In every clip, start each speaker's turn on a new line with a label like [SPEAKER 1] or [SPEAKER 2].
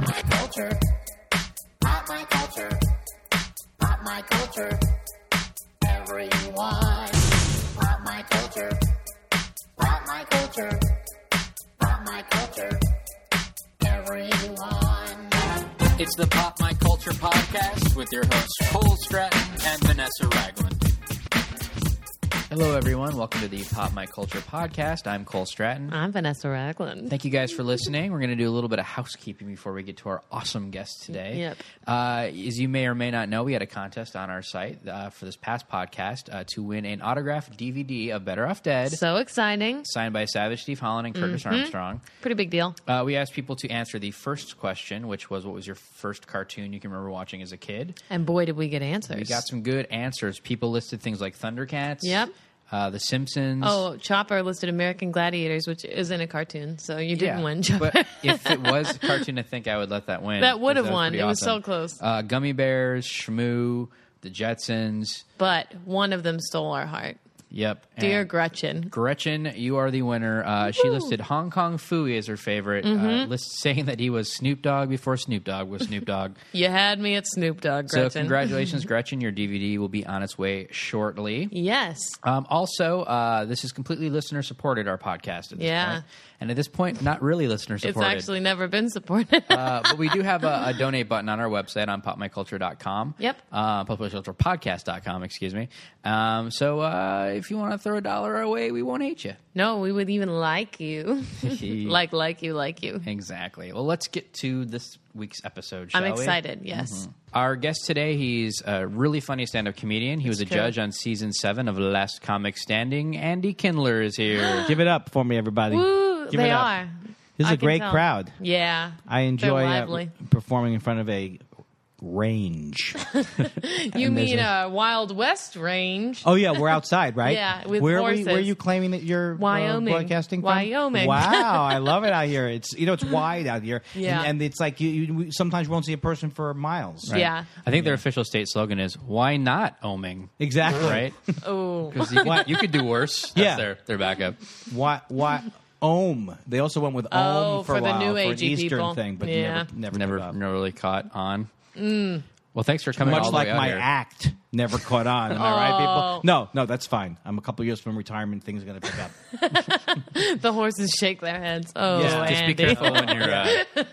[SPEAKER 1] culture. Pop my culture. Pop my culture. Everyone. Pop my culture. Pop my culture. Pop my culture. Everyone.
[SPEAKER 2] It's the Pop My Culture podcast with your hosts Cole Stratton and Vanessa Ragland. Hello, everyone. Welcome to the Pop My Culture podcast. I'm Cole Stratton.
[SPEAKER 3] I'm Vanessa Ragland.
[SPEAKER 2] Thank you guys for listening. We're going to do a little bit of housekeeping before we get to our awesome guest today.
[SPEAKER 3] Yep.
[SPEAKER 2] Uh, as you may or may not know, we had a contest on our site uh, for this past podcast uh, to win an autographed DVD of Better Off Dead.
[SPEAKER 3] So Mm-hmm. exciting.
[SPEAKER 2] Signed by Savage Steve Holland and Curtis Armstrong.
[SPEAKER 3] Pretty big deal.
[SPEAKER 2] Uh, we asked people to answer the first question, which was what was your first cartoon you can remember watching as a kid?
[SPEAKER 3] And boy, did we get answers.
[SPEAKER 2] We got some good answers. People listed things like Thundercats,
[SPEAKER 3] Yep.
[SPEAKER 2] uh, The Simpsons.
[SPEAKER 3] oh, Chopper listed American Gladiators, which isn't a cartoon, so you didn't win, Chopper.
[SPEAKER 2] but if it was a cartoon, I think I would let that win.
[SPEAKER 3] That would
[SPEAKER 2] 'cause
[SPEAKER 3] have won.
[SPEAKER 2] pretty
[SPEAKER 3] It was so close.
[SPEAKER 2] Uh, Gummy Bears, Shmoo, The Jetsons.
[SPEAKER 3] but one of them stole our heart.
[SPEAKER 2] Yep.
[SPEAKER 3] Dear
[SPEAKER 2] And
[SPEAKER 3] Gretchen.
[SPEAKER 2] Gretchen, you are the winner. Uh, she listed Hong Kong Fooey as her favorite,
[SPEAKER 3] Mm-hmm.
[SPEAKER 2] uh, list, saying that he was Snoop Dogg before Snoop Dogg was Snoop Dogg.
[SPEAKER 3] You had me at Snoop Dogg, Gretchen.
[SPEAKER 2] So congratulations, Gretchen. Your DVD will be on its way shortly.
[SPEAKER 3] Yes.
[SPEAKER 2] Um, also, uh, this is completely listener supported. Our podcast at this
[SPEAKER 3] Yeah.
[SPEAKER 2] point. and at this point, not really listener
[SPEAKER 3] It's
[SPEAKER 2] supported.
[SPEAKER 3] actually never been supported.
[SPEAKER 2] uh, but we do have a, a donate button on our website on popmyculture.com.
[SPEAKER 3] Yep.
[SPEAKER 2] Uh, popmyculturepodcast.com, excuse me. Um, so uh, if you want to throw a dollar our way, we won't hate you.
[SPEAKER 3] no, we would even like you. like, like you, like you.
[SPEAKER 2] Exactly. Well, let's get to this week's episode, shall
[SPEAKER 3] I'm
[SPEAKER 2] we?
[SPEAKER 3] excited. Yes.
[SPEAKER 2] Our guest today, he's a really funny stand up comedian. He was a
[SPEAKER 3] true.
[SPEAKER 2] judge on season seven of Last Comic Standing. Andy Kindler is here.
[SPEAKER 4] Give it up for me, everybody.
[SPEAKER 3] Woo,
[SPEAKER 4] Give
[SPEAKER 3] they
[SPEAKER 4] it up.
[SPEAKER 3] are.
[SPEAKER 4] This is
[SPEAKER 3] I
[SPEAKER 4] a
[SPEAKER 3] can
[SPEAKER 4] great
[SPEAKER 3] tell.
[SPEAKER 4] crowd.
[SPEAKER 3] Yeah.
[SPEAKER 4] I enjoy
[SPEAKER 3] They're
[SPEAKER 4] uh,
[SPEAKER 3] lively.
[SPEAKER 4] performing in front of a range.
[SPEAKER 3] You mean
[SPEAKER 4] there's
[SPEAKER 3] uh, Wild West range?
[SPEAKER 4] oh yeah, we're outside, right?
[SPEAKER 3] Yeah, with
[SPEAKER 4] where Are
[SPEAKER 3] horses.
[SPEAKER 4] we, where are you claiming that you're uh,
[SPEAKER 3] Wyoming.
[SPEAKER 4] broadcasting from?
[SPEAKER 3] Wyoming.
[SPEAKER 4] Wow, I love it out here. It's you know it's wide out here.
[SPEAKER 3] Yeah.
[SPEAKER 4] and, and it's like you, you we- sometimes you won't see a person for miles.
[SPEAKER 3] Right. Yeah.
[SPEAKER 2] I think their official state slogan is "Why not oming?"
[SPEAKER 4] Exactly.
[SPEAKER 2] Right?
[SPEAKER 3] Oh,
[SPEAKER 2] Because you, could- you could do worse. That's
[SPEAKER 4] Yeah.
[SPEAKER 2] their, their backup.
[SPEAKER 4] Why? Why? Ohm. They also went with Ohm
[SPEAKER 3] Oh,
[SPEAKER 4] for,
[SPEAKER 3] for
[SPEAKER 4] a
[SPEAKER 3] the
[SPEAKER 4] while,
[SPEAKER 3] new
[SPEAKER 4] for an
[SPEAKER 3] agey
[SPEAKER 4] Eastern
[SPEAKER 3] people.
[SPEAKER 4] thing, but
[SPEAKER 3] Yeah.
[SPEAKER 4] never, never,
[SPEAKER 2] Never,
[SPEAKER 4] came up.
[SPEAKER 2] never really caught on.
[SPEAKER 3] Mm.
[SPEAKER 2] Well, thanks for coming. all
[SPEAKER 4] much
[SPEAKER 2] the
[SPEAKER 4] like
[SPEAKER 2] way out
[SPEAKER 4] my
[SPEAKER 2] here.
[SPEAKER 4] act never caught on. Am I right,
[SPEAKER 3] Oh.
[SPEAKER 4] people? No, no, that's fine. I'm a couple years from retirement. Things are going to pick up.
[SPEAKER 3] the horses shake their heads. Oh,
[SPEAKER 2] Just
[SPEAKER 4] Yeah.
[SPEAKER 2] be
[SPEAKER 3] Andy.
[SPEAKER 2] careful when you're.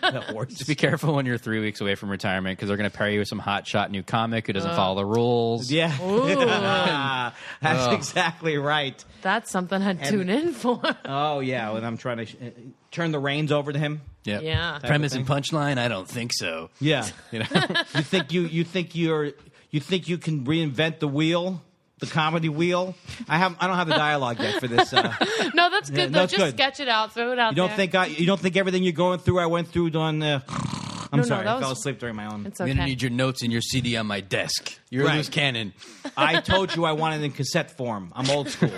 [SPEAKER 2] Uh,
[SPEAKER 4] The horse.
[SPEAKER 2] just be careful when you're three weeks away from retirement because they're going to pair you with some hotshot new comic who doesn't follow the rules.
[SPEAKER 4] Yeah, that's exactly right.
[SPEAKER 3] That's something I'd tune in for.
[SPEAKER 4] Oh yeah, when I'm trying to sh- uh, turn the reins over to him.
[SPEAKER 2] Yep.
[SPEAKER 3] Yeah. Type of
[SPEAKER 2] Premise and punchline. I don't think so.
[SPEAKER 4] Yeah, you, think you you think you're you think you can reinvent the wheel, the comedy wheel. I have I don't have the dialogue yet for this. Uh,
[SPEAKER 3] no, that's good
[SPEAKER 4] Yeah,
[SPEAKER 3] though.
[SPEAKER 4] no, it's
[SPEAKER 3] Just
[SPEAKER 4] good.
[SPEAKER 3] sketch it out, throw it out
[SPEAKER 4] you don't
[SPEAKER 3] there.
[SPEAKER 4] think I you don't think everything you're going through I went through on. Uh, I'm
[SPEAKER 3] No, no,
[SPEAKER 4] sorry,
[SPEAKER 3] that
[SPEAKER 4] I fell
[SPEAKER 3] was-
[SPEAKER 4] asleep during my own.
[SPEAKER 3] it's
[SPEAKER 2] I'm going to
[SPEAKER 3] okay.
[SPEAKER 2] need your notes and your CD on my desk. You're
[SPEAKER 4] Right.
[SPEAKER 2] loose cannon.
[SPEAKER 4] I told you I wanted it in cassette form. I'm old school.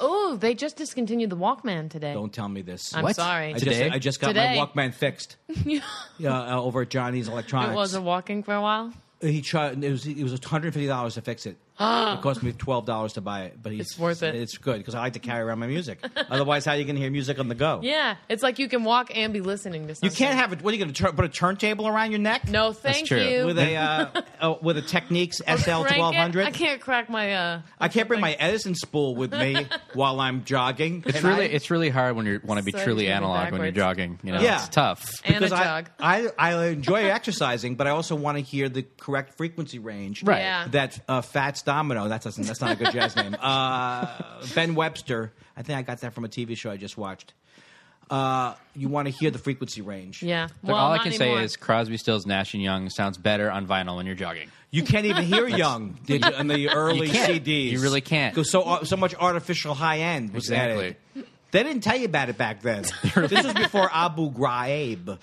[SPEAKER 3] Oh, they just discontinued the Walkman today.
[SPEAKER 4] Don't tell me this.
[SPEAKER 3] I'm
[SPEAKER 2] What?
[SPEAKER 3] sorry.
[SPEAKER 4] I
[SPEAKER 2] Today?
[SPEAKER 4] just I just got
[SPEAKER 3] Today.
[SPEAKER 4] my Walkman fixed. yeah, uh, over at Johnny's Electronics.
[SPEAKER 3] it wasn't walking for a while.
[SPEAKER 4] He tried. It was it was one hundred fifty dollars to fix it. it cost me twelve dollars to buy it, but he's,
[SPEAKER 3] It's worth it.
[SPEAKER 4] It's good because I like to carry around my music. Otherwise, how are you going to hear music on the go?
[SPEAKER 3] Yeah, it's like you can walk and be listening to
[SPEAKER 4] you
[SPEAKER 3] something.
[SPEAKER 4] can't have it. What are you going to put a turntable around your neck?
[SPEAKER 3] No, thank
[SPEAKER 2] true.
[SPEAKER 3] you.
[SPEAKER 4] with a uh, oh, with a Techniques SL
[SPEAKER 3] Crank it.
[SPEAKER 4] twelve
[SPEAKER 3] I
[SPEAKER 4] hundred.
[SPEAKER 3] can't crack my. uh
[SPEAKER 4] I can't bring my Edison spool with me while I'm jogging.
[SPEAKER 2] It's
[SPEAKER 4] Can
[SPEAKER 2] really,
[SPEAKER 4] I?
[SPEAKER 2] it's really hard when you want to be
[SPEAKER 3] So
[SPEAKER 2] truly
[SPEAKER 3] it's gonna be
[SPEAKER 2] analog when you're
[SPEAKER 3] backwards.
[SPEAKER 2] jogging. You know,
[SPEAKER 4] Yeah.
[SPEAKER 2] it's tough.
[SPEAKER 3] And a
[SPEAKER 4] because I,
[SPEAKER 3] jog.
[SPEAKER 4] I I enjoy exercising, but I also want to hear the correct frequency range.
[SPEAKER 2] Right.
[SPEAKER 3] Yeah.
[SPEAKER 4] That uh, Fats Domino. That's doesn't- that's not a good jazz name. Uh, ben Webster. I think I got that from a TV show I just watched. Uh, you want to hear the frequency range.
[SPEAKER 3] Yeah.
[SPEAKER 2] Look,
[SPEAKER 3] well,
[SPEAKER 2] all I
[SPEAKER 3] not
[SPEAKER 2] can
[SPEAKER 3] anymore.
[SPEAKER 2] say is Crosby, Stills, Nash and Young sounds better on vinyl when you're jogging.
[SPEAKER 4] You can't even hear Young did you, on the early
[SPEAKER 2] can't.
[SPEAKER 4] CDs.
[SPEAKER 2] You really can't.
[SPEAKER 4] 'Cause so so much artificial high end was
[SPEAKER 2] Exactly.
[SPEAKER 4] added. They didn't tell you about it back then. this was before Abu Ghraib,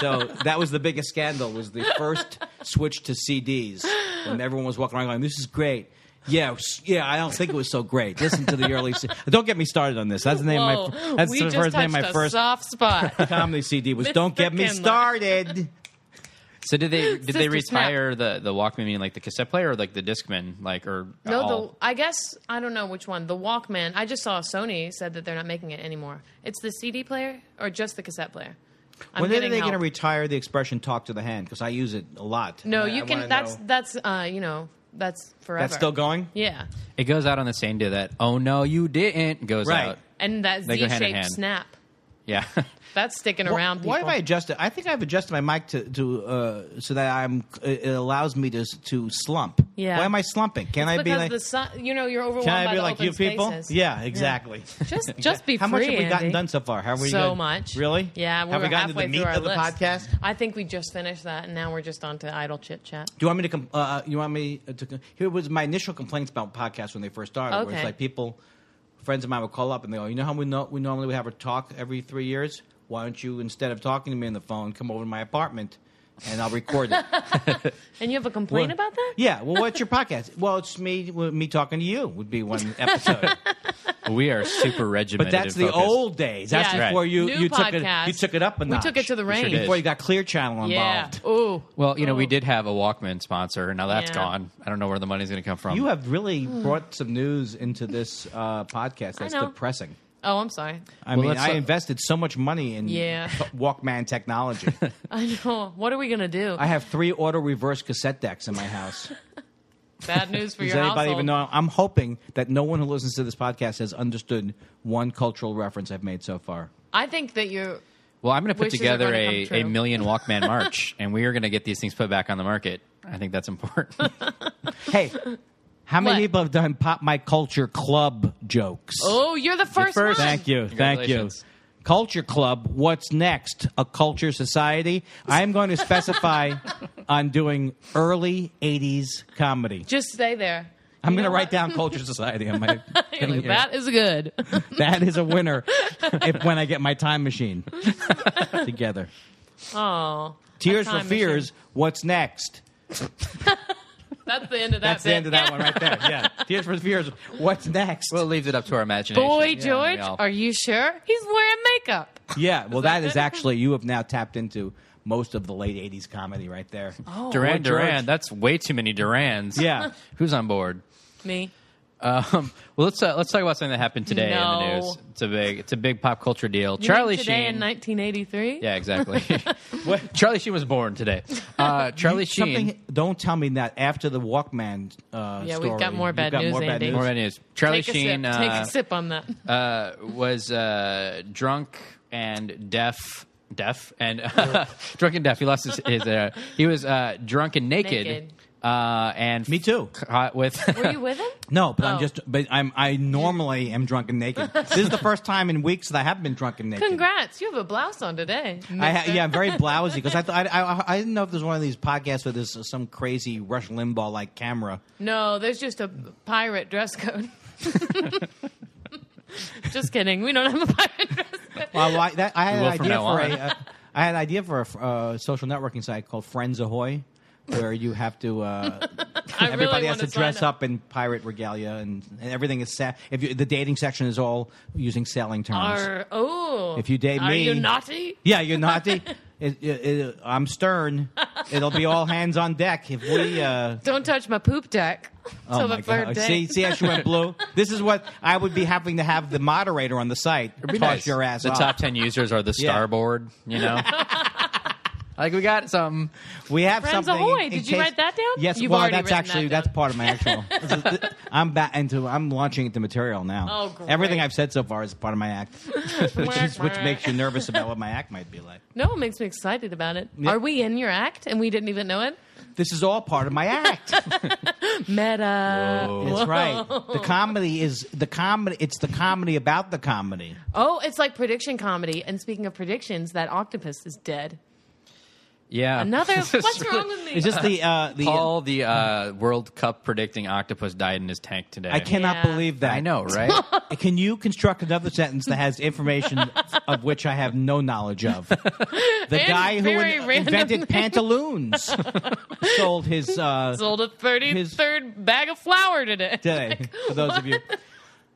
[SPEAKER 4] so that was the biggest scandal. Was the first switch to CDs when everyone was walking around going, "This is great." Yeah, s- yeah. I don't think it was so great. Listen to the early. C- don't get me started on this. That's the name. Of my,
[SPEAKER 3] Whoa,
[SPEAKER 4] f- that's
[SPEAKER 3] Oh, we
[SPEAKER 4] the
[SPEAKER 3] just
[SPEAKER 4] first name.
[SPEAKER 3] touched
[SPEAKER 4] of My
[SPEAKER 3] a
[SPEAKER 4] first
[SPEAKER 3] soft spot.
[SPEAKER 4] comedy CD was.
[SPEAKER 3] Mr.
[SPEAKER 4] Don't get me
[SPEAKER 3] Kindler.
[SPEAKER 4] started.
[SPEAKER 2] So did they did they
[SPEAKER 3] Sister Snap.
[SPEAKER 2] retire the the Walkman, meaning like the cassette player, or like the Discman, like or
[SPEAKER 3] No, the
[SPEAKER 4] Oh.
[SPEAKER 2] all?
[SPEAKER 3] I guess I don't know which one. The Walkman. I just saw Sony said that they're not making it anymore. It's the CD player or just the cassette player. I'm
[SPEAKER 4] when are they
[SPEAKER 3] getting
[SPEAKER 4] going to
[SPEAKER 3] help.
[SPEAKER 4] retire the expression "talk to the hand"? Because I use it a lot.
[SPEAKER 3] No,
[SPEAKER 4] And I-
[SPEAKER 3] you
[SPEAKER 4] I
[SPEAKER 3] can.
[SPEAKER 4] wanna
[SPEAKER 3] That's
[SPEAKER 4] know-
[SPEAKER 3] that's uh, you know that's forever.
[SPEAKER 4] that's still going.
[SPEAKER 3] Yeah,
[SPEAKER 2] It goes out on the same day that "Oh no, you didn't" goes
[SPEAKER 4] Right.
[SPEAKER 2] out.
[SPEAKER 3] and that
[SPEAKER 2] They go hand in
[SPEAKER 3] Z-shaped
[SPEAKER 2] hand.
[SPEAKER 3] snap
[SPEAKER 2] Yeah,
[SPEAKER 3] that's sticking
[SPEAKER 4] Wh-
[SPEAKER 3] around.
[SPEAKER 4] Why have
[SPEAKER 3] people.
[SPEAKER 4] I adjusted? I think I've adjusted my mic to, to uh, so that I'm it allows me to to slump.
[SPEAKER 3] Yeah.
[SPEAKER 4] Why am I slumping? Can I be
[SPEAKER 3] because
[SPEAKER 4] like?
[SPEAKER 3] the sun, you know, you're overwhelmed
[SPEAKER 4] can I
[SPEAKER 3] by
[SPEAKER 4] be
[SPEAKER 3] the
[SPEAKER 4] like
[SPEAKER 3] open
[SPEAKER 4] you people?
[SPEAKER 3] spaces.
[SPEAKER 4] Yeah, exactly.
[SPEAKER 3] Just, just be
[SPEAKER 4] How
[SPEAKER 3] free.
[SPEAKER 4] much have we gotten
[SPEAKER 3] Andy.
[SPEAKER 4] done so far? Have we
[SPEAKER 3] so
[SPEAKER 4] good?
[SPEAKER 3] much.
[SPEAKER 4] Really?
[SPEAKER 3] Yeah. We
[SPEAKER 4] have
[SPEAKER 3] were
[SPEAKER 4] we gotten to
[SPEAKER 3] halfway
[SPEAKER 4] the meat
[SPEAKER 3] through our
[SPEAKER 4] of the
[SPEAKER 3] list.
[SPEAKER 4] podcast?
[SPEAKER 3] I think we just finished that, and now we're just on to idle chit chat.
[SPEAKER 4] Do you want me to? Com- uh, you want me to? com- Here was my initial complaints about podcasts when they first started. Where it's
[SPEAKER 3] Okay.
[SPEAKER 4] like people, friends of mine would call up and they go, "You know how we know we normally would have a talk every three years? Why don't you instead of talking to me on the phone, come over to my apartment?" And I'll record it.
[SPEAKER 3] And you have a complaint
[SPEAKER 4] Well,
[SPEAKER 3] about that?
[SPEAKER 4] Yeah. Well, what's your podcast? Well, it's me. well, Me talking to you would be one episode.
[SPEAKER 2] we are super regimented.
[SPEAKER 4] But that's
[SPEAKER 2] and
[SPEAKER 4] the
[SPEAKER 2] focused.
[SPEAKER 4] old days. That's
[SPEAKER 3] Yeah.
[SPEAKER 4] before you
[SPEAKER 3] New
[SPEAKER 4] you took it
[SPEAKER 3] podcast.
[SPEAKER 4] you took it up a
[SPEAKER 3] We
[SPEAKER 4] notch.
[SPEAKER 3] took it to the
[SPEAKER 2] sure
[SPEAKER 3] range.
[SPEAKER 2] did.
[SPEAKER 4] before you got Clear Channel
[SPEAKER 3] yeah.
[SPEAKER 4] involved.
[SPEAKER 3] Ooh.
[SPEAKER 2] Well, you know, we
[SPEAKER 3] Ooh.
[SPEAKER 2] did have a Walkman sponsor, and now that's
[SPEAKER 3] Oh. Yeah.
[SPEAKER 2] gone. I don't know where the money's going to come from.
[SPEAKER 4] You have really brought some news into this uh, podcast.
[SPEAKER 3] I
[SPEAKER 4] That's
[SPEAKER 3] know.
[SPEAKER 4] depressing.
[SPEAKER 3] Oh, I'm sorry.
[SPEAKER 4] I
[SPEAKER 2] Well,
[SPEAKER 4] mean,
[SPEAKER 2] let's,
[SPEAKER 4] I
[SPEAKER 2] uh,
[SPEAKER 4] invested so much money in
[SPEAKER 3] Yeah.
[SPEAKER 4] Walkman technology.
[SPEAKER 3] I know. What are we gonna do?
[SPEAKER 4] I have three auto reverse cassette decks in my house.
[SPEAKER 3] Bad news for
[SPEAKER 4] Does
[SPEAKER 3] your
[SPEAKER 4] anybody
[SPEAKER 3] household.
[SPEAKER 4] even know? I'm hoping that no one who listens to this podcast has understood one cultural reference I've made so far.
[SPEAKER 3] I think that you're.
[SPEAKER 2] well, I'm going to put
[SPEAKER 3] Wishes are
[SPEAKER 2] together
[SPEAKER 3] gonna
[SPEAKER 2] a,
[SPEAKER 3] come
[SPEAKER 2] a
[SPEAKER 3] true.
[SPEAKER 2] million Walkman March, and we are going to get these things put back on the market. I think that's important.
[SPEAKER 4] Hey, how many
[SPEAKER 3] What?
[SPEAKER 4] people have done pop my culture club jokes?
[SPEAKER 3] Oh, you're the first, one.
[SPEAKER 4] Thank you. Thank you.
[SPEAKER 2] Congratulations.
[SPEAKER 4] Culture Club, what's next? A culture society? I'm going to specify on doing early 80s comedy.
[SPEAKER 3] Just stay there.
[SPEAKER 4] I'm
[SPEAKER 3] You
[SPEAKER 4] going to
[SPEAKER 3] know
[SPEAKER 4] write
[SPEAKER 3] what?
[SPEAKER 4] down culture society on my
[SPEAKER 3] You're
[SPEAKER 4] thing
[SPEAKER 3] like,
[SPEAKER 4] here.
[SPEAKER 3] that is good.
[SPEAKER 4] That is a winner if when I get my time machine together.
[SPEAKER 3] Oh,
[SPEAKER 4] Tears
[SPEAKER 3] A
[SPEAKER 4] for
[SPEAKER 3] time machine.
[SPEAKER 4] fears, what's next?
[SPEAKER 3] that's the end of that.
[SPEAKER 4] That's the
[SPEAKER 3] bit.
[SPEAKER 4] end of that one right there. Yeah. Tears for fears, what's next?
[SPEAKER 2] we'll leave it up to our imagination.
[SPEAKER 3] Boy
[SPEAKER 2] Yeah, we
[SPEAKER 3] George,
[SPEAKER 2] all-
[SPEAKER 3] are you sure he's wearing makeup?
[SPEAKER 4] yeah, well
[SPEAKER 3] that
[SPEAKER 4] that is
[SPEAKER 3] it?
[SPEAKER 4] actually you have now tapped into most of the late 80s comedy right there. Oh.
[SPEAKER 2] Duran
[SPEAKER 4] George.
[SPEAKER 2] Duran. That's way too many Durans.
[SPEAKER 4] Yeah.
[SPEAKER 2] Who's on board?
[SPEAKER 3] Me.
[SPEAKER 2] Um, well, let's uh, let's talk about something that happened today in the
[SPEAKER 3] No.
[SPEAKER 2] news. It's a big it's a big pop culture deal.
[SPEAKER 3] You mean
[SPEAKER 2] Charlie
[SPEAKER 3] today
[SPEAKER 2] Sheen.
[SPEAKER 3] in 1983.
[SPEAKER 2] yeah, exactly. Charlie Sheen was born today. Uh, Charlie Sheen.
[SPEAKER 4] Something. Don't tell me that after the Walkman. Uh,
[SPEAKER 3] Yeah, we've
[SPEAKER 4] story,
[SPEAKER 3] got more
[SPEAKER 4] you've
[SPEAKER 3] bad news, Andy.
[SPEAKER 2] More bad news. Charlie
[SPEAKER 3] Take a
[SPEAKER 2] Sheen
[SPEAKER 3] sip. Take
[SPEAKER 2] uh,
[SPEAKER 3] a sip on that.
[SPEAKER 2] uh, was uh, drunk and deaf. Deaf and drunk and deaf. He lost his. his uh, he was uh, drunk and naked.
[SPEAKER 3] Naked.
[SPEAKER 2] Uh, and
[SPEAKER 4] Me too.
[SPEAKER 2] Caught with.
[SPEAKER 3] Were you with him?
[SPEAKER 4] No, but I'm
[SPEAKER 3] Oh.
[SPEAKER 4] just. But I'm. I normally am drunk and naked. this is the first time in weeks that I have been drunk and naked.
[SPEAKER 3] Congrats! You have a blouse on today.
[SPEAKER 4] I ha-
[SPEAKER 3] mister.
[SPEAKER 4] yeah, I'm very blousy because I, th- I, I I didn't know if there's one of these podcasts where there's some crazy Rush Limbaugh like camera.
[SPEAKER 3] No, there's just a pirate dress code. just kidding. We don't have a pirate dress code.
[SPEAKER 4] Well, I, that, I had
[SPEAKER 2] will
[SPEAKER 4] an
[SPEAKER 2] from
[SPEAKER 4] idea
[SPEAKER 2] now
[SPEAKER 4] for
[SPEAKER 2] on.
[SPEAKER 4] a, uh, I had an idea for a f- uh, social networking site called Friends Ahoy, where you have to uh,
[SPEAKER 3] I really
[SPEAKER 4] everybody has
[SPEAKER 3] want
[SPEAKER 4] to
[SPEAKER 3] sign
[SPEAKER 4] dress up in pirate regalia, and, and everything is sa- if you, the dating section is all using sailing terms.
[SPEAKER 3] Are, oh,
[SPEAKER 4] If you date
[SPEAKER 3] are
[SPEAKER 4] me-
[SPEAKER 3] you naughty?
[SPEAKER 4] Yeah, you're naughty. it, it, it, I'm stern. It'll be all hands on deck if we. Uh, oh
[SPEAKER 3] Don't touch my poop deck till the third day.
[SPEAKER 4] See, see how she went blue. This is what I would be having to have the moderator on the site toss
[SPEAKER 2] Nice.
[SPEAKER 4] your ass
[SPEAKER 2] The
[SPEAKER 4] off.
[SPEAKER 2] top ten users are the
[SPEAKER 4] Yeah.
[SPEAKER 2] starboard. You know, like we got some.
[SPEAKER 4] We have
[SPEAKER 3] Friends
[SPEAKER 4] something.
[SPEAKER 3] Ahoy.
[SPEAKER 4] in
[SPEAKER 3] Did you
[SPEAKER 4] case-
[SPEAKER 3] write that down?
[SPEAKER 4] Yes.
[SPEAKER 3] You've
[SPEAKER 4] well,
[SPEAKER 3] already
[SPEAKER 4] that's
[SPEAKER 3] written
[SPEAKER 4] actually
[SPEAKER 3] that down.
[SPEAKER 4] that's part of my actual. I'm back into. I'm launching into material now.
[SPEAKER 3] Oh, great.
[SPEAKER 4] Everything I've said so far is part of my act, which is which makes you nervous about what my act might be like.
[SPEAKER 3] No, it makes me excited about it.
[SPEAKER 4] Yeah.
[SPEAKER 3] Are we in your act and we didn't even know it?
[SPEAKER 4] This is all part of my act.
[SPEAKER 3] Meta.
[SPEAKER 2] Oh.
[SPEAKER 4] That's right. The comedy is the comedy. It's the comedy about the comedy.
[SPEAKER 3] Oh, it's like prediction comedy. And speaking of predictions, that octopus is dead.
[SPEAKER 2] Yeah,
[SPEAKER 3] Another.
[SPEAKER 2] This is
[SPEAKER 3] what's
[SPEAKER 2] really-
[SPEAKER 3] wrong with me?
[SPEAKER 4] It's just the uh, the.
[SPEAKER 2] Paul, the uh, World Cup predicting octopus died in his tank today.
[SPEAKER 4] I cannot
[SPEAKER 3] Yeah.
[SPEAKER 4] believe that.
[SPEAKER 2] I know, right?
[SPEAKER 4] Can you construct another sentence that has information of which I have no knowledge of? The guy who
[SPEAKER 3] very
[SPEAKER 4] in-
[SPEAKER 3] random
[SPEAKER 4] invented pantaloons sold his uh,
[SPEAKER 3] sold a 33rd
[SPEAKER 4] his-
[SPEAKER 3] bag of flour today.
[SPEAKER 4] today. For those of you,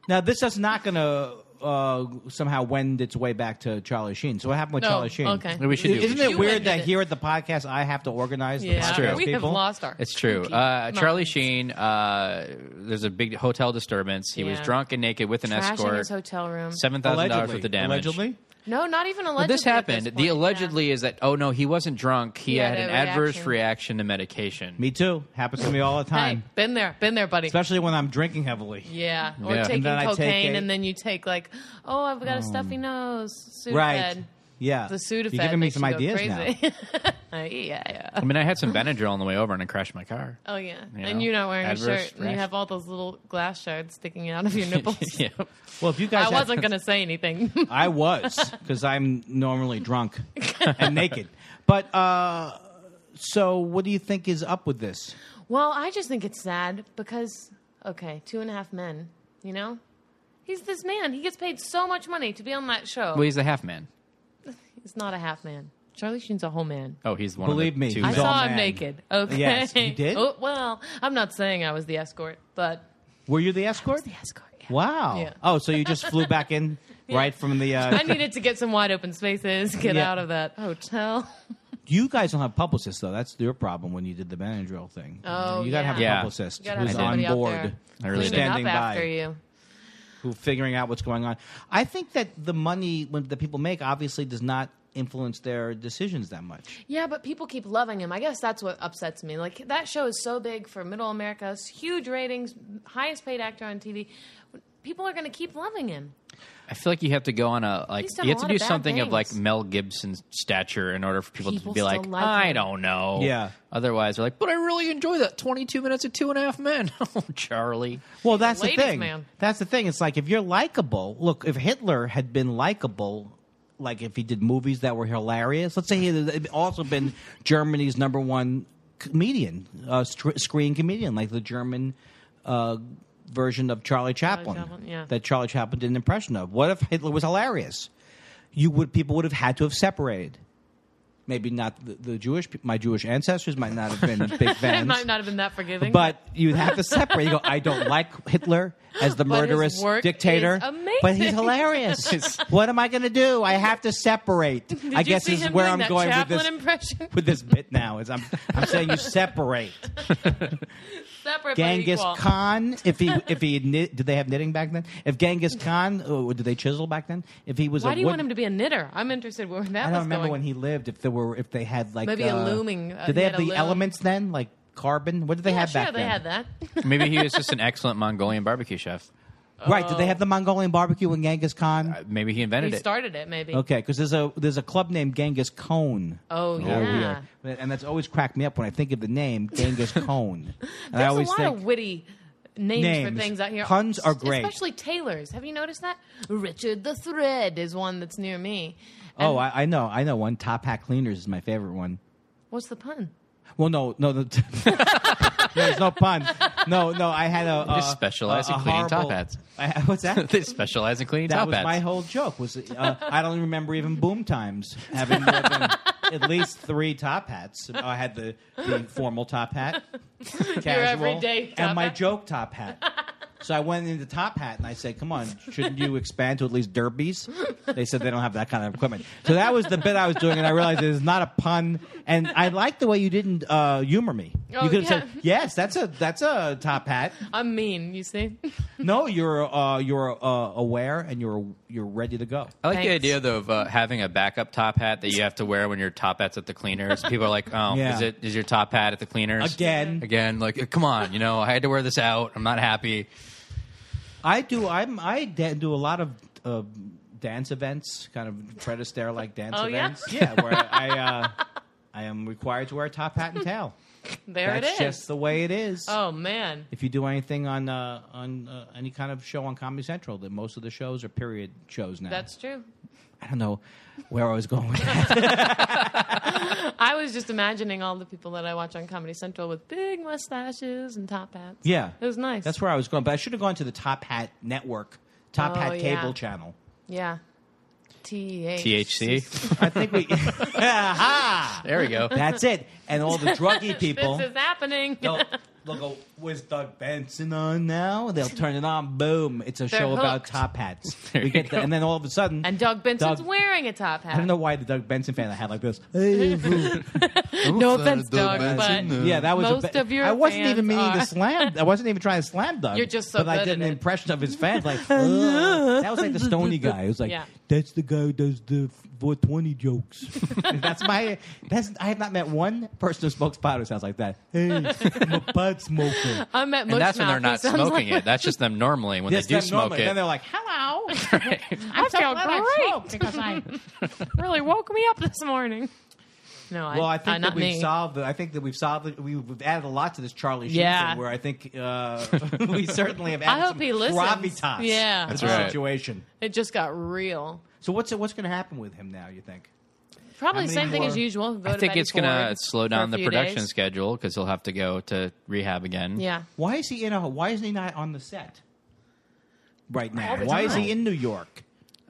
[SPEAKER 4] now this is not going to uh, somehow wend its way back to Charlie Sheen. So what happened with
[SPEAKER 3] No,
[SPEAKER 4] Charlie Sheen?
[SPEAKER 3] okay.
[SPEAKER 2] we should do.
[SPEAKER 4] Isn't
[SPEAKER 2] we
[SPEAKER 4] it
[SPEAKER 2] should
[SPEAKER 3] You
[SPEAKER 4] weird
[SPEAKER 3] ended
[SPEAKER 4] that
[SPEAKER 3] it.
[SPEAKER 4] here at the podcast I have to organize the
[SPEAKER 3] Yeah,
[SPEAKER 4] podcast
[SPEAKER 2] true.
[SPEAKER 3] we have
[SPEAKER 4] people?
[SPEAKER 3] lost our.
[SPEAKER 2] It's true.
[SPEAKER 3] kinky
[SPEAKER 2] Uh,
[SPEAKER 3] monkeys.
[SPEAKER 2] Charlie Sheen, uh, there's a big hotel disturbance. He was
[SPEAKER 3] Yeah.
[SPEAKER 2] drunk and naked with an
[SPEAKER 3] Trashing
[SPEAKER 2] escort.
[SPEAKER 3] his hotel room.
[SPEAKER 2] Seven thousand dollars
[SPEAKER 4] Allegedly,
[SPEAKER 2] worth of damage.
[SPEAKER 4] allegedly,
[SPEAKER 3] No, not even
[SPEAKER 2] But
[SPEAKER 3] allegedly.
[SPEAKER 2] this happened. the allegedly is that oh no, he wasn't drunk. He,
[SPEAKER 3] He
[SPEAKER 2] had,
[SPEAKER 3] had
[SPEAKER 2] an
[SPEAKER 3] a
[SPEAKER 2] adverse
[SPEAKER 3] reaction.
[SPEAKER 2] reaction to medication.
[SPEAKER 4] Me too. Happens to me all the
[SPEAKER 3] Hey,
[SPEAKER 4] time,
[SPEAKER 3] been there, been there, buddy.
[SPEAKER 4] especially when I'm drinking heavily.
[SPEAKER 3] yeah, or
[SPEAKER 2] Yeah. And
[SPEAKER 3] taking
[SPEAKER 4] then I take
[SPEAKER 3] cocaine,
[SPEAKER 4] a-
[SPEAKER 3] and then you take like, oh, I've got a stuffy nose. Sudafed.
[SPEAKER 4] Right. Yeah.
[SPEAKER 3] The Sudafed.
[SPEAKER 4] You're giving me
[SPEAKER 3] makes
[SPEAKER 4] some
[SPEAKER 3] you go
[SPEAKER 4] ideas now.
[SPEAKER 3] crazy. yeah, yeah.
[SPEAKER 2] I mean, I had some Benadryl on the way over, and I crashed my car.
[SPEAKER 3] Oh yeah.
[SPEAKER 2] You
[SPEAKER 3] and
[SPEAKER 2] know,
[SPEAKER 3] you're not wearing a
[SPEAKER 2] adverse
[SPEAKER 3] shirt, and you
[SPEAKER 2] reaction.
[SPEAKER 3] have all those little glass shards sticking out of your nipples.
[SPEAKER 2] yeah.
[SPEAKER 4] Well, if you guys,
[SPEAKER 3] I
[SPEAKER 4] had-
[SPEAKER 3] wasn't gonna say anything.
[SPEAKER 4] I was because I'm normally drunk and naked. But uh, so, what do you think is up with this?
[SPEAKER 3] Well, I just think it's sad because, okay, two and a half men, you know? He's this man. He gets paid so much money to be on that show.
[SPEAKER 2] Well, he's the half man.
[SPEAKER 3] he's not a half man. Charlie Sheen's a whole man.
[SPEAKER 2] Oh, he's one.
[SPEAKER 4] Believe
[SPEAKER 2] of the
[SPEAKER 4] me,
[SPEAKER 2] two
[SPEAKER 4] he's
[SPEAKER 3] I
[SPEAKER 2] men.
[SPEAKER 4] all
[SPEAKER 3] saw him
[SPEAKER 4] man.
[SPEAKER 3] naked. Okay.
[SPEAKER 4] Yes, you did?
[SPEAKER 3] Oh, well, I'm not saying I was the escort, but
[SPEAKER 4] Were you the escort?
[SPEAKER 3] the escort. yeah.
[SPEAKER 4] Wow.
[SPEAKER 3] Yeah.
[SPEAKER 4] Oh, so you just flew back in right from the. Uh,
[SPEAKER 3] I needed to get some wide open spaces, get
[SPEAKER 4] Yeah.
[SPEAKER 3] out of that hotel.
[SPEAKER 4] you guys don't have publicists though. That's your problem when you did the Benadryl thing.
[SPEAKER 3] Oh,
[SPEAKER 4] you gotta
[SPEAKER 3] yeah.
[SPEAKER 4] have
[SPEAKER 2] Yeah.
[SPEAKER 4] a publicist
[SPEAKER 3] You gotta have
[SPEAKER 4] who's on
[SPEAKER 3] somebody out
[SPEAKER 4] board,
[SPEAKER 3] there
[SPEAKER 2] I really
[SPEAKER 4] who's
[SPEAKER 2] did.
[SPEAKER 3] Cleaning
[SPEAKER 4] standing
[SPEAKER 3] up after
[SPEAKER 4] by,
[SPEAKER 3] you.
[SPEAKER 4] who figuring out what's going on. I think that the money when, that people make obviously does not influence their decisions that much.
[SPEAKER 3] Yeah, but people keep loving him. I guess that's what upsets me. Like that show is so big for Middle America, it's huge ratings, highest paid actor on TV. People are going to keep loving him.
[SPEAKER 2] I feel like you have to go on a like
[SPEAKER 3] He's done
[SPEAKER 2] you
[SPEAKER 3] a
[SPEAKER 2] have to
[SPEAKER 3] lot
[SPEAKER 2] do
[SPEAKER 3] of bad
[SPEAKER 2] something of like
[SPEAKER 3] things.
[SPEAKER 2] Mel Gibson's stature in order for people,
[SPEAKER 3] People
[SPEAKER 2] to be
[SPEAKER 3] still
[SPEAKER 2] like,
[SPEAKER 3] like
[SPEAKER 2] I
[SPEAKER 3] him.
[SPEAKER 2] don't know.
[SPEAKER 4] Yeah.
[SPEAKER 2] Otherwise, they're like, but I really enjoy that twenty-two minutes of Two and a Half Men. oh, Charlie.
[SPEAKER 4] Well, that's the
[SPEAKER 3] ladies'
[SPEAKER 4] thing.
[SPEAKER 3] man.
[SPEAKER 4] That's the thing. It's like if you're likable. Look, if Hitler had been likable. Like if he did movies that were hilarious, let's say he had uh, also been Germany's number one comedian, uh, str- screen comedian, like the German uh, version of Charlie Chaplin,
[SPEAKER 3] Chaplin, yeah.
[SPEAKER 4] that Charlie Chaplin did an impression of. What if Hitler was hilarious? You would people would have had to have separated. Maybe not the, the Jewish, pe- my Jewish ancestors might not have been big fans.
[SPEAKER 3] It might not have been that forgiving,
[SPEAKER 4] But you have to separate. You go, I don't like Hitler as the
[SPEAKER 3] But his
[SPEAKER 4] murderous
[SPEAKER 3] work
[SPEAKER 4] dictator,
[SPEAKER 3] is amazing.
[SPEAKER 4] but he's hilarious. what am I going to do? I have to separate.
[SPEAKER 3] Did
[SPEAKER 4] I
[SPEAKER 3] you
[SPEAKER 4] guess
[SPEAKER 3] see
[SPEAKER 4] this is
[SPEAKER 3] him
[SPEAKER 4] where
[SPEAKER 3] doing
[SPEAKER 4] I'm
[SPEAKER 3] that
[SPEAKER 4] going with
[SPEAKER 3] Chaplin
[SPEAKER 4] this
[SPEAKER 3] impression.
[SPEAKER 4] with this bit now. Is I'm I'm saying you separate
[SPEAKER 3] Separate
[SPEAKER 4] Genghis
[SPEAKER 3] but equal.
[SPEAKER 4] Khan. If he if he had knit, did they have knitting back then? If Genghis Khan, oh, did they chisel back then? If he was
[SPEAKER 3] Why
[SPEAKER 4] a
[SPEAKER 3] do you
[SPEAKER 4] wood-
[SPEAKER 3] want him to be a knitter? I'm interested where that
[SPEAKER 4] I don't
[SPEAKER 3] was
[SPEAKER 4] remember
[SPEAKER 3] going.
[SPEAKER 4] when he lived. If there were if they had like
[SPEAKER 3] Maybe a looming, uh,
[SPEAKER 4] did they
[SPEAKER 3] he
[SPEAKER 4] have
[SPEAKER 3] had a
[SPEAKER 4] the
[SPEAKER 3] loom.
[SPEAKER 4] elements then like? Carbon? What did they
[SPEAKER 3] yeah,
[SPEAKER 4] have
[SPEAKER 3] sure,
[SPEAKER 4] back
[SPEAKER 3] they
[SPEAKER 4] then?
[SPEAKER 3] had that.
[SPEAKER 2] Maybe he was just an excellent Mongolian barbecue chef.
[SPEAKER 4] Right?
[SPEAKER 3] Oh.
[SPEAKER 4] Did they have the Mongolian barbecue in Genghis Khan?
[SPEAKER 2] Maybe he
[SPEAKER 3] he
[SPEAKER 2] invented it.
[SPEAKER 3] started it, maybe.
[SPEAKER 4] Okay, because there's a there's a club named Genghis Cone.
[SPEAKER 3] Oh yeah.
[SPEAKER 4] And that's always cracked me up when I think of the name Genghis Cone. And I
[SPEAKER 3] There's
[SPEAKER 4] always
[SPEAKER 3] a lot
[SPEAKER 4] think
[SPEAKER 3] of witty names,
[SPEAKER 4] Names.
[SPEAKER 3] for things out here.
[SPEAKER 4] Puns are great.
[SPEAKER 3] especially tailors. Have you noticed that? Richard the Thread is one that's near me. And
[SPEAKER 4] Oh, I, I know, I know one. Top Hat Cleaners is my favorite one.
[SPEAKER 3] what's the pun?
[SPEAKER 4] Well no no the there's no pun. No, no, I had a uh,
[SPEAKER 2] They specialize in
[SPEAKER 4] a- a
[SPEAKER 2] cleaning top
[SPEAKER 4] horrible-
[SPEAKER 2] hats.
[SPEAKER 4] I, what's that?
[SPEAKER 2] they specialize in cleaning
[SPEAKER 4] that
[SPEAKER 2] top
[SPEAKER 4] was
[SPEAKER 2] hats.
[SPEAKER 4] my whole joke. Was uh, I don't remember even boom times having more than at least three top hats. I had the, the formal top hat, casual,
[SPEAKER 3] everyday top
[SPEAKER 4] and my
[SPEAKER 3] hat.
[SPEAKER 4] joke top hat. So I went into top hat and I said, "Come on, shouldn't you expand to at least derbies?" They said they don't have that kind of equipment. So that was the bit I was doing, and I realized it is not a pun. And I like the way you didn't uh, humor me.
[SPEAKER 3] Oh,
[SPEAKER 4] you could have
[SPEAKER 3] yeah.
[SPEAKER 4] said, "Yes, that's a that's a top hat."
[SPEAKER 3] I'm mean, you see.
[SPEAKER 4] No, you're uh, you're uh, aware and you're you're ready to go.
[SPEAKER 2] I like the
[SPEAKER 3] Thanks.
[SPEAKER 2] idea though of uh, having a backup top hat that you have to wear when your top hat's at the cleaners. People are like, "Oh,
[SPEAKER 4] Yeah.
[SPEAKER 2] is it is your top hat at the cleaners
[SPEAKER 4] Again.
[SPEAKER 2] Again, like, come on, you know, I had to wear this out. I'm not happy.
[SPEAKER 4] I do. I'm. I da- do a lot of uh, dance events, kind of Fred Astaire like dance
[SPEAKER 3] Oh, yeah?
[SPEAKER 4] events. Yeah, where I uh, I am required to wear a top hat and tail.
[SPEAKER 3] There
[SPEAKER 4] That's
[SPEAKER 3] it is.
[SPEAKER 4] just the way it is.
[SPEAKER 3] oh man.
[SPEAKER 4] If you do anything on uh, on uh, any kind of show on Comedy Central, that most of the shows are period shows now.
[SPEAKER 3] That's true.
[SPEAKER 4] I don't know where I was going with that.
[SPEAKER 3] I was just imagining all the people that I watch on Comedy Central with big mustaches and top hats.
[SPEAKER 4] yeah,
[SPEAKER 3] It was nice.
[SPEAKER 4] That's where I was going, but I should have gone to the Top Hat Network, Top
[SPEAKER 3] Oh,
[SPEAKER 4] Hat
[SPEAKER 3] yeah.
[SPEAKER 4] cable channel.
[SPEAKER 3] Yeah. TH.
[SPEAKER 2] THC.
[SPEAKER 4] I think we. Aha!
[SPEAKER 2] There we go.
[SPEAKER 4] That's it. And all the druggy people.
[SPEAKER 3] This is happening.
[SPEAKER 4] they'll, they'll go, was Doug Benson on now? They'll turn it on. Boom! It's a
[SPEAKER 3] They're
[SPEAKER 4] show about
[SPEAKER 3] hooked.
[SPEAKER 4] top hats.
[SPEAKER 2] There
[SPEAKER 4] we
[SPEAKER 2] you
[SPEAKER 4] get
[SPEAKER 2] go.
[SPEAKER 4] the, and then all of a sudden,
[SPEAKER 3] And Doug Benson's
[SPEAKER 4] Doug-
[SPEAKER 3] wearing a top hat.
[SPEAKER 4] I don't know why the Doug Benson fan I had like this. Hey, boo.
[SPEAKER 3] No offense, Doug, but
[SPEAKER 4] yeah, that was a
[SPEAKER 3] Most
[SPEAKER 4] ba-
[SPEAKER 3] of your
[SPEAKER 4] I wasn't
[SPEAKER 3] fans
[SPEAKER 4] even meaning
[SPEAKER 3] are-
[SPEAKER 4] to slam. I wasn't even trying to slam Doug.
[SPEAKER 3] You're just so
[SPEAKER 4] But I
[SPEAKER 3] good
[SPEAKER 4] did an
[SPEAKER 3] at it.
[SPEAKER 4] impression of his fans. Like "Ugh." that was like the Stony guy. It was like
[SPEAKER 3] Yeah.
[SPEAKER 4] that's the guy who does the 420 jokes. that's my. That's I have not met one person who smokes pot who sounds like that. Hey, I'm a pot smoker.
[SPEAKER 3] I'm at
[SPEAKER 2] and that's when they're
[SPEAKER 3] Mushmouth.
[SPEAKER 2] not
[SPEAKER 3] It sounds
[SPEAKER 2] smoking
[SPEAKER 3] like-
[SPEAKER 2] it. That's just them normally when
[SPEAKER 4] Yes,
[SPEAKER 2] they do
[SPEAKER 4] them
[SPEAKER 2] smoke
[SPEAKER 4] normally. Then they're like, hello.
[SPEAKER 2] it.
[SPEAKER 3] I feel great.
[SPEAKER 4] because I.
[SPEAKER 3] really woke me up this morning. No, I,
[SPEAKER 4] Well, I
[SPEAKER 3] uh,
[SPEAKER 4] think
[SPEAKER 3] not
[SPEAKER 4] that we've
[SPEAKER 3] me.
[SPEAKER 4] solved. The, I think that we've solved. The, we've we've added a lot to this Charlie Sheen
[SPEAKER 3] Yeah.
[SPEAKER 4] thing, where I think uh, we certainly have.
[SPEAKER 3] I
[SPEAKER 4] Added
[SPEAKER 3] hope
[SPEAKER 4] some
[SPEAKER 3] he listens.
[SPEAKER 4] Gravitas
[SPEAKER 3] Yeah.
[SPEAKER 4] to
[SPEAKER 3] That's
[SPEAKER 4] the
[SPEAKER 2] right.
[SPEAKER 4] situation.
[SPEAKER 3] It just got real.
[SPEAKER 4] So what's what's going to happen with him now? You think?
[SPEAKER 3] Probably
[SPEAKER 4] How
[SPEAKER 3] the
[SPEAKER 4] many
[SPEAKER 3] same thing
[SPEAKER 4] more?
[SPEAKER 3] as usual. Go
[SPEAKER 2] I
[SPEAKER 3] to
[SPEAKER 2] think
[SPEAKER 3] Betty
[SPEAKER 2] it's going to
[SPEAKER 3] Ford
[SPEAKER 2] slow
[SPEAKER 3] for
[SPEAKER 2] down
[SPEAKER 3] a
[SPEAKER 2] the
[SPEAKER 3] few
[SPEAKER 2] production
[SPEAKER 3] days.
[SPEAKER 2] schedule because he'll have to go to rehab again.
[SPEAKER 3] Yeah.
[SPEAKER 4] Why is he in a? Why isn't he not on the set right now?
[SPEAKER 3] the
[SPEAKER 4] Why is
[SPEAKER 3] time.
[SPEAKER 4] he in New York?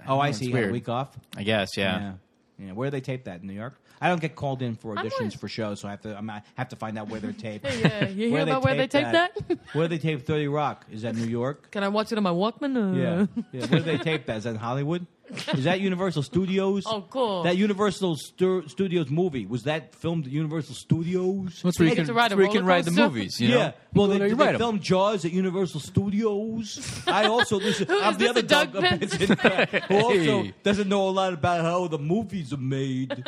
[SPEAKER 4] Oh, I
[SPEAKER 2] it's
[SPEAKER 4] see. He had a
[SPEAKER 2] weird.
[SPEAKER 4] week off.
[SPEAKER 2] I guess, yeah.
[SPEAKER 4] Yeah. Where do they tape that in New York? I don't get called in for
[SPEAKER 3] I'm
[SPEAKER 4] auditions
[SPEAKER 3] always-
[SPEAKER 4] for shows, so I have to I'm, I have to find out where they're taped.
[SPEAKER 3] Yeah, you hear about where they tape that?
[SPEAKER 4] where they tape Thirty Rock? Is that New York?
[SPEAKER 3] Can I watch it on my Walkman?
[SPEAKER 4] Yeah.
[SPEAKER 3] Uh,
[SPEAKER 4] yeah. Where do they tape that? Is that in Hollywood? Is that Universal Studios?
[SPEAKER 3] Oh, cool.
[SPEAKER 4] That Universal Stu- Studios movie was that filmed at Universal Studios?
[SPEAKER 2] That's
[SPEAKER 3] where you They get can- to ride a where you can roller ride the coaster? movies,
[SPEAKER 2] You
[SPEAKER 4] Yeah, well, they,
[SPEAKER 2] are
[SPEAKER 4] did they
[SPEAKER 2] right.
[SPEAKER 4] filmed Jaws at Universal Studios. I also listen.
[SPEAKER 3] Who
[SPEAKER 4] I'm
[SPEAKER 3] is
[SPEAKER 4] the
[SPEAKER 3] this,
[SPEAKER 4] other
[SPEAKER 3] a Doug Benson?
[SPEAKER 4] Benson who also
[SPEAKER 2] Hey.
[SPEAKER 4] doesn't know a lot about how the movies are made.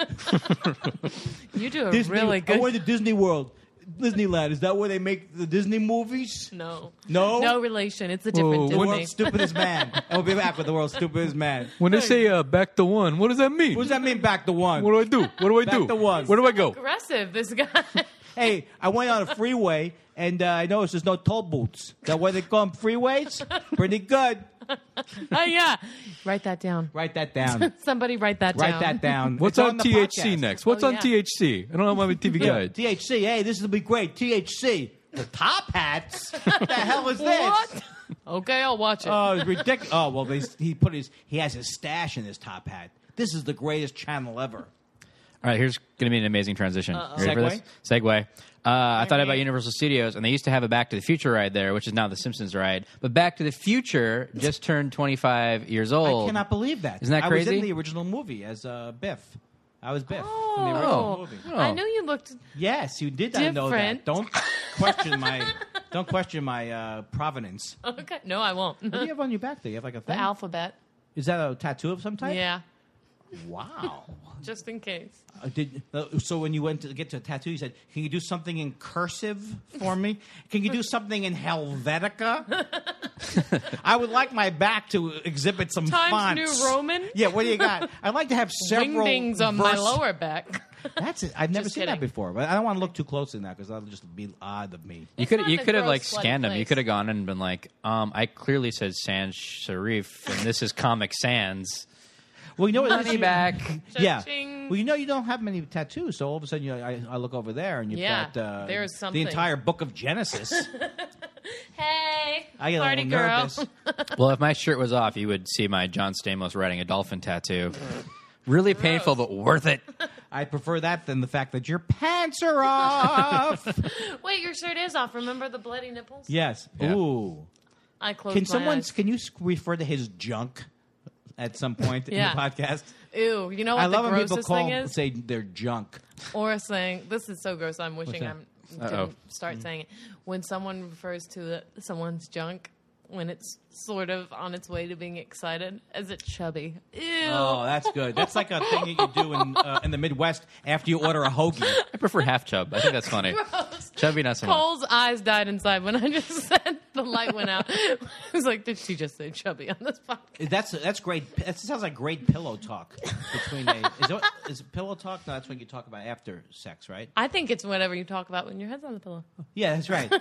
[SPEAKER 3] You do a
[SPEAKER 4] Disney,
[SPEAKER 3] really
[SPEAKER 4] I went
[SPEAKER 3] good.
[SPEAKER 4] to Disney World, Disneyland. Is that where they make the Disney movies?
[SPEAKER 3] No.
[SPEAKER 4] No?
[SPEAKER 3] No relation. It's a different
[SPEAKER 4] The
[SPEAKER 3] Disney.
[SPEAKER 4] world's stupidest man. I'll be back with the world's stupidest man.
[SPEAKER 5] When they say uh, back to one, what does that mean?
[SPEAKER 4] What does that mean? Back to one.
[SPEAKER 5] What do I do? What do I
[SPEAKER 4] Back
[SPEAKER 5] do?
[SPEAKER 4] to one.
[SPEAKER 5] Where do I go?
[SPEAKER 3] Aggressive, this guy.
[SPEAKER 4] hey, I went on a freeway and uh, I noticed there's no toll booths. That what they call them freeways? Pretty good.
[SPEAKER 3] oh, yeah. Write that down.
[SPEAKER 4] Write that down.
[SPEAKER 3] Somebody write that
[SPEAKER 4] Write
[SPEAKER 3] down.
[SPEAKER 4] that down.
[SPEAKER 5] What's
[SPEAKER 4] It's
[SPEAKER 5] on,
[SPEAKER 4] the
[SPEAKER 5] THC
[SPEAKER 4] podcast.
[SPEAKER 5] next? What's
[SPEAKER 3] Oh,
[SPEAKER 5] on
[SPEAKER 3] yeah.
[SPEAKER 5] THC? I don't have my TV
[SPEAKER 4] Yeah,
[SPEAKER 5] guide.
[SPEAKER 4] THC. Hey, this will be great. THC. The top hats. what the hell is this?
[SPEAKER 3] What? Okay, I'll watch it.
[SPEAKER 4] Oh, it's ridiculous. Oh well, they, he put his he has his stash in his top hat. This is the greatest channel ever.
[SPEAKER 2] All right, here's going to be an amazing transition. You Ready
[SPEAKER 4] Segway?
[SPEAKER 2] for this? Segway. Uh, I thought about Universal Studios, and they used to have a Back to the Future ride there, which is now the Simpsons ride. But Back to the Future just turned 25 years old.
[SPEAKER 4] I cannot believe that.
[SPEAKER 2] Isn't that
[SPEAKER 4] I was
[SPEAKER 2] crazy?
[SPEAKER 4] in the original movie as uh, Biff. I was Biff in the original
[SPEAKER 3] oh.
[SPEAKER 4] movie.
[SPEAKER 3] I knew you looked.
[SPEAKER 4] Yes, you did not know
[SPEAKER 3] Different.
[SPEAKER 4] that. Don't question my don't question my uh, provenance. What
[SPEAKER 3] Okay. No, I won't.
[SPEAKER 4] do you have on your back there? You have like a
[SPEAKER 3] The
[SPEAKER 4] thing.
[SPEAKER 3] alphabet.
[SPEAKER 4] Is that a tattoo of some type?
[SPEAKER 3] Yeah.
[SPEAKER 4] Wow.
[SPEAKER 3] Just in case.
[SPEAKER 4] Uh, did uh, so when you went to get to a tattoo, you said, "Can you do something in cursive for me? Can you do something in Helvetica? I would like my back to exhibit some
[SPEAKER 3] Times
[SPEAKER 4] fonts."
[SPEAKER 3] New Roman?
[SPEAKER 4] Yeah. What do you got? I'd like to have several
[SPEAKER 3] Wingdings on my
[SPEAKER 4] vers-
[SPEAKER 3] lower back.
[SPEAKER 4] That's it. I've never
[SPEAKER 3] Just
[SPEAKER 4] seen that
[SPEAKER 3] kidding.
[SPEAKER 4] before, but I don't want to look too closely now because that'll just be odd of me.
[SPEAKER 2] You could
[SPEAKER 3] not
[SPEAKER 2] you
[SPEAKER 3] a
[SPEAKER 2] could have
[SPEAKER 3] gross,
[SPEAKER 2] like
[SPEAKER 3] slutty
[SPEAKER 2] scanned them. You
[SPEAKER 3] place.
[SPEAKER 2] could have gone in and been like, um, I clearly said Sans Serif, and this is Comic Sans.
[SPEAKER 4] Well, you know what? that's-
[SPEAKER 2] Money back.
[SPEAKER 4] Yeah.
[SPEAKER 3] Cha-ching.
[SPEAKER 4] Well, you know you don't have many tattoos, so all of a sudden you, I, I look over there and you've
[SPEAKER 3] Yeah,
[SPEAKER 4] got uh,
[SPEAKER 3] there's
[SPEAKER 4] the
[SPEAKER 3] something.
[SPEAKER 4] entire book of Genesis.
[SPEAKER 3] Hey,
[SPEAKER 4] I get
[SPEAKER 3] party
[SPEAKER 4] a little
[SPEAKER 3] girl.
[SPEAKER 4] nervous.
[SPEAKER 2] Well, if my shirt was off, you would see my John Stamos riding a dolphin tattoo. Really painful, but worth it.
[SPEAKER 4] I prefer that than the fact that your pants are off.
[SPEAKER 3] Wait, your shirt is off. Remember the bloody nipples?
[SPEAKER 4] yes.
[SPEAKER 2] Yeah.
[SPEAKER 4] Ooh.
[SPEAKER 3] I closed
[SPEAKER 4] Can
[SPEAKER 3] my
[SPEAKER 4] someone?
[SPEAKER 3] eyes.
[SPEAKER 4] Can you sc- refer to his junk at some point
[SPEAKER 3] Yeah.
[SPEAKER 4] in the podcast?
[SPEAKER 3] Ew, you know what
[SPEAKER 4] I love
[SPEAKER 3] the
[SPEAKER 4] when
[SPEAKER 3] grossest
[SPEAKER 4] people call
[SPEAKER 3] thing is?
[SPEAKER 4] say their junk.
[SPEAKER 3] or saying this is so gross. I'm wishing
[SPEAKER 4] that? Mm.
[SPEAKER 3] I'm
[SPEAKER 2] Uh-oh.
[SPEAKER 3] didn't start saying it. When someone refers to someone's junk, when it's sort of on its way to being excited, is it chubby? Ew.
[SPEAKER 4] Oh, that's good. That's like a thing that you do in uh, in the Midwest after you order a hoagie.
[SPEAKER 2] I prefer half chub. I think that's funny.
[SPEAKER 3] Gross.
[SPEAKER 2] Chubby, not so much.
[SPEAKER 3] Cole's eyes died inside when I just said the light went out. I was like, did she just say chubby on this podcast?
[SPEAKER 4] That's that's great. That sounds like great pillow talk between a. Is, it, is it pillow talk? No, that's what you talk about after sex, right?
[SPEAKER 3] I think it's whatever you talk about when your head's on the pillow.
[SPEAKER 4] Yeah, that's right.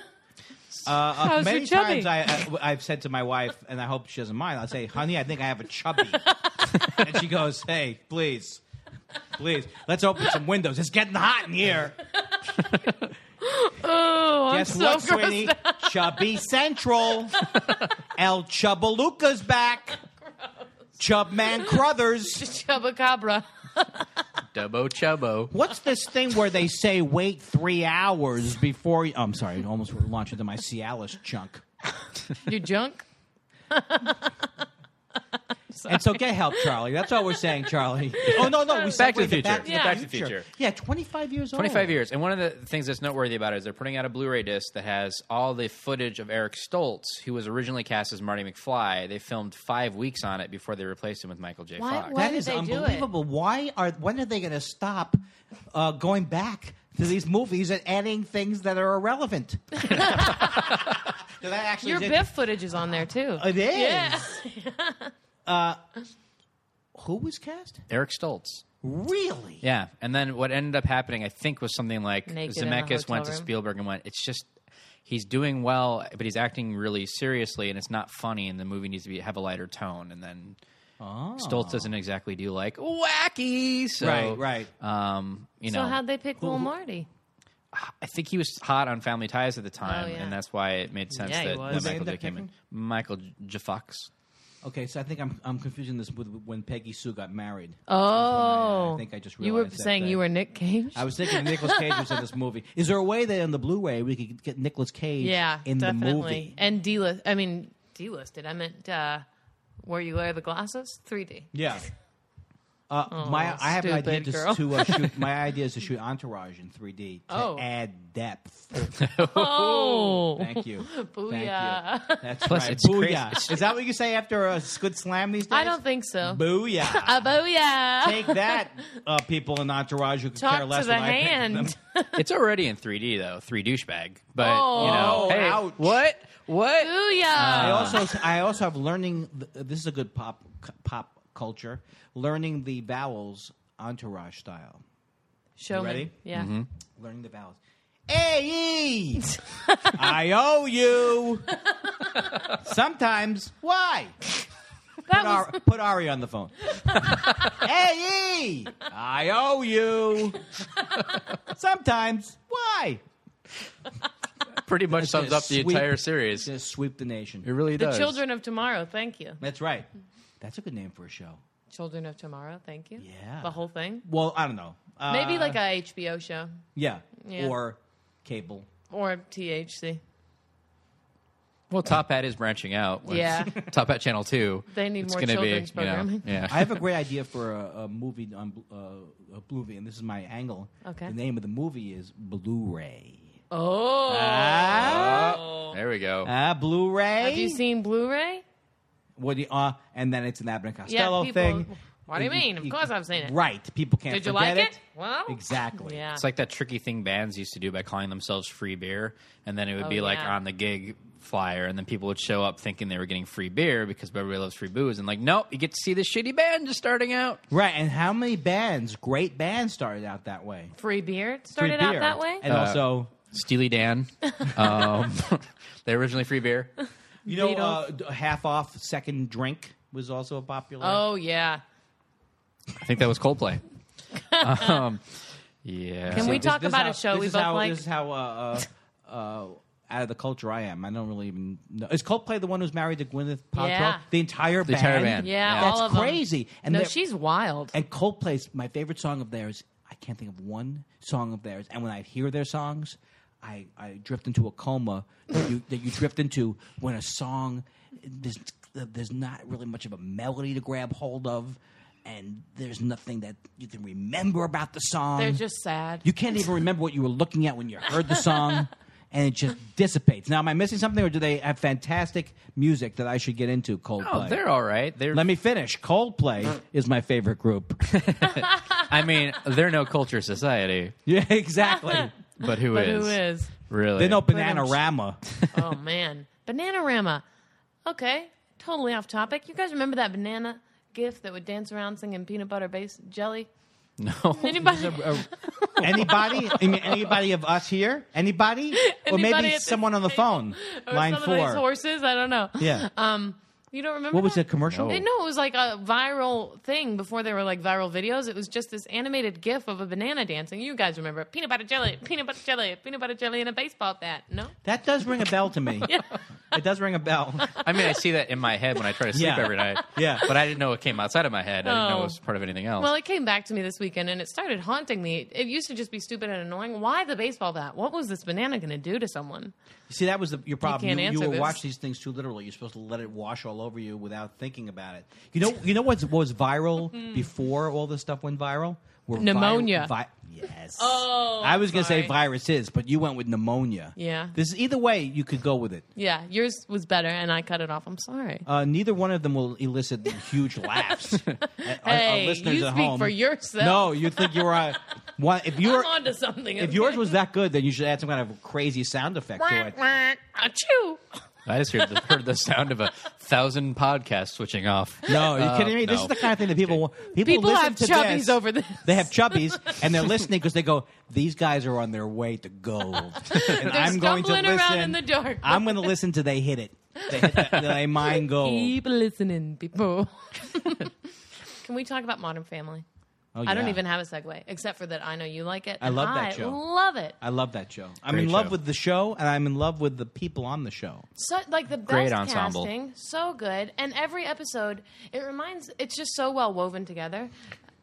[SPEAKER 4] Uh, uh,
[SPEAKER 3] How's
[SPEAKER 4] many
[SPEAKER 3] your chubby?
[SPEAKER 4] times I, I, I've said to my wife, and I hope she doesn't mind. I'll say, "Honey, I think I have a chubby," and she goes, "Hey, please, please, let's open some windows. It's getting hot in here."
[SPEAKER 3] Oh, I'm
[SPEAKER 4] Guess
[SPEAKER 3] so
[SPEAKER 4] what,
[SPEAKER 3] grossed
[SPEAKER 4] sweetie?
[SPEAKER 3] out.
[SPEAKER 4] Chubby Central. El Chubaluca's back. Chubman Crothers.
[SPEAKER 3] Chubacabra.
[SPEAKER 2] Dubbo Chubbo.
[SPEAKER 4] What's this thing where they say wait three hours before? You, oh, I'm sorry, I almost launched into my Cialis chunk.
[SPEAKER 3] Your junk?
[SPEAKER 4] It's okay, help Charlie. That's all we're saying, Charlie. Oh no, no, we
[SPEAKER 2] Back to the
[SPEAKER 4] segued
[SPEAKER 2] Future.
[SPEAKER 4] Back to
[SPEAKER 3] Yeah.
[SPEAKER 2] Back
[SPEAKER 4] the
[SPEAKER 2] to the
[SPEAKER 4] future.
[SPEAKER 2] Future.
[SPEAKER 4] Yeah, 25 years old.
[SPEAKER 2] 25 years. And one of the things that's noteworthy about it is they're putting out a Blu ray disc that has all the footage of Eric Stoltz, who was originally cast as Marty McFly. They filmed five weeks on it before they replaced him with Michael J.
[SPEAKER 3] Why-
[SPEAKER 2] Fox.
[SPEAKER 3] why-
[SPEAKER 4] That
[SPEAKER 3] did
[SPEAKER 4] is
[SPEAKER 3] they do it?
[SPEAKER 4] unbelievable. Why are when are they going to stop uh, going back to these movies and adding things that are irrelevant? so that actually
[SPEAKER 3] Your
[SPEAKER 4] did-
[SPEAKER 3] Biff footage is on there too.
[SPEAKER 4] It is. Uh,
[SPEAKER 3] Yeah.
[SPEAKER 4] Who was cast?
[SPEAKER 2] Eric Stoltz.
[SPEAKER 4] Really?
[SPEAKER 2] Yeah. And then what ended up happening, I think, was something like
[SPEAKER 3] Naked in a
[SPEAKER 2] Zemeckis went to
[SPEAKER 3] hotel room.
[SPEAKER 2] Spielberg and went, it's just. He's doing well, but he's acting really seriously, and it's not funny. And the movie needs to be have a lighter tone. And then
[SPEAKER 3] Oh.
[SPEAKER 2] Stoltz doesn't exactly do like wacky, so
[SPEAKER 4] Right, right.
[SPEAKER 2] Um, you
[SPEAKER 3] So
[SPEAKER 2] know,
[SPEAKER 3] how'd they pick Will Marty?
[SPEAKER 2] I think he was hot on Family Ties at the time,
[SPEAKER 3] Oh, yeah.
[SPEAKER 2] and that's why it made sense
[SPEAKER 3] Yeah, he
[SPEAKER 2] that, that
[SPEAKER 3] was. Who
[SPEAKER 2] Michael
[SPEAKER 4] they
[SPEAKER 2] J
[SPEAKER 4] end up
[SPEAKER 2] came in. Michael J. Fox.
[SPEAKER 4] Okay, so I think I'm I'm confusing this with when Peggy Sue got married.
[SPEAKER 3] Oh,
[SPEAKER 4] I think I just
[SPEAKER 3] you were
[SPEAKER 4] realized that
[SPEAKER 3] saying
[SPEAKER 4] thing.
[SPEAKER 3] you were Nick Cage.
[SPEAKER 4] I was thinking Nicolas Cage was in this movie. Is there a way that on the Blu-ray we could get Nicolas Cage
[SPEAKER 3] yeah,
[SPEAKER 4] in
[SPEAKER 3] definitely.
[SPEAKER 4] the movie?
[SPEAKER 3] And delist. I mean, delisted. I meant uh, where you wear the glasses. 3D.
[SPEAKER 4] Yeah. Uh, my I have an
[SPEAKER 3] Oh,
[SPEAKER 4] idea
[SPEAKER 3] stupid girl.
[SPEAKER 4] to, to uh, shoot. My idea is to shoot Entourage in 3D to
[SPEAKER 3] Oh.
[SPEAKER 4] add depth.
[SPEAKER 3] Oh,
[SPEAKER 4] Thank you.
[SPEAKER 3] Booyah.
[SPEAKER 4] Thank you. That's
[SPEAKER 2] Plus,
[SPEAKER 4] right.
[SPEAKER 2] it's crazy-
[SPEAKER 4] Booyah. Is that what you say after a good slam these days?
[SPEAKER 3] I don't think so.
[SPEAKER 4] Booyah.
[SPEAKER 3] A booyah.
[SPEAKER 4] Take that, uh, people in Entourage who could
[SPEAKER 3] Talk
[SPEAKER 4] care less
[SPEAKER 3] to the
[SPEAKER 4] what I think of them.
[SPEAKER 3] hand.
[SPEAKER 2] it's already in 3D though, three douchebag. But
[SPEAKER 3] Oh.
[SPEAKER 2] you know,
[SPEAKER 4] Oh,
[SPEAKER 2] hey,
[SPEAKER 4] ouch.
[SPEAKER 2] what? What?
[SPEAKER 4] I Uh,
[SPEAKER 3] booyah.
[SPEAKER 4] also I also have learning. th- This is a good pop c- pop culture. Learning the vowels Entourage style.
[SPEAKER 3] Show me.
[SPEAKER 4] ready? Mm-hmm.
[SPEAKER 3] Yeah.
[SPEAKER 4] Learning the vowels. A E. I owe you. Sometimes why?
[SPEAKER 3] That
[SPEAKER 4] Put, Ari,
[SPEAKER 3] was
[SPEAKER 4] put Ari on the phone. A E. I owe you. Sometimes why?
[SPEAKER 2] Pretty much sums up
[SPEAKER 4] just
[SPEAKER 2] the
[SPEAKER 4] sweet.
[SPEAKER 2] entire series. It
[SPEAKER 4] Just sweep the nation.
[SPEAKER 2] really
[SPEAKER 3] the
[SPEAKER 2] does.
[SPEAKER 3] children of tomorrow. Thank you.
[SPEAKER 4] That's right.
[SPEAKER 3] Mm-hmm.
[SPEAKER 4] That's a good name for a show.
[SPEAKER 3] Children of tomorrow. Thank you.
[SPEAKER 4] Yeah.
[SPEAKER 3] The whole thing.
[SPEAKER 4] Well, I don't know. Uh,
[SPEAKER 3] Maybe like a HBO show
[SPEAKER 4] Yeah.
[SPEAKER 3] Yeah.
[SPEAKER 4] Or cable.
[SPEAKER 3] or THC.
[SPEAKER 2] Well, Top Hat is branching out. with
[SPEAKER 3] Yeah.
[SPEAKER 2] Top Hat Channel Two.
[SPEAKER 3] They need
[SPEAKER 2] it's
[SPEAKER 3] more
[SPEAKER 2] gonna
[SPEAKER 3] children's
[SPEAKER 2] be, you know,
[SPEAKER 3] programming.
[SPEAKER 2] yeah.
[SPEAKER 4] I have a great idea for a, a movie on Blu- uh, a Blu-ray, and this is my angle.
[SPEAKER 3] Okay.
[SPEAKER 4] The name of the movie is Blu-ray.
[SPEAKER 3] Oh.
[SPEAKER 2] there we go.
[SPEAKER 3] Uh,
[SPEAKER 4] Ah, Blu-ray.
[SPEAKER 3] Ah. Have you seen Blu-ray?
[SPEAKER 4] What do you, uh, and then it's an Abbott and Costello
[SPEAKER 3] people-
[SPEAKER 4] thing.
[SPEAKER 3] What do you mean? Of course I've seen it.
[SPEAKER 4] Right. People can't
[SPEAKER 3] Did you
[SPEAKER 4] forget
[SPEAKER 3] like it? Well,
[SPEAKER 4] Exactly.
[SPEAKER 3] Yeah.
[SPEAKER 2] It's like that tricky thing bands used to do by calling themselves free beer, and then it would
[SPEAKER 3] Oh,
[SPEAKER 2] be like
[SPEAKER 3] yeah.
[SPEAKER 2] on the gig flyer, and then people would show up thinking they were getting free beer because everybody loves free booze, and like, nope, you get to see this shitty band just starting out.
[SPEAKER 4] Right. And how many bands, great bands, started out that way?
[SPEAKER 3] Free beer started
[SPEAKER 4] Free
[SPEAKER 3] out
[SPEAKER 4] beer.
[SPEAKER 3] that way.
[SPEAKER 4] And also,
[SPEAKER 2] Steely Dan, um, they originally free beer.
[SPEAKER 4] you know, uh,
[SPEAKER 3] Beatles.
[SPEAKER 4] d- half off second drink was also a popular.
[SPEAKER 3] Oh yeah.
[SPEAKER 2] I think that was Coldplay. Um, yeah,
[SPEAKER 3] Can we
[SPEAKER 4] This-
[SPEAKER 3] talk
[SPEAKER 4] this
[SPEAKER 3] about
[SPEAKER 4] how-
[SPEAKER 3] a show
[SPEAKER 4] this
[SPEAKER 3] we
[SPEAKER 4] is
[SPEAKER 3] both
[SPEAKER 4] how,
[SPEAKER 3] like?
[SPEAKER 4] This is how uh, uh, uh, out of the culture I am. I don't really even know. Is Coldplay the one who's married to Gwyneth Paltrow?
[SPEAKER 3] Yeah.
[SPEAKER 4] The entire
[SPEAKER 2] The
[SPEAKER 4] band.
[SPEAKER 2] entire band.
[SPEAKER 3] yeah,
[SPEAKER 2] Yeah.
[SPEAKER 3] all
[SPEAKER 4] That's
[SPEAKER 3] of them.
[SPEAKER 4] crazy. And
[SPEAKER 3] no,
[SPEAKER 4] they're-
[SPEAKER 3] she's wild.
[SPEAKER 4] And Coldplay's my favorite song of theirs. I can't think of one song of theirs. And when I hear their songs, I, I drift into a coma that you, that you drift into when a song there's there's not really much of a melody to grab hold of, and there's nothing that you can remember about the song.
[SPEAKER 3] They're just sad.
[SPEAKER 4] You can't even remember what you were looking at when you heard the song, and it just dissipates. Now, am I missing something, or do they have fantastic music that I should get into? Coldplay.
[SPEAKER 2] Oh, they're all right. They're,
[SPEAKER 4] Let me finish. Coldplay is my favorite group.
[SPEAKER 2] I mean, they're no culture society,
[SPEAKER 4] yeah, exactly.
[SPEAKER 2] but who
[SPEAKER 3] but
[SPEAKER 2] is?
[SPEAKER 3] who is?
[SPEAKER 2] Really?
[SPEAKER 4] They know
[SPEAKER 3] I'm-
[SPEAKER 4] Bananarama.
[SPEAKER 3] Oh man, Bananarama. Okay, totally off topic. You guys remember that banana gif that would dance around singing peanut butter base jelly?
[SPEAKER 2] No.
[SPEAKER 3] Anybody?
[SPEAKER 4] Uh, anybody? I mean, anybody of us here? Anybody? or
[SPEAKER 3] Anybody at
[SPEAKER 4] maybe
[SPEAKER 3] this
[SPEAKER 4] someone on the phone.
[SPEAKER 3] or
[SPEAKER 4] Line
[SPEAKER 3] some of these
[SPEAKER 4] four.
[SPEAKER 3] horses? I don't know.
[SPEAKER 4] Yeah.
[SPEAKER 3] You don't remember?
[SPEAKER 4] what was Oh. the
[SPEAKER 3] that?
[SPEAKER 4] commercial?
[SPEAKER 3] They- No, it was like a viral thing before there were like viral videos. It was just this animated GIF of a banana dancing. You guys remember it. peanut butter jelly, peanut butter jelly, peanut butter jelly in a baseball bat? No,
[SPEAKER 4] That does ring a bell to me. It does ring a bell.
[SPEAKER 2] I mean, I see that in my head when I try to sleep
[SPEAKER 4] Yeah.
[SPEAKER 2] every night.
[SPEAKER 4] Yeah.
[SPEAKER 2] But I didn't know it came outside of my head. I didn't know
[SPEAKER 3] Oh.
[SPEAKER 2] it was part of anything else.
[SPEAKER 3] Well, it came back to me this weekend and it started haunting me. It used to just be stupid and annoying. Why the baseball bat? What was this banana going to do to someone?
[SPEAKER 4] See, that was the, your problem.
[SPEAKER 3] can't
[SPEAKER 4] you
[SPEAKER 3] answer
[SPEAKER 4] were
[SPEAKER 3] this.
[SPEAKER 4] watching these things too literally. You're supposed to let it wash all over you without thinking about it. You know, you know what's, what was viral before all this stuff went viral? Were
[SPEAKER 3] Mm-hmm.
[SPEAKER 4] vir-
[SPEAKER 3] Pneumonia.
[SPEAKER 4] vi- yes.
[SPEAKER 3] Oh,
[SPEAKER 4] I was gonna say
[SPEAKER 3] sorry.
[SPEAKER 4] viruses, but you went with pneumonia.
[SPEAKER 3] Yeah.
[SPEAKER 4] This is either way you could go with it.
[SPEAKER 3] Yeah, yours was better and I cut it off. I'm sorry.
[SPEAKER 4] Uh, neither one of them will elicit huge laughs. hey,
[SPEAKER 3] Hey, you speak for yourself.
[SPEAKER 4] No, you think you're uh, one, if
[SPEAKER 3] I'm
[SPEAKER 4] you're
[SPEAKER 3] onto something.
[SPEAKER 4] if yours was that good, then you should add some kind of crazy sound effect to it.
[SPEAKER 3] Achoo.
[SPEAKER 2] I just heard the, heard the sound of a thousand podcasts switching off.
[SPEAKER 4] No, you
[SPEAKER 2] Uh,
[SPEAKER 4] kidding me? This
[SPEAKER 2] no.
[SPEAKER 4] is the kind of thing that people want. People,
[SPEAKER 3] People
[SPEAKER 4] listen
[SPEAKER 3] have
[SPEAKER 4] to
[SPEAKER 3] chubbies
[SPEAKER 4] this,
[SPEAKER 3] over this.
[SPEAKER 4] They have chubbies, and they're listening because they go, "These guys are on their way to gold." And
[SPEAKER 3] They're
[SPEAKER 4] I'm going to
[SPEAKER 3] stumbling
[SPEAKER 4] listen.
[SPEAKER 3] around in the dark.
[SPEAKER 4] I'm going to listen to they hit it. They hit that, they mine gold.
[SPEAKER 3] Keep listening, people. Can we talk about Modern Family?
[SPEAKER 4] Oh,
[SPEAKER 3] I don't
[SPEAKER 4] yeah.
[SPEAKER 3] even have a segue, except for that I know you like it.
[SPEAKER 4] I love
[SPEAKER 3] and
[SPEAKER 4] that show.
[SPEAKER 3] love it.
[SPEAKER 4] I love that show. I'm
[SPEAKER 2] Great
[SPEAKER 4] in love
[SPEAKER 2] show.
[SPEAKER 4] with the show, and I'm in love with the people on the show.
[SPEAKER 3] So, like the best
[SPEAKER 2] Great ensemble.
[SPEAKER 3] casting, so good, and every episode it reminds it's just so well woven together.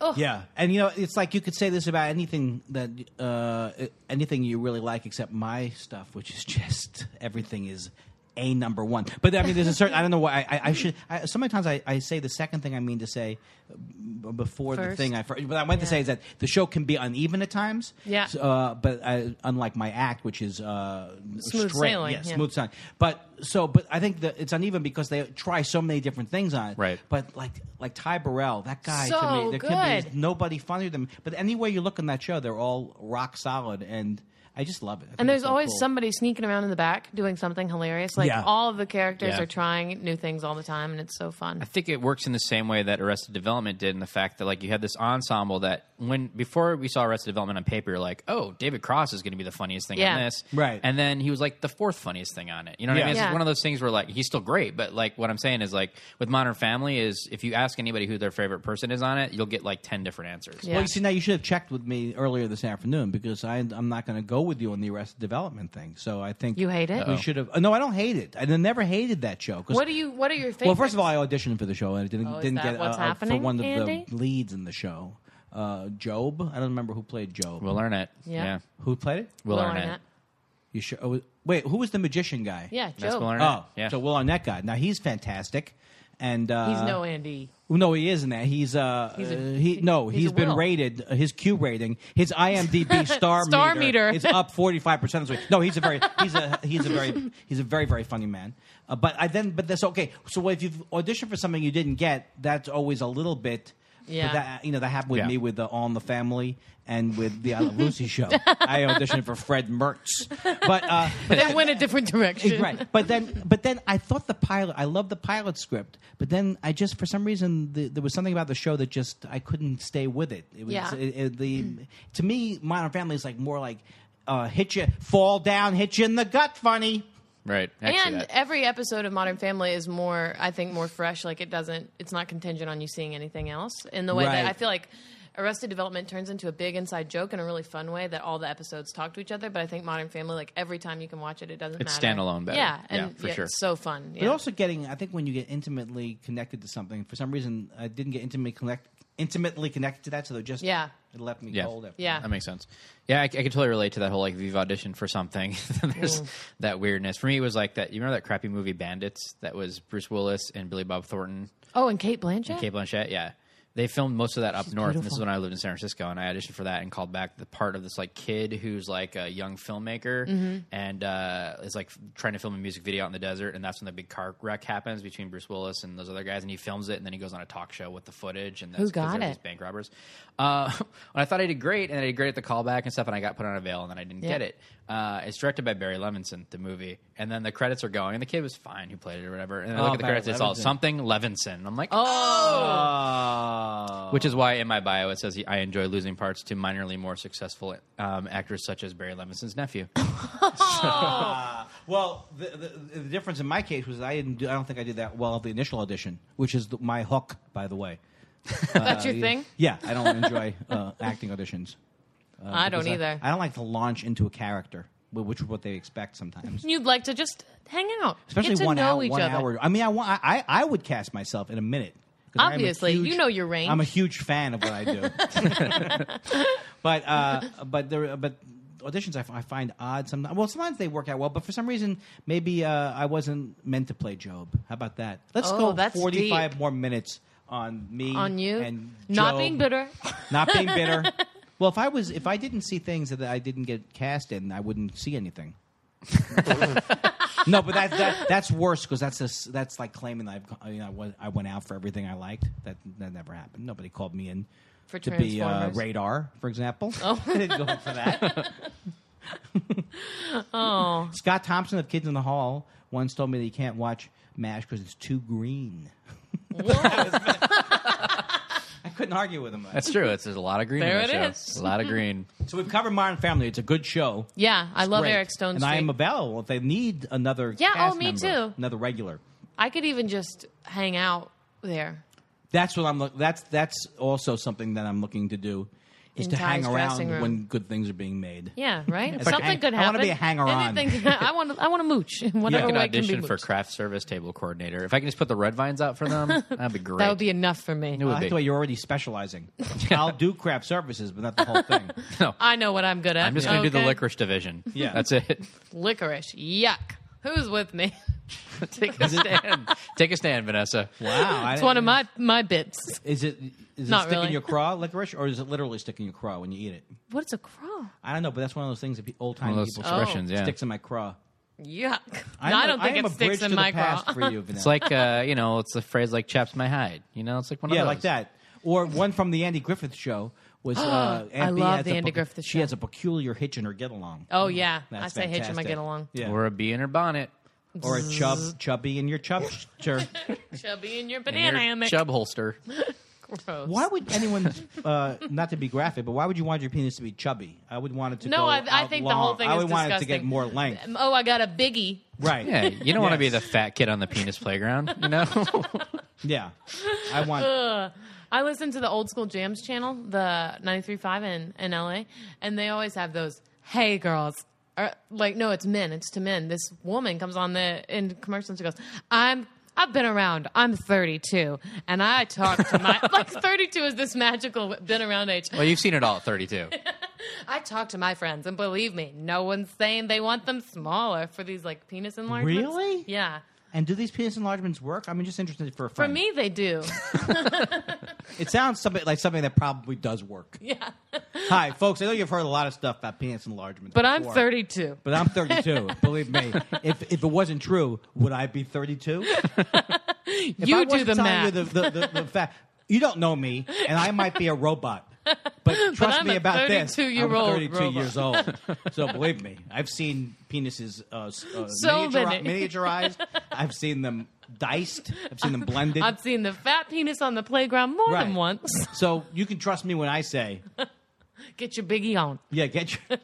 [SPEAKER 3] Oh,
[SPEAKER 4] Yeah, and you know, it's like you could say this about anything that uh, anything you really like, except my stuff, which is just everything is a number one. But I mean, there's a certain I don't know why I, I, I should. I, sometimes I, I say the second thing I mean to say b- before the
[SPEAKER 3] First.
[SPEAKER 4] thing I first. What I meant to
[SPEAKER 3] Yeah.
[SPEAKER 4] say is that the show can be uneven at times.
[SPEAKER 3] Yeah.
[SPEAKER 4] So, uh, but I, unlike my act, which is uh,
[SPEAKER 3] Smooth
[SPEAKER 4] straight,
[SPEAKER 3] sailing,
[SPEAKER 4] yeah,
[SPEAKER 3] yeah.
[SPEAKER 4] smooth sailing. But so, but I think that it's uneven because they try so many different things on it.
[SPEAKER 2] Right.
[SPEAKER 4] But like like Ty Burrell, that guy to
[SPEAKER 3] So
[SPEAKER 4] me, there can be
[SPEAKER 3] good.
[SPEAKER 4] nobody funnier than. But any way you look on that show, they're all rock solid, and I just love it. I think
[SPEAKER 3] And there's
[SPEAKER 4] it's so
[SPEAKER 3] always
[SPEAKER 4] cool.
[SPEAKER 3] somebody sneaking around in the back doing something hilarious. Like
[SPEAKER 4] Yeah.
[SPEAKER 3] all of the characters
[SPEAKER 2] Yeah.
[SPEAKER 3] are trying new things all the time, and it's so fun.
[SPEAKER 2] I think it works in the same way that Arrested Development did in the fact that like you had this ensemble that when before we saw Arrested Development on paper, you're like, oh, David Cross is going to be the funniest thing on
[SPEAKER 3] Yeah.
[SPEAKER 2] this,
[SPEAKER 4] Right.
[SPEAKER 2] And then he was like the fourth funniest thing on it. You know what
[SPEAKER 4] Yeah.
[SPEAKER 2] I mean? It's
[SPEAKER 3] Yeah.
[SPEAKER 2] one of those things where like he's still great, but like what I'm saying is like with Modern Family is if you ask anybody who their favorite person is on it, you'll get like ten different answers.
[SPEAKER 3] Yeah.
[SPEAKER 4] Well, you see, now you should have checked with me earlier this afternoon because I, I'm not going to go with you on the Arrested Development thing. So I think
[SPEAKER 3] You hate it?
[SPEAKER 4] We
[SPEAKER 3] Uh-oh.
[SPEAKER 4] should have. No, I don't hate it. I never hated that show. 'cause-
[SPEAKER 3] What do you? What are your favorites?
[SPEAKER 4] Well, first of all, I auditioned for the show and I didn't
[SPEAKER 3] Oh, is
[SPEAKER 4] didn't
[SPEAKER 3] that
[SPEAKER 4] get
[SPEAKER 3] what's
[SPEAKER 4] uh,
[SPEAKER 3] happening,
[SPEAKER 4] for one of
[SPEAKER 3] Andy?
[SPEAKER 4] the leads in the show. Uh, Job, I don't remember who played Job.
[SPEAKER 2] We'll learn it.
[SPEAKER 3] Yeah.
[SPEAKER 4] who played it?
[SPEAKER 2] Will,
[SPEAKER 3] Will
[SPEAKER 2] Arnett.
[SPEAKER 3] Arnett.
[SPEAKER 4] You sure? Oh, wait, who was the magician guy?
[SPEAKER 3] yeah,
[SPEAKER 2] That's Will
[SPEAKER 3] Joe.
[SPEAKER 2] Arnett.
[SPEAKER 4] Oh,
[SPEAKER 2] yeah.
[SPEAKER 4] so Will Arnett guy. Now he's fantastic, and uh,
[SPEAKER 3] He's no Andy.
[SPEAKER 4] no, he isn't. That he's uh,
[SPEAKER 3] He's a-
[SPEAKER 4] uh, he no,
[SPEAKER 3] he's
[SPEAKER 4] he's
[SPEAKER 3] a
[SPEAKER 4] been
[SPEAKER 3] Will.
[SPEAKER 4] rated uh, his Q rating, his IMDb star
[SPEAKER 3] Star meter.
[SPEAKER 4] is up forty five percent this week. No, he's a very he's a he's a very he's a very very funny man. Uh, but I then but that's okay. So if you've auditioned for something you didn't get, that's always a little bit. but
[SPEAKER 3] Yeah.
[SPEAKER 4] that, you know that happened with
[SPEAKER 2] Yeah.
[SPEAKER 4] me with the All in the Family and with the I Love Lucy show. I auditioned for Fred Mertz, but uh, but
[SPEAKER 3] They went a different direction.
[SPEAKER 4] Eh, right. But then, but then I thought the pilot. I love the pilot script, but then I just for some reason the, there was something about the show that just I couldn't stay with it. It was
[SPEAKER 3] Yeah. Mm.
[SPEAKER 4] it, it- the to me Modern Family is like more like uh, hit you fall down, hit you in the gut, funny.
[SPEAKER 2] Right. I see
[SPEAKER 3] And
[SPEAKER 2] that.
[SPEAKER 3] every episode of Modern Family is more, I think, more fresh. Like it doesn't, it's not contingent on you seeing anything else. In the way that
[SPEAKER 4] Right.
[SPEAKER 3] I feel like Arrested Development turns into a big inside joke in a really fun way that all the episodes talk to each other. But I think Modern Family, like every time you can watch it, it doesn't
[SPEAKER 2] It's
[SPEAKER 3] matter.
[SPEAKER 2] standalone better.
[SPEAKER 3] Yeah,
[SPEAKER 2] Yeah,
[SPEAKER 3] and
[SPEAKER 2] for sure.
[SPEAKER 3] It's so fun.
[SPEAKER 4] But
[SPEAKER 3] yeah.
[SPEAKER 4] also getting, I think when you get intimately connected to something, for some reason I didn't get intimately connect intimately connected to that, so they just
[SPEAKER 3] Yeah.
[SPEAKER 4] it left me
[SPEAKER 2] Yeah.
[SPEAKER 4] cold. After
[SPEAKER 3] Yeah.
[SPEAKER 2] That makes sense. Yeah, I, I could totally relate to that whole like if you've auditioned for something, then there's
[SPEAKER 3] Mm.
[SPEAKER 2] that weirdness. For me, it was like that. You remember that crappy movie Bandits that was Bruce Willis and Billy Bob Thornton,
[SPEAKER 3] oh, and Kate Blanchett.
[SPEAKER 2] Kate Blanchett. Yeah, they filmed most of that up north. And this is
[SPEAKER 3] beautiful.
[SPEAKER 2] when I lived in San Francisco, and I auditioned for that and called back the part of this like kid who's like a young filmmaker
[SPEAKER 3] Mm-hmm.
[SPEAKER 2] and uh, is like trying to film a music video out in the desert, and that's when the big car wreck happens between Bruce Willis and those other guys, and he films it, and then he goes on a talk show with the footage, and that's
[SPEAKER 3] Who
[SPEAKER 2] 'cause
[SPEAKER 3] got
[SPEAKER 2] they're
[SPEAKER 3] it?
[SPEAKER 2] just bank robbers. Uh, and I thought I did great, and I did great at the callback and stuff, and I got put on a veil, and then I didn't
[SPEAKER 3] Yeah.
[SPEAKER 2] get it. Uh, it's directed by Barry Levinson, the movie, and then the credits are going, and the kid was fine who played it or whatever. And I
[SPEAKER 4] Oh,
[SPEAKER 2] look at the
[SPEAKER 4] Barry
[SPEAKER 2] credits, it's all
[SPEAKER 4] Levinson.
[SPEAKER 2] something Levinson. And I'm like,
[SPEAKER 3] Oh,
[SPEAKER 2] which is why in my bio it says I enjoy losing parts to minorly more successful um, actors such as Barry Levinson's nephew.
[SPEAKER 4] Uh, Well, the, the, the difference in my case was I didn't. Do, I don't think I did that well at the initial audition, which is the, my hook, by the way. Oh.
[SPEAKER 3] that's your thing.
[SPEAKER 4] Yeah, I don't enjoy uh, acting auditions.
[SPEAKER 3] I don't
[SPEAKER 4] Because
[SPEAKER 3] either.
[SPEAKER 4] I, don't like to launch into a character. wh- which is what they expect sometimes.
[SPEAKER 3] You'd like to just hang out,
[SPEAKER 4] Especially
[SPEAKER 3] get to
[SPEAKER 4] one
[SPEAKER 3] know
[SPEAKER 4] hour.
[SPEAKER 3] each
[SPEAKER 4] One
[SPEAKER 3] other.
[SPEAKER 4] hour. I mean, I, want, I I I would cast myself in a minute. 'Cause I am a
[SPEAKER 3] Obviously, you know your range.
[SPEAKER 4] I'm a huge fan of what I do. but uh, but there but auditions I, f- I find odd sometimes. Well, sometimes they work out well, but for some reason maybe uh, I wasn't meant to play Job. How about that? Let's
[SPEAKER 3] Oh,
[SPEAKER 4] go
[SPEAKER 3] that's
[SPEAKER 4] 45
[SPEAKER 3] deep.
[SPEAKER 4] more minutes on me
[SPEAKER 3] on you,
[SPEAKER 4] and
[SPEAKER 3] not
[SPEAKER 4] Job.
[SPEAKER 3] being bitter.
[SPEAKER 4] not being bitter. Well, if I was if I didn't see things that I didn't get cast in, I wouldn't see anything. no, but that, that that's worse because that's a s that's like claiming that I've, you know, I, went, I went out for everything I liked. That that never happened. Nobody called me in
[SPEAKER 3] For
[SPEAKER 4] to be uh,
[SPEAKER 3] Transformers.
[SPEAKER 4] radar, for example. Oh, I didn't go for that. oh, Scott Thompson of Kids in the Hall once told me that he can't watch Mash because it's too green. I couldn't argue with him.
[SPEAKER 2] That's true. It's, there's a lot of green.
[SPEAKER 3] There
[SPEAKER 2] in that
[SPEAKER 3] it
[SPEAKER 2] show.
[SPEAKER 3] is.
[SPEAKER 2] A lot of green.
[SPEAKER 4] So we've covered Modern Family. It's a good show.
[SPEAKER 3] Yeah, I love
[SPEAKER 4] Great.
[SPEAKER 3] Eric Stone
[SPEAKER 4] And
[SPEAKER 3] Street.
[SPEAKER 4] I am available if they need another.
[SPEAKER 3] Yeah, oh,
[SPEAKER 4] cast
[SPEAKER 3] me
[SPEAKER 4] member,
[SPEAKER 3] too.
[SPEAKER 4] Another regular.
[SPEAKER 3] I could even just hang out there.
[SPEAKER 4] That's what I'm. look- That's that's also something that I'm looking to do, is
[SPEAKER 3] In
[SPEAKER 4] to
[SPEAKER 3] Ty's
[SPEAKER 4] hang around
[SPEAKER 3] dressing room.
[SPEAKER 4] when good things are being made.
[SPEAKER 3] Yeah, right.
[SPEAKER 4] It's like
[SPEAKER 3] Something
[SPEAKER 4] hang-
[SPEAKER 3] could
[SPEAKER 4] I
[SPEAKER 3] happen.
[SPEAKER 4] wanna be a hanger-on.
[SPEAKER 3] Anything- I want. to. I want to mooch in
[SPEAKER 2] I
[SPEAKER 3] whatever
[SPEAKER 2] can
[SPEAKER 3] way it can be
[SPEAKER 2] audition for
[SPEAKER 3] mooched.
[SPEAKER 2] craft service table coordinator. If I can just put the red vines out for them, that'd be great.
[SPEAKER 3] That would be enough for me.
[SPEAKER 2] It would
[SPEAKER 4] I like
[SPEAKER 2] be.
[SPEAKER 4] the way you're already specializing. I'll do craft services, but not the whole thing.
[SPEAKER 3] I know what I'm good at.
[SPEAKER 2] I'm just going to do the
[SPEAKER 3] Okay.
[SPEAKER 2] licorice division.
[SPEAKER 4] Yeah.
[SPEAKER 2] that's it.
[SPEAKER 3] Licorice. Yuck. Who's with me?
[SPEAKER 2] Take a stand. Take a stand, Vanessa.
[SPEAKER 4] Wow, I
[SPEAKER 3] It's one of my my bits.
[SPEAKER 4] Is it is it
[SPEAKER 3] Not
[SPEAKER 4] sticking
[SPEAKER 3] really.
[SPEAKER 4] your craw licorice, or is it literally sticking your craw when you eat it?
[SPEAKER 3] What's a crawl?
[SPEAKER 4] I don't know, but that's one of those things that old
[SPEAKER 2] One
[SPEAKER 4] time
[SPEAKER 2] of
[SPEAKER 3] Oh.
[SPEAKER 2] those
[SPEAKER 4] people say.
[SPEAKER 2] expressions. Yeah,
[SPEAKER 4] sticks in my craw.
[SPEAKER 3] Yuck.
[SPEAKER 4] I'm
[SPEAKER 3] No, I
[SPEAKER 4] a-
[SPEAKER 3] don't
[SPEAKER 4] I
[SPEAKER 3] think
[SPEAKER 4] am
[SPEAKER 3] it
[SPEAKER 4] a bridge
[SPEAKER 3] sticks in
[SPEAKER 4] to
[SPEAKER 3] my
[SPEAKER 4] the past
[SPEAKER 3] craw.
[SPEAKER 4] for you, Vanessa.
[SPEAKER 2] it's like uh, you know, it's a phrase like "chaps my hide." You know, it's like one of
[SPEAKER 4] Yeah,
[SPEAKER 2] those.
[SPEAKER 4] like that. Or one from the Andy Griffith show was. Uh, Aunt
[SPEAKER 3] I
[SPEAKER 4] Bea
[SPEAKER 3] love
[SPEAKER 4] has
[SPEAKER 3] the
[SPEAKER 4] a
[SPEAKER 3] Andy
[SPEAKER 4] pe-
[SPEAKER 3] Griffith
[SPEAKER 4] She
[SPEAKER 3] Show.
[SPEAKER 4] has a peculiar hitch in her get along.
[SPEAKER 3] Oh yeah, I
[SPEAKER 4] That's
[SPEAKER 3] say hitch in my
[SPEAKER 4] fantastic.
[SPEAKER 3] get along.
[SPEAKER 4] Yeah.
[SPEAKER 2] Or a bee in her bonnet.
[SPEAKER 4] or a chub, chubby in your chub shirt.
[SPEAKER 3] Chubby in your
[SPEAKER 2] In
[SPEAKER 3] banana
[SPEAKER 2] your
[SPEAKER 3] hammock.
[SPEAKER 2] chub holster.
[SPEAKER 3] Gross.
[SPEAKER 4] Why would anyone, uh, not to be graphic, but why would you want your penis to be chubby? I would want it to
[SPEAKER 3] No,
[SPEAKER 4] go
[SPEAKER 3] I- I
[SPEAKER 4] out
[SPEAKER 3] think
[SPEAKER 4] long.
[SPEAKER 3] the whole thing
[SPEAKER 4] I
[SPEAKER 3] is
[SPEAKER 4] would want it to get
[SPEAKER 3] disgusting.
[SPEAKER 4] more length.
[SPEAKER 3] Oh, I got a biggie.
[SPEAKER 4] Right.
[SPEAKER 2] Yeah, you don't want to be
[SPEAKER 4] Yes.
[SPEAKER 2] the fat kid on the penis playground. You know,
[SPEAKER 4] Yeah. I want.
[SPEAKER 3] I listen to the old school jams channel, the 93.5 in, in LA, and they always have those, hey girls. Or, like, no, it's men, it's to men. This woman comes on the in commercials and she goes, I'm. I've been around. I'm 32, and I talk to my like 32 is this magical been around age.
[SPEAKER 2] well, you've seen it all at 32.
[SPEAKER 3] I talk to my friends, and believe me, no one's saying they want them smaller for these like penis enlargements.
[SPEAKER 4] Really?
[SPEAKER 3] Yeah.
[SPEAKER 4] And do these penis enlargements work? I'm just interested for a
[SPEAKER 3] For
[SPEAKER 4] friend.
[SPEAKER 3] me, they do.
[SPEAKER 4] it sounds something like something that probably does work.
[SPEAKER 3] yeah.
[SPEAKER 4] Hi, folks. I know you've heard a lot of stuff about penis enlargements,
[SPEAKER 3] But I'm
[SPEAKER 4] before.
[SPEAKER 3] 32.
[SPEAKER 4] But I'm 32. Believe me, if if it wasn't true, would I be 32? If I
[SPEAKER 3] you do
[SPEAKER 4] wasn't
[SPEAKER 3] the
[SPEAKER 4] telling
[SPEAKER 3] math.
[SPEAKER 4] You, the, the, the, the fact, you don't know me, and I might be a robot. But trust
[SPEAKER 3] I'm
[SPEAKER 4] me
[SPEAKER 3] a
[SPEAKER 4] about this.
[SPEAKER 3] 32-year-old
[SPEAKER 4] I'm 32
[SPEAKER 3] robot.
[SPEAKER 4] years old. So believe me, I've seen penises uh, s- uh,
[SPEAKER 3] So
[SPEAKER 4] miniaturi-
[SPEAKER 3] many.
[SPEAKER 4] miniaturized. I've seen them diced. I've seen them blended.
[SPEAKER 3] I've seen the fat penis on the playground more
[SPEAKER 4] Right.
[SPEAKER 3] than once.
[SPEAKER 4] so you can trust me when I say,
[SPEAKER 3] Get your biggie on.
[SPEAKER 4] yeah, get your.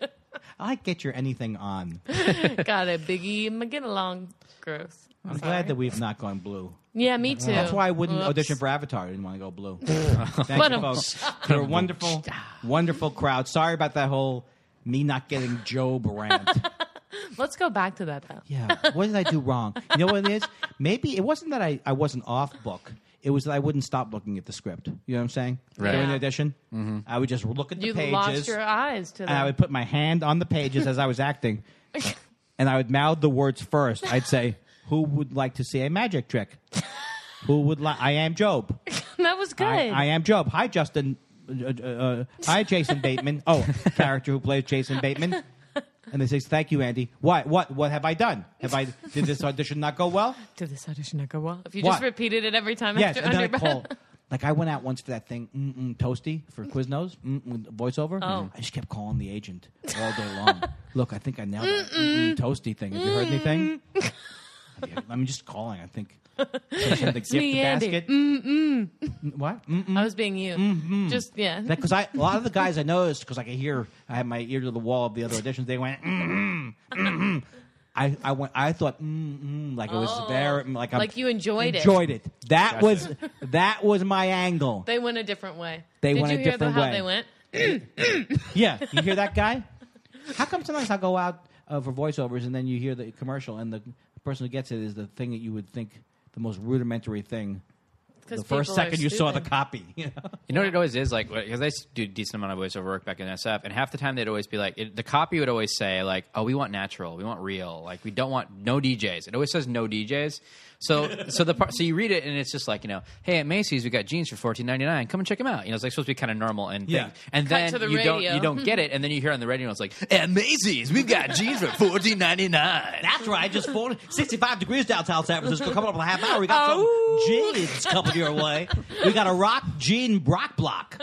[SPEAKER 4] I like get your anything on.
[SPEAKER 3] Got a biggie and my get along. Gross.
[SPEAKER 4] I'm glad that we've not gone blue.
[SPEAKER 3] Yeah, me too.
[SPEAKER 4] That's why I wouldn't
[SPEAKER 3] Whoops.
[SPEAKER 4] audition for Avatar. I didn't want to go blue. Thank you,
[SPEAKER 3] um,
[SPEAKER 4] folks. You're a wonderful, wonderful crowd. Sorry about that whole me not getting Job rant.
[SPEAKER 3] Let's go back to that though.
[SPEAKER 4] Yeah. What did I do wrong? You know what it is? Maybe it wasn't that I, I wasn't off book. It was that I wouldn't stop looking at the script. You know what I'm saying?
[SPEAKER 2] Right.
[SPEAKER 4] During the
[SPEAKER 3] Yeah.
[SPEAKER 4] audition, I would just look at the
[SPEAKER 3] You
[SPEAKER 4] pages.
[SPEAKER 3] lost your eyes to
[SPEAKER 4] and I
[SPEAKER 3] that.
[SPEAKER 4] would put my hand on the pages as I was acting, and I would mouth the words first. I'd say, "Who would like to see a magic trick? Who would like? I am Job.
[SPEAKER 3] that was good.
[SPEAKER 4] I, I am Job. Hi, Justin. Uh, uh, uh, hi, Jason Bateman. Oh, character who plays Jason Bateman." And they say, "Thank you, Andy. What? What? What have I done? Have I did this audition not go well?
[SPEAKER 3] Did this audition not go well? If you
[SPEAKER 4] What?
[SPEAKER 3] just repeated it every time
[SPEAKER 4] Yes."
[SPEAKER 3] after
[SPEAKER 4] And then I
[SPEAKER 3] under-
[SPEAKER 4] call. Like I went out once for that thing, mm-mm, toasty for Quiznos mm-mm, voiceover.
[SPEAKER 3] Oh.
[SPEAKER 4] I just kept calling the agent all day long. Look, I think I nailed that mm-mm, toasty thing. Have you heard anything? Yeah, I'm just calling. I think the gift
[SPEAKER 3] me, Andy.
[SPEAKER 4] basket. Mm-mm. What? Mm-mm.
[SPEAKER 3] I was being you.
[SPEAKER 4] Mm-hmm.
[SPEAKER 3] Just yeah.
[SPEAKER 4] Because I a lot of the guys I noticed because I could hear I had my ear to the wall of the other auditions. They went. Mm-mm, mm-mm. I I went. I thought mm-mm, like it was very like I'm,
[SPEAKER 3] Oh. like you enjoyed it.
[SPEAKER 4] enjoyed it. That was that was my angle.
[SPEAKER 3] They went a different way.
[SPEAKER 4] They
[SPEAKER 3] Did
[SPEAKER 4] went
[SPEAKER 3] you
[SPEAKER 4] a
[SPEAKER 3] hear
[SPEAKER 4] different
[SPEAKER 3] the,
[SPEAKER 4] way.
[SPEAKER 3] how they went?
[SPEAKER 4] Yeah, you hear that guy? How come sometimes I'll go out uh, for voiceovers, and then you hear the commercial, and the person who gets it is the thing that you would think the most rudimentary thing. The first second you saw the copy, you know?
[SPEAKER 2] You know what it always is like because I used to do a decent amount of voiceover work back in SF, and half the time they'd always be like, it, the copy would always say like, "Oh, we want natural, we want real, like we don't want no DJs." It always says no DJs. So so the part so you read it and it's just like you know, hey at Macy's we got jeans for fourteen ninety nine. Come and check them out. You know it's like supposed to be kind of normal and
[SPEAKER 4] Yeah.
[SPEAKER 2] thing. and
[SPEAKER 3] Cut
[SPEAKER 2] then
[SPEAKER 3] to the
[SPEAKER 2] you don't
[SPEAKER 3] radio.
[SPEAKER 2] you don't get it, and then you hear on the radio and it's like at Macy's we've got jeans for fourteen ninety nine.
[SPEAKER 4] That's right. Just 40, 65 degrees downtown San Francisco. Coming up in a half hour, we got some jeans coming your way. We got a rock jean rock block.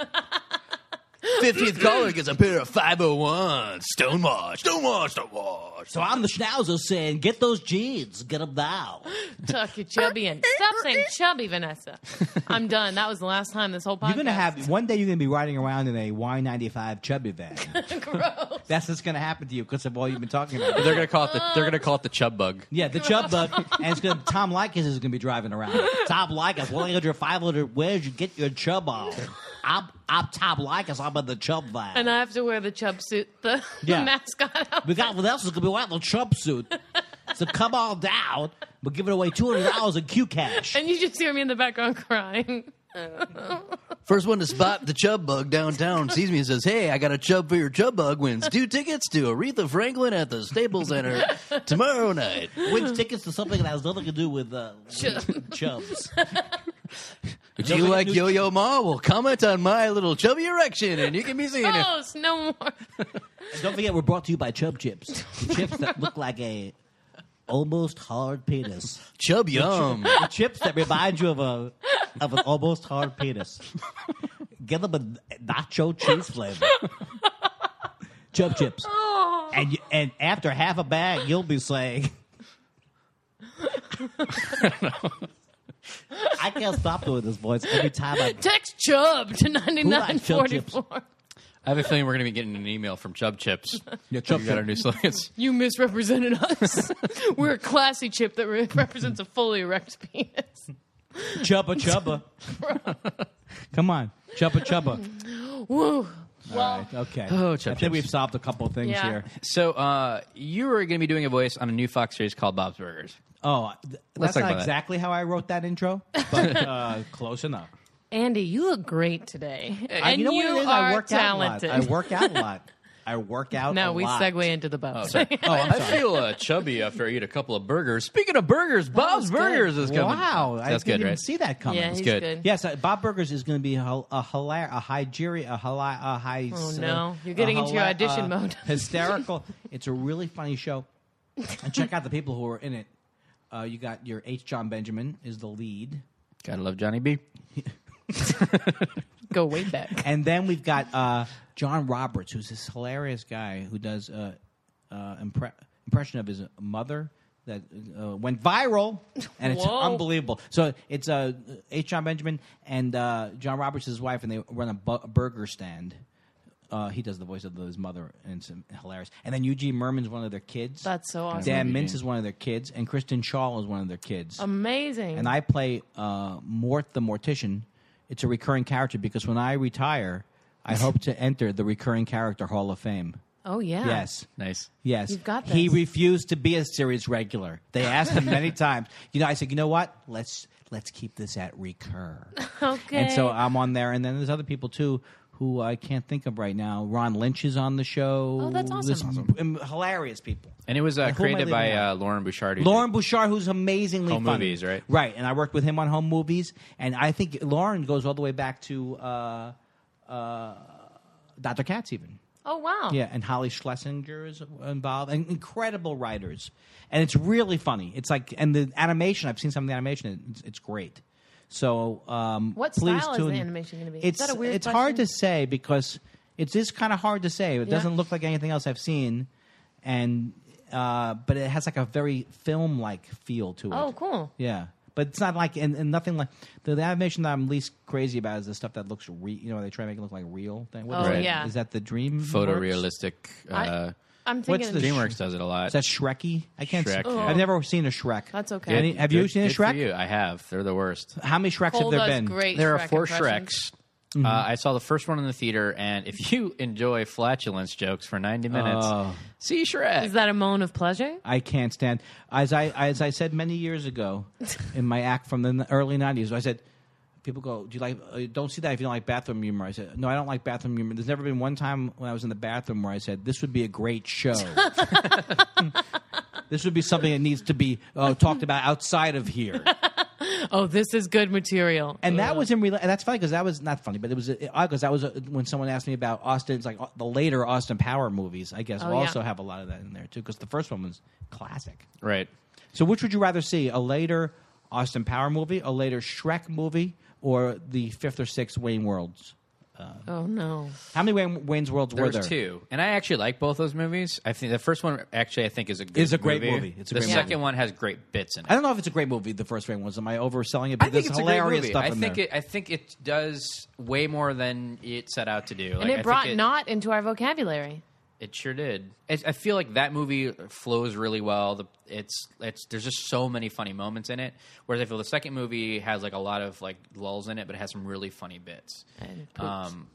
[SPEAKER 2] Fiftieth caller gets a pair of five hundred one Stonewash Stonewash Stonewash.
[SPEAKER 4] So I'm the schnauzer saying, get those jeans, get them now.
[SPEAKER 3] Tuck your chubby in. Stop saying chubby, Vanessa. I'm done. That was the last time this whole podcast.
[SPEAKER 4] You're gonna have one day. You're gonna be riding around in a Y95 chubby van.
[SPEAKER 3] gross.
[SPEAKER 4] That's what's gonna happen to you because of all you've been talking about.
[SPEAKER 2] They're gonna call it the they're gonna call it the chub bug.
[SPEAKER 4] Yeah, the chub bug, and it's gonna Tom Likas is gonna be driving around. Tom Likas, 100, 500, where'd you get your chub off? I'm, I'm Tom Likas, I'm in the chub van.
[SPEAKER 3] And I have to wear the chub suit, the,
[SPEAKER 4] Yeah.
[SPEAKER 3] the mascot outfit.
[SPEAKER 4] We got what else is gonna be wearing the chub suit. So come on down. We're giving away two hundred dollars in Q cash.
[SPEAKER 3] And you just hear me in the background crying.
[SPEAKER 2] First one to spot the chub bug downtown sees me and says, Hey, I got a chub for your chub bug wins two tickets to Aretha Franklin at the Staples Center tomorrow night.
[SPEAKER 4] Wins tickets to something that has nothing to do with uh,
[SPEAKER 3] Chub.
[SPEAKER 4] chubs.
[SPEAKER 2] Do you like Yo Yo Ma? Well, comment on my little chubby erection and you can be seeing
[SPEAKER 4] Oh.
[SPEAKER 2] it.
[SPEAKER 3] Gross, no more.
[SPEAKER 4] Don't forget, we're brought to you by Chub Chips. Chips that look like a almost hard penis.
[SPEAKER 2] Chub Yum.
[SPEAKER 4] The chips that remind you of a of an almost hard penis. Get them a nacho cheese flavor. Chub Chips. And you, and after half a bag, you'll be saying. I can't stop doing this voice every time I
[SPEAKER 3] Text chub to
[SPEAKER 4] Who
[SPEAKER 3] 9944.
[SPEAKER 2] I have a feeling we're going to be getting an email from Chub Chips.
[SPEAKER 5] Yeah, chub
[SPEAKER 2] We got our
[SPEAKER 5] chip.
[SPEAKER 2] new slogans.
[SPEAKER 3] You misrepresented us. We're a classy chip that re- represents a fully erect penis.
[SPEAKER 4] chubba chubba. Come on, chubba chubba.
[SPEAKER 3] Woo. Well,
[SPEAKER 4] Okay.
[SPEAKER 2] Oh,
[SPEAKER 4] I
[SPEAKER 2] Chub
[SPEAKER 4] think
[SPEAKER 2] Chips.
[SPEAKER 4] we've solved a couple things
[SPEAKER 3] Yeah.
[SPEAKER 4] here.
[SPEAKER 2] So, uh, you are going to be doing a voice on a new Fox series called Bob's Burgers.
[SPEAKER 4] Oh, th- that's
[SPEAKER 2] talk
[SPEAKER 4] not
[SPEAKER 2] about that.
[SPEAKER 4] exactly how I wrote that intro, but uh, close enough.
[SPEAKER 3] Andy, you look great today.
[SPEAKER 4] I,
[SPEAKER 3] and
[SPEAKER 4] you know what it is?
[SPEAKER 3] are
[SPEAKER 4] I work
[SPEAKER 3] talented.
[SPEAKER 4] out a lot. I work out a lot. I work out.
[SPEAKER 3] no,
[SPEAKER 4] a
[SPEAKER 3] we
[SPEAKER 4] lot.
[SPEAKER 3] segue into the boat.
[SPEAKER 4] Oh, I'm
[SPEAKER 2] I
[SPEAKER 4] sorry.
[SPEAKER 2] feel uh, chubby after I eat a couple of burgers. Speaking of burgers, Bob's
[SPEAKER 3] was good.
[SPEAKER 2] Burgers is coming.
[SPEAKER 4] Wow, I
[SPEAKER 2] that's
[SPEAKER 4] didn't
[SPEAKER 2] good,
[SPEAKER 4] even
[SPEAKER 2] right?
[SPEAKER 4] see that coming.
[SPEAKER 3] yeah, he's
[SPEAKER 2] good.
[SPEAKER 3] good.
[SPEAKER 4] Yes, uh, Bob Burgers is going to be a, hil- a hilar, a hygiri, a hila, a high. uh,
[SPEAKER 3] Oh, no. You're getting into your audition mode.
[SPEAKER 4] hysterical. It's a really funny show, and check out the people who are in it. Uh, you got your H. John Benjamin is the lead,
[SPEAKER 2] Gotta love Johnny B.
[SPEAKER 3] Go way back.
[SPEAKER 4] and then we've got uh, John Roberts, who's this hilarious guy who does uh, uh, impre- impression of his mother that uh, went viral, and it's
[SPEAKER 3] Whoa.
[SPEAKER 4] unbelievable. So it's uh, H. John Benjamin and uh, John Roberts' his wife, and they run a, bu- a burger stand. Uh, he does the voice of his mother, and it's um, hilarious. And then Eugene Merman's one of their kids.
[SPEAKER 3] That's so awesome.
[SPEAKER 4] Dan
[SPEAKER 2] Eugene.
[SPEAKER 4] Mintz is one of their kids, and Kristen Shaw is one of their kids
[SPEAKER 3] Amazing.
[SPEAKER 4] and I play uh, Mort the Mortician. It's a recurring character because when I retire, I hope to enter the recurring character Hall of Fame.
[SPEAKER 3] oh, yeah.
[SPEAKER 4] Yes.
[SPEAKER 2] Nice.
[SPEAKER 4] Yes.
[SPEAKER 3] You've got
[SPEAKER 4] He
[SPEAKER 3] this.
[SPEAKER 4] refused to be a series regular. They asked him many times. You know, I said, you know what? Let's let's keep this at recur.
[SPEAKER 3] Okay.
[SPEAKER 4] And so I'm on there, and then there's other people too who I can't think of right now. Ron Lynch is on the show.
[SPEAKER 3] Oh, that's awesome.
[SPEAKER 4] There's m- hilarious people.
[SPEAKER 2] And it was uh,
[SPEAKER 4] Like, who am I
[SPEAKER 2] created
[SPEAKER 4] leaving
[SPEAKER 2] by
[SPEAKER 4] out?
[SPEAKER 2] uh, Lauren Bouchard. who did-
[SPEAKER 4] Lauren Bouchard, who's amazingly
[SPEAKER 2] Home
[SPEAKER 4] funny.
[SPEAKER 2] movies, right?
[SPEAKER 4] Right, and I worked with him on home movies, and I think Lauren goes all the way back to uh, uh, Dr. Katz, even.
[SPEAKER 3] oh, wow.
[SPEAKER 4] Yeah, and Holly Schlesinger is involved, and incredible writers, and it's really funny. It's like, and the animation. I've seen some of the animation. It's, it's great. So, um,
[SPEAKER 3] What
[SPEAKER 4] please
[SPEAKER 3] style is
[SPEAKER 4] tune
[SPEAKER 3] the
[SPEAKER 4] in.
[SPEAKER 3] animation gonna be? Is
[SPEAKER 4] It's
[SPEAKER 3] that a weird
[SPEAKER 4] it's hard to
[SPEAKER 3] question?
[SPEAKER 4] say because it's is kind of hard to say. It
[SPEAKER 3] Yeah.
[SPEAKER 4] doesn't look like anything else I've seen, and uh, but it has like a very film like feel to it.
[SPEAKER 3] Oh, cool.
[SPEAKER 4] Yeah. But it's not like and, and nothing like the, the animation that I'm least crazy about is the stuff that looks re, you know they try to make it look like real thing. What is
[SPEAKER 3] Oh,
[SPEAKER 4] that?
[SPEAKER 3] yeah.
[SPEAKER 4] Is that the dream? Works?
[SPEAKER 2] photorealistic.
[SPEAKER 3] I-
[SPEAKER 2] Uh,
[SPEAKER 3] I'm
[SPEAKER 4] What's
[SPEAKER 3] thinking.
[SPEAKER 4] the-
[SPEAKER 2] DreamWorks does it a lot.
[SPEAKER 4] Is that Shrekky? I can't.
[SPEAKER 2] Shrek,
[SPEAKER 4] s-
[SPEAKER 2] yeah.
[SPEAKER 4] I've never seen a Shrek.
[SPEAKER 3] Oh. That's okay.
[SPEAKER 2] Good-
[SPEAKER 4] Any- have you
[SPEAKER 2] good-
[SPEAKER 4] seen a
[SPEAKER 2] good for
[SPEAKER 4] Shrek?
[SPEAKER 2] you. I have. They're the worst.
[SPEAKER 4] How many Shreks
[SPEAKER 3] Cole
[SPEAKER 4] have
[SPEAKER 3] does
[SPEAKER 4] there been?
[SPEAKER 3] great
[SPEAKER 2] There are
[SPEAKER 3] Shrek
[SPEAKER 2] four
[SPEAKER 3] impressions.
[SPEAKER 2] Shreks.
[SPEAKER 4] Mm-hmm.
[SPEAKER 2] Uh, I saw the first one in the theater, and if you enjoy flatulence jokes for 90 minutes,
[SPEAKER 4] Oh.
[SPEAKER 2] see Shrek.
[SPEAKER 3] Is that a moan of pleasure?
[SPEAKER 4] I can't stand. As I as I said many years ago, in my act from the n- early '90s, I said, people go, "Do you like? Uh, don't see that if you don't like bathroom humor." I said, "No, I don't like bathroom humor." There's never been one time when I was in the bathroom where I said, "This would be a great show." this would be something that needs to be uh, talked about outside of here.
[SPEAKER 3] Oh, this is good material.
[SPEAKER 4] And that was in rela- and that's funny because that was not funny, but it was because that was uh when someone asked me about Austin's like uh, the later Austin Power movies. I guess
[SPEAKER 3] Oh,
[SPEAKER 4] will
[SPEAKER 3] yeah.
[SPEAKER 4] also have a lot of that in there too because the first one was classic.
[SPEAKER 2] Right.
[SPEAKER 4] So, which would you rather see? A later Austin Power movie, a later Shrek movie, or the fifth or sixth Wayne Worlds?
[SPEAKER 3] oh no.
[SPEAKER 4] How many Wayne, Wayne's Worlds
[SPEAKER 2] There
[SPEAKER 4] were
[SPEAKER 2] was
[SPEAKER 4] there?
[SPEAKER 2] two, and I actually like both those movies. I think the first one actually I think is a good
[SPEAKER 4] Is a great movie. It's a
[SPEAKER 2] the
[SPEAKER 4] great
[SPEAKER 2] second
[SPEAKER 4] movie.
[SPEAKER 2] one has great bits in it.
[SPEAKER 4] I don't know if it's a great movie. The first Wayne Worlds. Am I overselling it? But
[SPEAKER 2] I think
[SPEAKER 4] there's
[SPEAKER 2] it's
[SPEAKER 4] hilarious
[SPEAKER 2] a great movie.
[SPEAKER 4] stuff
[SPEAKER 2] I
[SPEAKER 4] in
[SPEAKER 2] think
[SPEAKER 4] there.
[SPEAKER 2] it. I think it does way more than it set out to do. Like,
[SPEAKER 3] And
[SPEAKER 2] I
[SPEAKER 3] it
[SPEAKER 2] think
[SPEAKER 3] brought not into our vocabulary.
[SPEAKER 2] It sure did. I I feel like that movie flows really well. The, it's it's there's just so many funny moments in it. Whereas I feel the second movie has like a lot of like lulls in it, but it has some really funny bits.
[SPEAKER 3] And poops.
[SPEAKER 2] Um,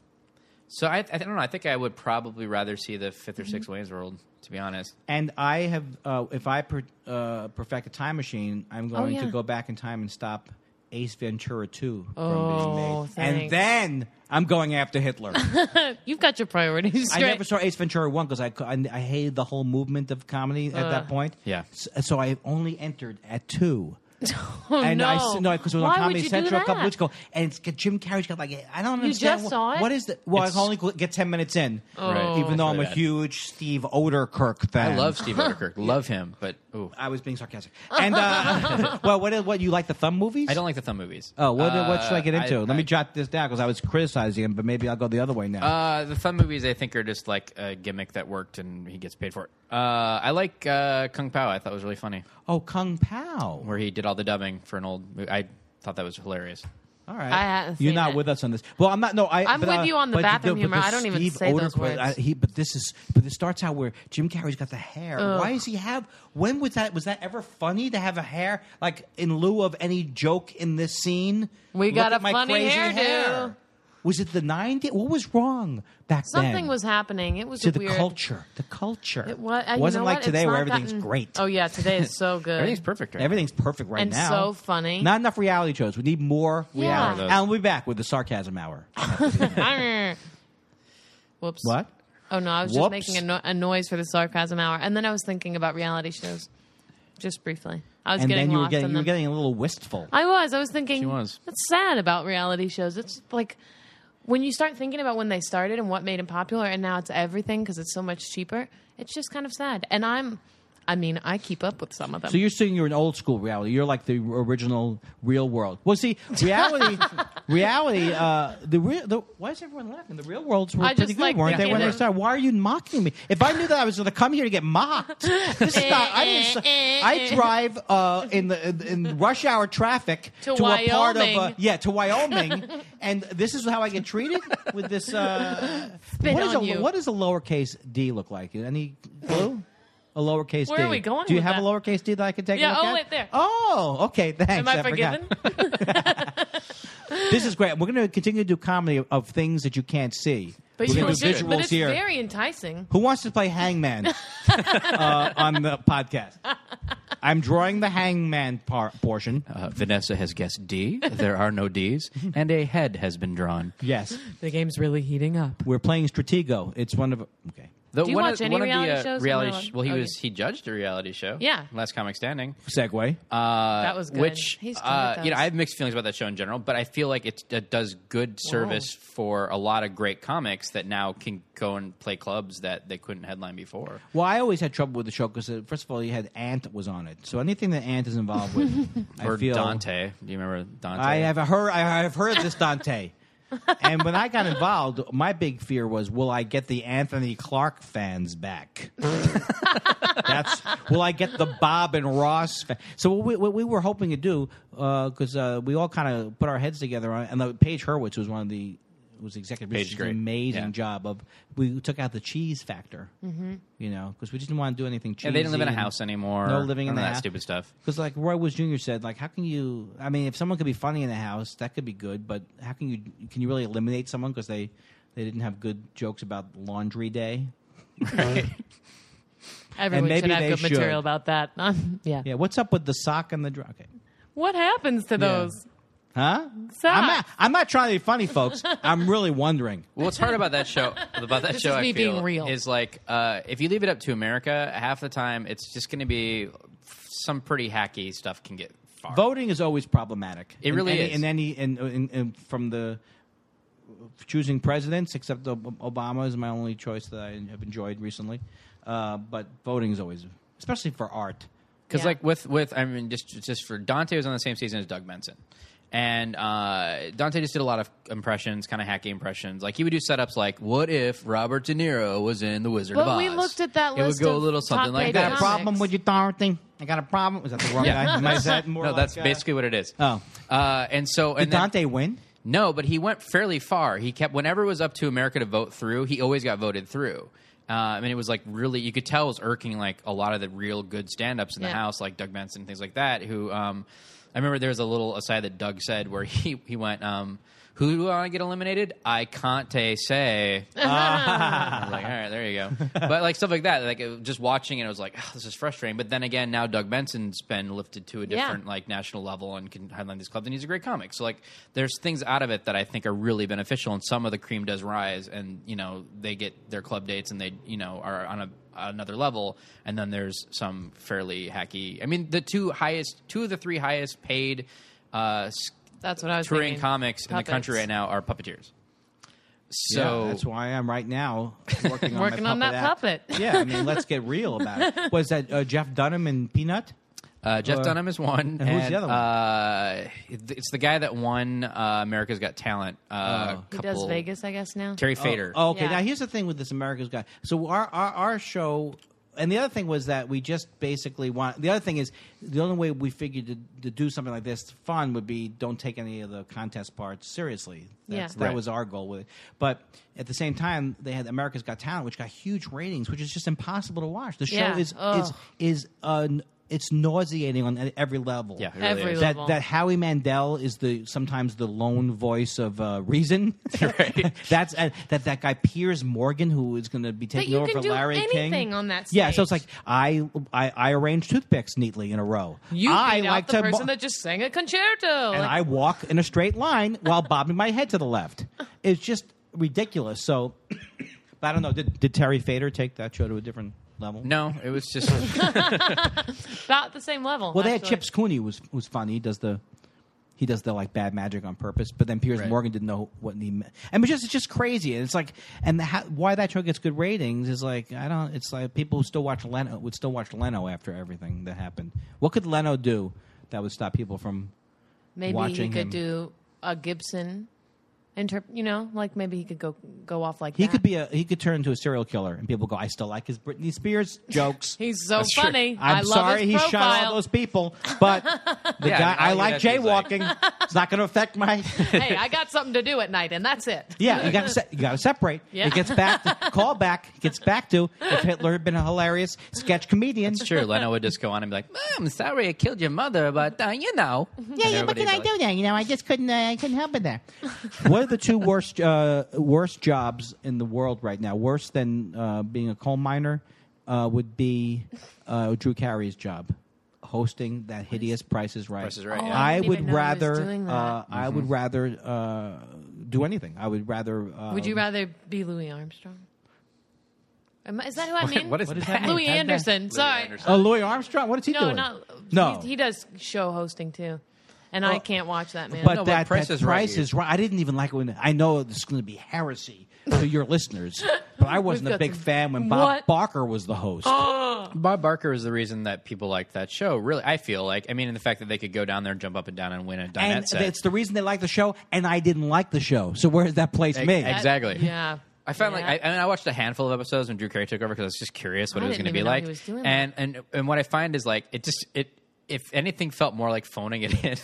[SPEAKER 2] so I, I don't know. I think I would probably rather see the fifth
[SPEAKER 4] Mm-hmm.
[SPEAKER 2] or sixth Wayne's World, to be honest.
[SPEAKER 4] And I have, uh, if I per, uh, perfect a time machine, I'm going
[SPEAKER 3] Oh, yeah.
[SPEAKER 4] to go back in time and stop Ace Ventura 2 from being
[SPEAKER 3] Oh,
[SPEAKER 4] made.
[SPEAKER 3] thanks.
[SPEAKER 4] And then I'm going after Hitler.
[SPEAKER 3] You've got your priorities
[SPEAKER 4] I
[SPEAKER 3] straight.
[SPEAKER 4] never saw Ace Ventura 1 because I, cou- I, I hated the whole movement of comedy at that point.
[SPEAKER 2] Yeah.
[SPEAKER 4] S- So, I only entered at 2.
[SPEAKER 3] oh,
[SPEAKER 4] and
[SPEAKER 3] no.
[SPEAKER 4] I s- no, because it was
[SPEAKER 3] Why
[SPEAKER 4] on
[SPEAKER 3] would
[SPEAKER 4] Comedy
[SPEAKER 3] you do
[SPEAKER 4] Central a couple
[SPEAKER 3] that?
[SPEAKER 4] weeks ago, and it's got Jim Carrey's got like I don't
[SPEAKER 3] You
[SPEAKER 4] understand.
[SPEAKER 3] just
[SPEAKER 4] what-
[SPEAKER 3] saw it? Oh.
[SPEAKER 4] What is the? Well,
[SPEAKER 2] It's-
[SPEAKER 4] I only qu- get ten minutes in,
[SPEAKER 2] Right.
[SPEAKER 4] even though
[SPEAKER 2] It's
[SPEAKER 4] I'm a
[SPEAKER 2] really bad.
[SPEAKER 4] huge Steve Oderkirk fan.
[SPEAKER 2] I love Steve Odekirk, love him, but ooh,
[SPEAKER 4] I was being sarcastic. And uh, well, what what you like the thumb movies?
[SPEAKER 2] I don't like the thumb movies.
[SPEAKER 4] Oh, what, what should I
[SPEAKER 2] Uh,
[SPEAKER 4] get into? Let
[SPEAKER 2] I-
[SPEAKER 4] me jot this down because I was criticizing him, but maybe I'll go the other way now.
[SPEAKER 2] Uh, the fun movies I think are just like a gimmick that worked and he gets paid for it. Uh, I like uh, Kung Pao. I thought it was really funny
[SPEAKER 4] oh, Kung Pao.
[SPEAKER 2] where he did all the dubbing for an old. movie. I thought that was hilarious.
[SPEAKER 4] All right,
[SPEAKER 3] I haven't
[SPEAKER 4] you're
[SPEAKER 3] seen
[SPEAKER 4] not
[SPEAKER 3] it.
[SPEAKER 4] with us on this. Well, I'm not. No, I,
[SPEAKER 3] I'm
[SPEAKER 4] but,
[SPEAKER 3] with
[SPEAKER 4] uh,
[SPEAKER 3] you on the
[SPEAKER 4] but
[SPEAKER 3] bathroom
[SPEAKER 4] but
[SPEAKER 3] humor.
[SPEAKER 4] the
[SPEAKER 3] I don't even
[SPEAKER 4] Steve
[SPEAKER 3] say those
[SPEAKER 4] Odekirk,
[SPEAKER 3] words.
[SPEAKER 4] I, he, but this is. But this starts out where Jim Carrey's got the hair. Why does he have? When was that? Was that ever funny to have a hair like in lieu of any joke in this scene?
[SPEAKER 3] We
[SPEAKER 4] Look
[SPEAKER 3] got
[SPEAKER 4] at
[SPEAKER 3] a
[SPEAKER 4] my
[SPEAKER 3] funny
[SPEAKER 4] crazy
[SPEAKER 3] hairdo.
[SPEAKER 4] hair. Was it the 90s? What was wrong back then?
[SPEAKER 3] Something was happening. It was
[SPEAKER 4] to
[SPEAKER 3] a
[SPEAKER 4] the
[SPEAKER 3] weird.
[SPEAKER 4] culture. The culture.
[SPEAKER 3] It was, uh, you
[SPEAKER 4] wasn't
[SPEAKER 3] know
[SPEAKER 4] like
[SPEAKER 3] what?
[SPEAKER 4] today
[SPEAKER 3] It's
[SPEAKER 4] where
[SPEAKER 3] not
[SPEAKER 4] everything's
[SPEAKER 3] gotten-
[SPEAKER 4] great.
[SPEAKER 3] Oh yeah, today is so good.
[SPEAKER 2] Everything's perfect. Right?
[SPEAKER 4] Everything's perfect right
[SPEAKER 3] And
[SPEAKER 4] now.
[SPEAKER 3] so funny.
[SPEAKER 4] Not enough reality shows. We need more
[SPEAKER 3] Yeah.
[SPEAKER 4] reality.
[SPEAKER 3] More
[SPEAKER 2] of
[SPEAKER 4] And
[SPEAKER 2] those.
[SPEAKER 4] we'll be back with the sarcasm hour.
[SPEAKER 3] Arr. Whoops.
[SPEAKER 4] what?
[SPEAKER 3] Oh no, I was
[SPEAKER 4] Whoops.
[SPEAKER 3] just making a, no- a noise for the sarcasm hour, and then I was thinking about reality shows, just briefly. I was
[SPEAKER 4] And
[SPEAKER 3] getting
[SPEAKER 4] then you were
[SPEAKER 3] lost.
[SPEAKER 4] getting
[SPEAKER 3] in
[SPEAKER 4] you were
[SPEAKER 3] them.
[SPEAKER 4] getting a little wistful.
[SPEAKER 3] I was. I was thinking.
[SPEAKER 2] She was.
[SPEAKER 3] That's sad about reality shows. It's like when you start thinking about when they started and what made them popular, and now it's everything because it's so much cheaper. It's just kind of sad. And I'm, I mean, I keep up with some of them.
[SPEAKER 4] So you're saying you're an old school reality. You're like the original real world. Well, see, reality, reality. Uh, the real. The, why is everyone laughing? The real worlds were
[SPEAKER 3] I just
[SPEAKER 4] pretty good,
[SPEAKER 3] like
[SPEAKER 4] weren't they?
[SPEAKER 3] thinking
[SPEAKER 4] When they
[SPEAKER 3] that-
[SPEAKER 4] started, why are you mocking me? If I knew that I was going to come here to get mocked, this is not. I, didn't, s- I drive uh, in the in- in rush hour traffic
[SPEAKER 3] To
[SPEAKER 4] a part of uh,
[SPEAKER 3] Wyoming.
[SPEAKER 4] yeah to Wyoming, and this is how I get treated with this. Uh,
[SPEAKER 3] Spit
[SPEAKER 4] what is
[SPEAKER 3] on
[SPEAKER 4] a,
[SPEAKER 3] you.
[SPEAKER 4] What does a lowercase d look like? Any clue? A lowercase
[SPEAKER 3] Where
[SPEAKER 4] d.
[SPEAKER 3] are we going
[SPEAKER 4] Do you
[SPEAKER 3] with
[SPEAKER 4] have
[SPEAKER 3] that?
[SPEAKER 4] a lowercase d that I can take?
[SPEAKER 3] Yeah,
[SPEAKER 4] a look
[SPEAKER 3] oh,
[SPEAKER 4] at?
[SPEAKER 3] wait, there.
[SPEAKER 4] Oh, okay. Thanks.
[SPEAKER 3] Am I,
[SPEAKER 4] forgot.
[SPEAKER 3] forgiven?
[SPEAKER 4] This is great. We're going to continue to do comedy of, of things that you can't see.
[SPEAKER 3] But
[SPEAKER 4] We're
[SPEAKER 3] you
[SPEAKER 4] gonna
[SPEAKER 3] should.
[SPEAKER 4] do visuals
[SPEAKER 3] But it's
[SPEAKER 4] here.
[SPEAKER 3] very enticing.
[SPEAKER 4] Who wants to play hangman uh, on the podcast? I'm drawing the hangman par- portion.
[SPEAKER 2] Uh, Vanessa has guessed D. There are no D's, and a head has been drawn.
[SPEAKER 4] Yes,
[SPEAKER 3] The game's really heating up.
[SPEAKER 4] we're playing Stratego. It's one of okay.
[SPEAKER 2] The, uh,
[SPEAKER 3] Do you watch any reality shows?
[SPEAKER 2] reality
[SPEAKER 3] Am I
[SPEAKER 2] sh-
[SPEAKER 3] allowed-
[SPEAKER 2] well, he
[SPEAKER 3] Oh,
[SPEAKER 2] was he judged a reality show.
[SPEAKER 3] Yeah.
[SPEAKER 2] Last Comic Standing. Uh,
[SPEAKER 4] Segway.
[SPEAKER 3] that was good.
[SPEAKER 2] Which
[SPEAKER 3] He's good at
[SPEAKER 2] uh, you know,
[SPEAKER 3] those.
[SPEAKER 2] I have mixed feelings about that show in general, but I feel like it's, it does good service for a lot of great comics that now can go and play clubs that they couldn't headline before.
[SPEAKER 4] well, I always had trouble with the show because uh, first of all, you had Ant was on it, so anything that Ant is involved with,
[SPEAKER 2] Or
[SPEAKER 4] I feel
[SPEAKER 2] Dante, do you remember Dante?
[SPEAKER 4] I have heard. I have heard of this Dante. and when I got involved, my big fear was, will I get the Anthony Clark fans back? That's will I get the Bob and Ross? Fan? So what we, what we were uh, hoping to do, because uh, we all kind of put our heads together, on, and the, Paige Hurwitz was one of the was executive
[SPEAKER 2] Paige is
[SPEAKER 4] producer. She did an
[SPEAKER 2] great.
[SPEAKER 4] amazing
[SPEAKER 2] Yeah.
[SPEAKER 4] job of we took out the cheese factor, mm-hmm. you know, because we just didn't want to do anything cheesy.
[SPEAKER 2] Yeah, they didn't live in a house anymore.
[SPEAKER 4] No living in
[SPEAKER 2] None of
[SPEAKER 4] the house.
[SPEAKER 2] that stupid stuff.
[SPEAKER 4] Because like Roy Woods Jr. said, like how can you? I mean, if someone could be funny in a house, that could be good. But how can you? Can you really eliminate someone because they they didn't have good jokes about laundry day?
[SPEAKER 3] Everyone
[SPEAKER 4] maybe
[SPEAKER 3] should have
[SPEAKER 4] they
[SPEAKER 3] good
[SPEAKER 4] should.
[SPEAKER 3] material about that. Um, yeah.
[SPEAKER 4] Yeah, what's up with the sock and the dr- okay?
[SPEAKER 3] What happens to those?
[SPEAKER 4] Huh?
[SPEAKER 3] Sock.
[SPEAKER 4] I'm not. I'm not trying to be funny, folks. I'm really wondering.
[SPEAKER 2] Well, what's hard about that show about that
[SPEAKER 3] This
[SPEAKER 2] show
[SPEAKER 3] is
[SPEAKER 2] I
[SPEAKER 3] me
[SPEAKER 2] feel
[SPEAKER 3] being real.
[SPEAKER 2] is like uh, if you leave it up to America, half the time it's just going to be some pretty hacky stuff can get far.
[SPEAKER 4] Voting is always problematic.
[SPEAKER 2] It
[SPEAKER 4] In
[SPEAKER 2] really
[SPEAKER 4] any-
[SPEAKER 2] is.
[SPEAKER 4] In any in, in, in from the choosing presidents, except Ob- Obama is my only choice that I have enjoyed recently. Uh, but voting is always, especially for art.
[SPEAKER 2] because
[SPEAKER 3] Yeah.
[SPEAKER 2] like with with I mean just just for Dante was on the same season as Doug Benson, and uh, Dante just did a lot of impressions, kind of hacky impressions. Like he would do setups like, "What if Robert De Niro was in The Wizard of
[SPEAKER 3] Well,
[SPEAKER 2] Oz?"
[SPEAKER 3] we looked at that
[SPEAKER 2] It
[SPEAKER 3] list
[SPEAKER 2] would go a
[SPEAKER 3] of
[SPEAKER 2] little
[SPEAKER 3] top
[SPEAKER 2] something like
[SPEAKER 3] paid
[SPEAKER 2] that.
[SPEAKER 4] Got a
[SPEAKER 3] Comics.
[SPEAKER 4] problem with you, Dorothy? I got a problem. Is that the wrong guy? Am I that more
[SPEAKER 2] no,
[SPEAKER 4] like,
[SPEAKER 2] that's
[SPEAKER 4] uh,
[SPEAKER 2] basically what it is.
[SPEAKER 4] Oh.
[SPEAKER 2] uh, and so
[SPEAKER 4] Did
[SPEAKER 2] and then-
[SPEAKER 4] Dante win?
[SPEAKER 2] No, but he went fairly far. He kept whenever it was up to America to vote through, he always got voted through. Uh, I mean, it was like really you could tell it was irking like a lot of the real good stand-ups in the
[SPEAKER 3] Yeah.
[SPEAKER 2] house, like Doug Benson and things like that. Who um, I remember there was a little aside that Doug said where he he went, um, "Who do I get eliminated? I can't say." I was like, all right, there you go. But like stuff like that, like it, just watching it, I was like, oh, this is frustrating. But then again, now Doug Benson's been lifted to a
[SPEAKER 3] Yeah.
[SPEAKER 2] different like national level and can headline these clubs, and he's a great comic. So like, there's things out of it that I think are really beneficial, and some of the cream does rise, and you know they get their club dates, and they you know are on a another level and then there's some fairly hacky i mean the two highest two of the three highest paid uh s-
[SPEAKER 3] That's what I was
[SPEAKER 2] touring
[SPEAKER 3] thinking.
[SPEAKER 2] comics in the
[SPEAKER 3] Puppets.
[SPEAKER 2] country right now are puppeteers so
[SPEAKER 4] Yeah, that's why I'm right now working,
[SPEAKER 3] Working
[SPEAKER 4] on,
[SPEAKER 3] on
[SPEAKER 4] my
[SPEAKER 3] that
[SPEAKER 4] act.
[SPEAKER 3] puppet.
[SPEAKER 4] yeah, I mean, let's get real about it. Was that uh, Jeff Dunham and Peanut?
[SPEAKER 2] Uh, Jeff
[SPEAKER 4] Uh,
[SPEAKER 2] Dunham is one.
[SPEAKER 4] and who's the other one?
[SPEAKER 2] Uh, it- it's the guy that won uh, America's Got Talent. Uh,
[SPEAKER 4] Oh.
[SPEAKER 3] He
[SPEAKER 2] couple,
[SPEAKER 3] does Vegas, I guess, now.
[SPEAKER 2] Terry Fader.
[SPEAKER 4] Oh, okay.
[SPEAKER 3] Yeah.
[SPEAKER 4] Now here's the thing with this America's Got. So our, our our show, and the other thing was that we just basically want. The other thing is the only way we figured to, to do something like this fun would be don't take any of the contest parts seriously. That's,
[SPEAKER 3] Yeah.
[SPEAKER 4] That
[SPEAKER 2] Right.
[SPEAKER 4] was our goal with it. But at the same time, they had America's Got Talent, which got huge ratings, which is just impossible to watch. The show
[SPEAKER 3] Yeah.
[SPEAKER 4] is is
[SPEAKER 3] Ugh.
[SPEAKER 4] is uh, n- it's nauseating on e, every level.
[SPEAKER 2] Yeah, it really
[SPEAKER 3] Every
[SPEAKER 2] is.
[SPEAKER 3] level.
[SPEAKER 4] That, that Howie Mandel is the sometimes the lone voice of uh, reason.
[SPEAKER 2] Right.
[SPEAKER 4] That's uh, that that guy Piers Morgan who is going to be taking
[SPEAKER 3] you
[SPEAKER 4] over
[SPEAKER 3] can
[SPEAKER 4] for
[SPEAKER 3] do
[SPEAKER 4] Larry King.
[SPEAKER 3] anything on that
[SPEAKER 4] Yeah, so it's like
[SPEAKER 3] stage.
[SPEAKER 4] I I, I arrange toothpicks neatly in a row.
[SPEAKER 3] You
[SPEAKER 4] I
[SPEAKER 3] beat
[SPEAKER 4] like
[SPEAKER 3] out the
[SPEAKER 4] to mo-
[SPEAKER 3] person that just sang a concerto.
[SPEAKER 4] and I walk in a straight line while bobbing my head to the left. It's just ridiculous. So, but I don't know. Did, did Terry Fader take that show to a different level?
[SPEAKER 2] No, it was just
[SPEAKER 3] about the same level.
[SPEAKER 4] Well, they had
[SPEAKER 3] actually.
[SPEAKER 4] Chips Cooney who's who's funny. He does the he does the like bad magic on purpose. But then Piers
[SPEAKER 2] Right.
[SPEAKER 4] Morgan didn't know what he meant. And it's just it's just crazy. And it's like and the, how, why that show gets good ratings is like I don't. It's like people who still watch Leno would still watch Leno after everything that happened. What could Leno do that would stop people from?
[SPEAKER 3] Maybe he
[SPEAKER 4] watching
[SPEAKER 3] could
[SPEAKER 4] him.
[SPEAKER 3] do a Gibson. Interp- you know, like maybe he could go go off like
[SPEAKER 4] He
[SPEAKER 3] that.
[SPEAKER 4] could be a he could turn into a serial killer and people go I still like his Britney Spears jokes.
[SPEAKER 3] He's so
[SPEAKER 2] That's true.
[SPEAKER 3] funny.
[SPEAKER 4] I'm
[SPEAKER 3] I love
[SPEAKER 4] sorry
[SPEAKER 3] his
[SPEAKER 4] he shot all
[SPEAKER 3] profile.
[SPEAKER 4] those people, but the
[SPEAKER 2] Yeah,
[SPEAKER 4] guy
[SPEAKER 2] and all
[SPEAKER 4] I
[SPEAKER 2] you
[SPEAKER 4] like
[SPEAKER 2] have to do is like-
[SPEAKER 4] jaywalking. it's not going to affect my
[SPEAKER 3] hey, I got something to do at night, and that's it.
[SPEAKER 4] Yeah, you got to se- you got to separate.
[SPEAKER 3] Yeah.
[SPEAKER 4] It gets back to, call back. It gets back to if Hitler had been a hilarious sketch comedian.
[SPEAKER 2] it's true. Leno would just go on and be like, "I'm sorry, I killed your mother, but uh, you know." Yeah,
[SPEAKER 4] there? You know, I just couldn't. Uh, I couldn't help it there. what are the two worst uh, worst jobs in the world right now? Worse than uh, being a coal miner uh, would be uh, Drew Carey's job, hosting that hideous Price is Right.
[SPEAKER 2] Price is Right, Oh, yeah.
[SPEAKER 4] I,
[SPEAKER 3] I didn't even
[SPEAKER 4] would
[SPEAKER 3] know he was
[SPEAKER 4] rather.
[SPEAKER 3] doing that.
[SPEAKER 4] Uh, I would
[SPEAKER 3] Mm-hmm.
[SPEAKER 4] rather uh, do anything. I would rather. Uh,
[SPEAKER 3] Would you rather be Louis Armstrong? Am I- Is that who I mean?
[SPEAKER 2] What is that?
[SPEAKER 3] Louis
[SPEAKER 4] How'd that-
[SPEAKER 3] Anderson? Sorry,
[SPEAKER 2] Anderson.
[SPEAKER 4] Oh, Louis Armstrong. What is he
[SPEAKER 3] no,
[SPEAKER 4] doing?
[SPEAKER 3] not
[SPEAKER 4] no.
[SPEAKER 3] He, he does show hosting too, and I can't watch that man.
[SPEAKER 4] But
[SPEAKER 2] No, but
[SPEAKER 4] that
[SPEAKER 2] Price
[SPEAKER 4] that
[SPEAKER 2] is Right
[SPEAKER 4] Price
[SPEAKER 2] is-
[SPEAKER 4] is right. I didn't even like it when I know this is going to be heresy to your listeners, but I wasn't
[SPEAKER 3] We've
[SPEAKER 4] a
[SPEAKER 3] got
[SPEAKER 4] big
[SPEAKER 3] the-
[SPEAKER 4] fan when Bob
[SPEAKER 3] What?
[SPEAKER 4] Barker was the host.
[SPEAKER 2] "Oh." Bob Barker is the reason that people liked that show. Really, I feel like. I mean, and the fact that they could go down there and jump up and down and win a dinette
[SPEAKER 4] and
[SPEAKER 2] set.
[SPEAKER 4] it's the reason they liked the show, and I didn't like the show. So where does that place
[SPEAKER 2] Ex-
[SPEAKER 4] me?
[SPEAKER 2] ex- exactly.
[SPEAKER 3] Yeah.
[SPEAKER 2] I found
[SPEAKER 3] Yeah.
[SPEAKER 2] like I, I mean I watched a handful of episodes when Drew Carey took over because I was just curious what
[SPEAKER 3] I
[SPEAKER 2] it was
[SPEAKER 3] didn't
[SPEAKER 2] going to be
[SPEAKER 3] even know
[SPEAKER 2] like.
[SPEAKER 3] he was doing
[SPEAKER 2] and and and what I find is like it just it if anything felt more like phoning it in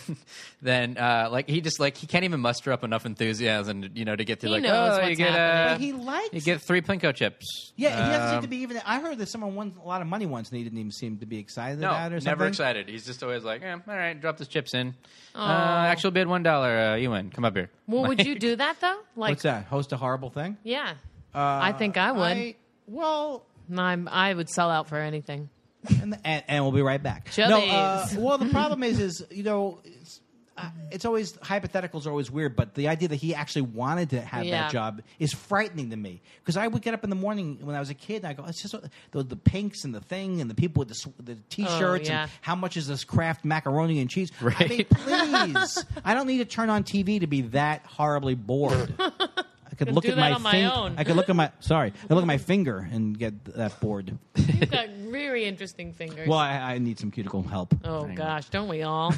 [SPEAKER 2] than uh, like he just like he can't even muster up enough enthusiasm, you know, to get through
[SPEAKER 3] He
[SPEAKER 2] like
[SPEAKER 3] knows
[SPEAKER 2] oh
[SPEAKER 3] what's
[SPEAKER 2] you get
[SPEAKER 3] happening."
[SPEAKER 2] uh,
[SPEAKER 4] But he likes
[SPEAKER 2] you get three plinko chips.
[SPEAKER 4] Yeah, he doesn't seem
[SPEAKER 2] Um,
[SPEAKER 4] to be even. I heard that someone won a lot of money once, and he didn't even seem to be excited
[SPEAKER 2] No,
[SPEAKER 4] about it or something.
[SPEAKER 2] never excited. He's just always like, eh, all right, drop this chips in. Uh, actual bid one dollar. Uh, you win. Come up here.
[SPEAKER 3] Well, would you do that though? Like,
[SPEAKER 4] What's that? Host a horrible thing?
[SPEAKER 3] yeah,
[SPEAKER 2] Uh,
[SPEAKER 3] I think I would.
[SPEAKER 4] I- well,
[SPEAKER 3] I'm, I would sell out for anything.
[SPEAKER 4] and, and, and we'll be right back. uh,
[SPEAKER 3] Chili's.
[SPEAKER 4] well, the problem is, is you know, it's, uh, it's always hypotheticals are always weird, but the idea that he actually wanted to have
[SPEAKER 3] Yeah.
[SPEAKER 4] that job is frightening to me because I would get up in the morning when I was a kid and I go, it's just uh, the, the pinks and the thing and the people with the, sw- the t-shirts
[SPEAKER 3] Oh, yeah.
[SPEAKER 4] and how much is this craft macaroni and cheese? I mean,
[SPEAKER 2] Right.
[SPEAKER 4] please, I don't need to turn on TV to be that horribly bored. I could look
[SPEAKER 3] do
[SPEAKER 4] at
[SPEAKER 3] that
[SPEAKER 4] my,
[SPEAKER 3] on my
[SPEAKER 4] fin-
[SPEAKER 3] own.
[SPEAKER 4] I could look at my sorry. I look at my finger and get that bored.
[SPEAKER 3] You've got very interesting fingers.
[SPEAKER 4] Well, I, I need some cuticle help.
[SPEAKER 3] Oh gosh, don't we all?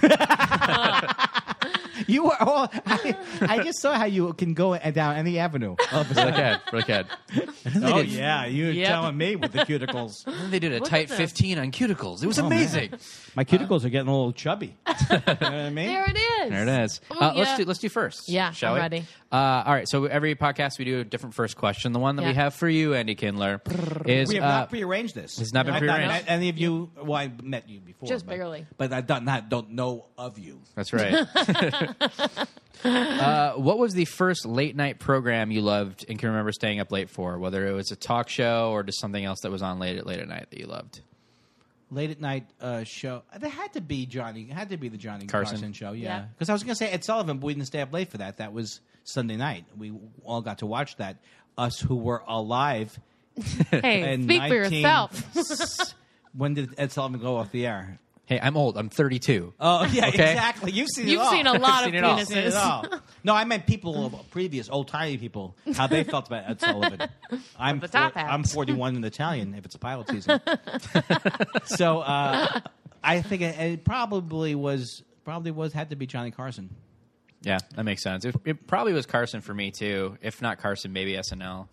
[SPEAKER 4] You are all. I, I just saw how you can go a- down any avenue. Oh,
[SPEAKER 2] Really good. Really good.
[SPEAKER 4] yeah, you're
[SPEAKER 3] Yep. Uh-huh. telling
[SPEAKER 4] me with the cuticles.
[SPEAKER 2] They did a
[SPEAKER 3] Look at
[SPEAKER 2] tight
[SPEAKER 3] this.
[SPEAKER 2] fifteen on cuticles. It was
[SPEAKER 4] Oh, man.
[SPEAKER 2] amazing.
[SPEAKER 4] My cuticles are getting a little chubby. You know what I mean?
[SPEAKER 3] there it is.
[SPEAKER 2] There it is.
[SPEAKER 3] Oh,
[SPEAKER 2] uh,
[SPEAKER 3] yeah.
[SPEAKER 2] Let's do let's do first.
[SPEAKER 3] Yeah,
[SPEAKER 2] shall
[SPEAKER 3] I'm
[SPEAKER 2] we?
[SPEAKER 3] ready.
[SPEAKER 2] Uh, all right. So every podcast we do a different first question. The one that we
[SPEAKER 3] Yeah.
[SPEAKER 2] have for you, Andy Kindler, is
[SPEAKER 4] we have
[SPEAKER 2] uh,
[SPEAKER 4] not prearranged this.
[SPEAKER 2] it's not been
[SPEAKER 4] I've
[SPEAKER 2] prearranged.
[SPEAKER 4] met any of you? Well, I met you before,
[SPEAKER 3] Just
[SPEAKER 4] but-
[SPEAKER 3] barely.
[SPEAKER 4] But I don't not, don't know of you.
[SPEAKER 2] that's right. uh, what was the first late night program you loved and can remember staying up late for? Whether it was a talk show or just something else that was on late at late at night that you loved.
[SPEAKER 4] Late at night uh, show. There had to be Johnny. It had to be the Johnny
[SPEAKER 2] Carson.
[SPEAKER 4] Carson, show. Yeah,
[SPEAKER 3] Yeah.
[SPEAKER 4] because I was going to say Ed Sullivan, but we didn't stay up late for that. That was Sunday night. We all got to watch that. Us who were alive
[SPEAKER 3] Hey,
[SPEAKER 4] in
[SPEAKER 3] speak for
[SPEAKER 4] 19
[SPEAKER 3] yourself.
[SPEAKER 4] when did Ed Sullivan go off the air?
[SPEAKER 2] Hey, I'm old. I'm 32.
[SPEAKER 4] Oh yeah,
[SPEAKER 2] Okay.
[SPEAKER 4] exactly. You've seen
[SPEAKER 3] You've
[SPEAKER 4] it all.
[SPEAKER 3] seen a lot of
[SPEAKER 2] seen it all.
[SPEAKER 4] You've seen it
[SPEAKER 3] penises.
[SPEAKER 4] all. No, I meant people of previous old timey people how they felt about Ed Sullivan. I'm
[SPEAKER 3] The top hat.
[SPEAKER 4] I'm 41 in Italian if it's a pilot season. so uh, I think it, it probably was probably was had to be Johnny Carson.
[SPEAKER 2] Yeah, that makes sense. It, it probably was Carson for me too. If not Carson, maybe SNL. 'cause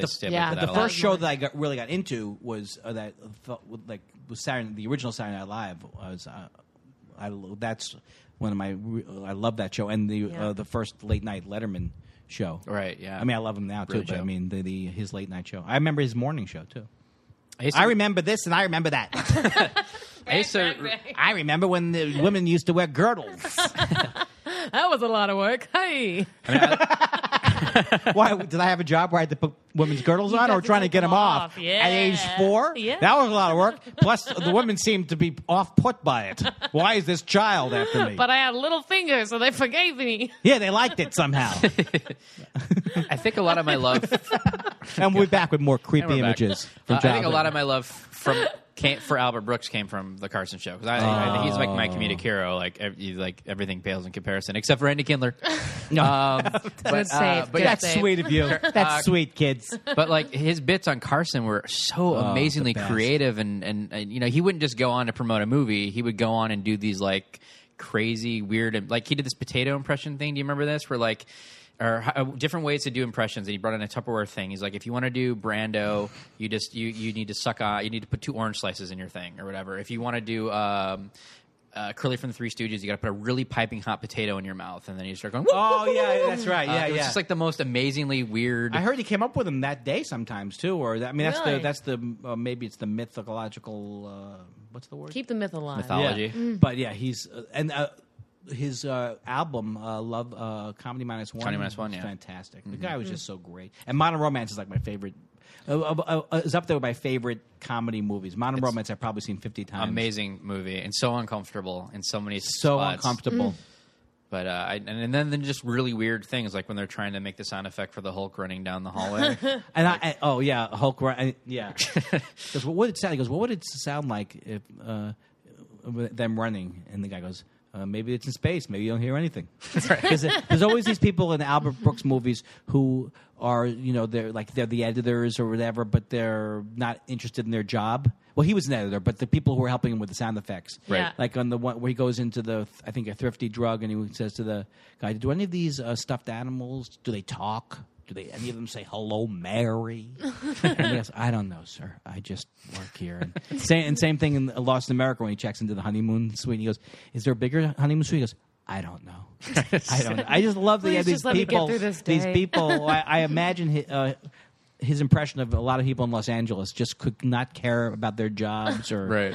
[SPEAKER 2] I
[SPEAKER 4] the-
[SPEAKER 2] stayed up
[SPEAKER 3] yeah,
[SPEAKER 2] for that
[SPEAKER 3] the
[SPEAKER 2] a
[SPEAKER 4] The
[SPEAKER 2] lot.
[SPEAKER 4] first show that I got, really got into was uh, that felt like was Saturday, the original Saturday Night Live. I was, uh, I lo- that's one of my re- I love that show and the
[SPEAKER 3] Yeah.
[SPEAKER 4] uh, the first late night Letterman show.
[SPEAKER 2] Right, yeah.
[SPEAKER 4] I mean, I love him now too,
[SPEAKER 2] Brilliant
[SPEAKER 4] but I
[SPEAKER 2] show.
[SPEAKER 4] mean the, the his late night show. I remember his morning show too.
[SPEAKER 2] I used to-
[SPEAKER 4] I remember this and I remember that.
[SPEAKER 2] I used to-
[SPEAKER 4] I remember when the women used to wear girdles.
[SPEAKER 3] that was a lot of work. Hey,
[SPEAKER 4] Why did I have a job where I had to put women's girdles on or
[SPEAKER 3] had to
[SPEAKER 4] trying to
[SPEAKER 3] take
[SPEAKER 4] get them
[SPEAKER 3] them
[SPEAKER 4] off,
[SPEAKER 3] off. Yeah.
[SPEAKER 4] at age four?
[SPEAKER 3] Yeah.
[SPEAKER 4] That was a lot of work. Plus, the women seemed to be off put by it. Why is this child after me?
[SPEAKER 3] but I had a little finger, so they forgave me.
[SPEAKER 4] yeah, they liked it somehow.
[SPEAKER 2] I think a lot of my love
[SPEAKER 4] and we're back with more
[SPEAKER 2] And we're
[SPEAKER 4] creepy
[SPEAKER 2] back.
[SPEAKER 4] images
[SPEAKER 2] Uh,
[SPEAKER 4] from
[SPEAKER 2] I think a
[SPEAKER 4] childhood.
[SPEAKER 2] lot of my love from came, for Albert Brooks came from the Carson Show because I, I think he's like my comedic hero. Like ev- you- like everything pales in comparison, except for Andy Kindler.
[SPEAKER 4] No.
[SPEAKER 2] Um, but,
[SPEAKER 3] Good
[SPEAKER 2] but
[SPEAKER 3] save, good
[SPEAKER 2] yeah,
[SPEAKER 3] save.
[SPEAKER 4] That's sweet of you. That's
[SPEAKER 2] Uh,
[SPEAKER 4] sweet, kids.
[SPEAKER 2] but like his bits on Carson were so amazingly
[SPEAKER 4] Oh, best.
[SPEAKER 2] creative, and, and and you know he wouldn't just go on to promote a movie. He would go on and do these like crazy, weird, and like he did this potato impression thing. Do you remember this? Where like. Or uh, different ways to do impressions, and he brought in a Tupperware thing. He's like, if you want to do Brando, you just you you need to suck on, you need to put two orange slices in your thing or whatever. If you want to do um, uh, Curly from the Three Stooges, you got to put a really piping hot potato in your mouth, and then you start going. "Woo!"
[SPEAKER 4] Oh, yeah, that's right.
[SPEAKER 2] Uh,
[SPEAKER 4] Yeah,
[SPEAKER 2] it was
[SPEAKER 4] yeah.
[SPEAKER 2] just like the most amazingly weird.
[SPEAKER 4] I heard he came up with them that day sometimes too, or that, I mean, that's the
[SPEAKER 3] Really?
[SPEAKER 4] that's the uh, maybe it's the mythological. Uh, what's the word?
[SPEAKER 3] Keep the myth alive.
[SPEAKER 2] mythology.
[SPEAKER 4] Yeah. But yeah, he's uh, and uh, his uh, album uh, Love uh, Comedy Minus One.
[SPEAKER 2] Comedy Minus One,
[SPEAKER 4] is
[SPEAKER 2] yeah. Mm-hmm.
[SPEAKER 4] fantastic. The guy was just so great. And Modern Romance is like my favorite. Uh, uh, uh, is up there with my favorite comedy movies. Modern Romance I've probably seen fifty times.
[SPEAKER 2] amazing movie and so uncomfortable in so many
[SPEAKER 4] So
[SPEAKER 2] spots.
[SPEAKER 4] uncomfortable.
[SPEAKER 2] But uh, I, and, and then then just really weird things like when they're trying to make the sound effect for the Hulk running down the hallway.
[SPEAKER 4] And I, I oh yeah, Hulk. Ra- I, yeah, because what would it sound? He goes, what would it sound like if uh, with them running? And the guy goes. Uh, maybe it's in space. Maybe you don't hear anything. Because there's always these people in Albert Brooks movies who are, you know, they're like they're the editors or whatever, but they're not interested in their job. Well, he was an editor, but the people who were helping him with the sound effects,
[SPEAKER 3] Right. Yeah.
[SPEAKER 4] Like on the one where he goes into the, I think a thrifty drug, and he says to the guy, "Do any of these uh, stuffed animals? Do they talk?" Do they any of them say hello, Mary? And yes, I don't know, sir. I just work here. And same, and same thing in Lost in America when he checks into the honeymoon suite. And he goes, "Is there a bigger honeymoon suite?" He goes, "I don't know. I don't. Know. I just love the
[SPEAKER 3] Please
[SPEAKER 4] these
[SPEAKER 3] just let me get
[SPEAKER 4] people.
[SPEAKER 3] through this
[SPEAKER 4] These
[SPEAKER 3] day.
[SPEAKER 4] people. I, I imagine." His, uh, his impression of a lot of people in Los Angeles just could not care about their jobs or
[SPEAKER 2] Right.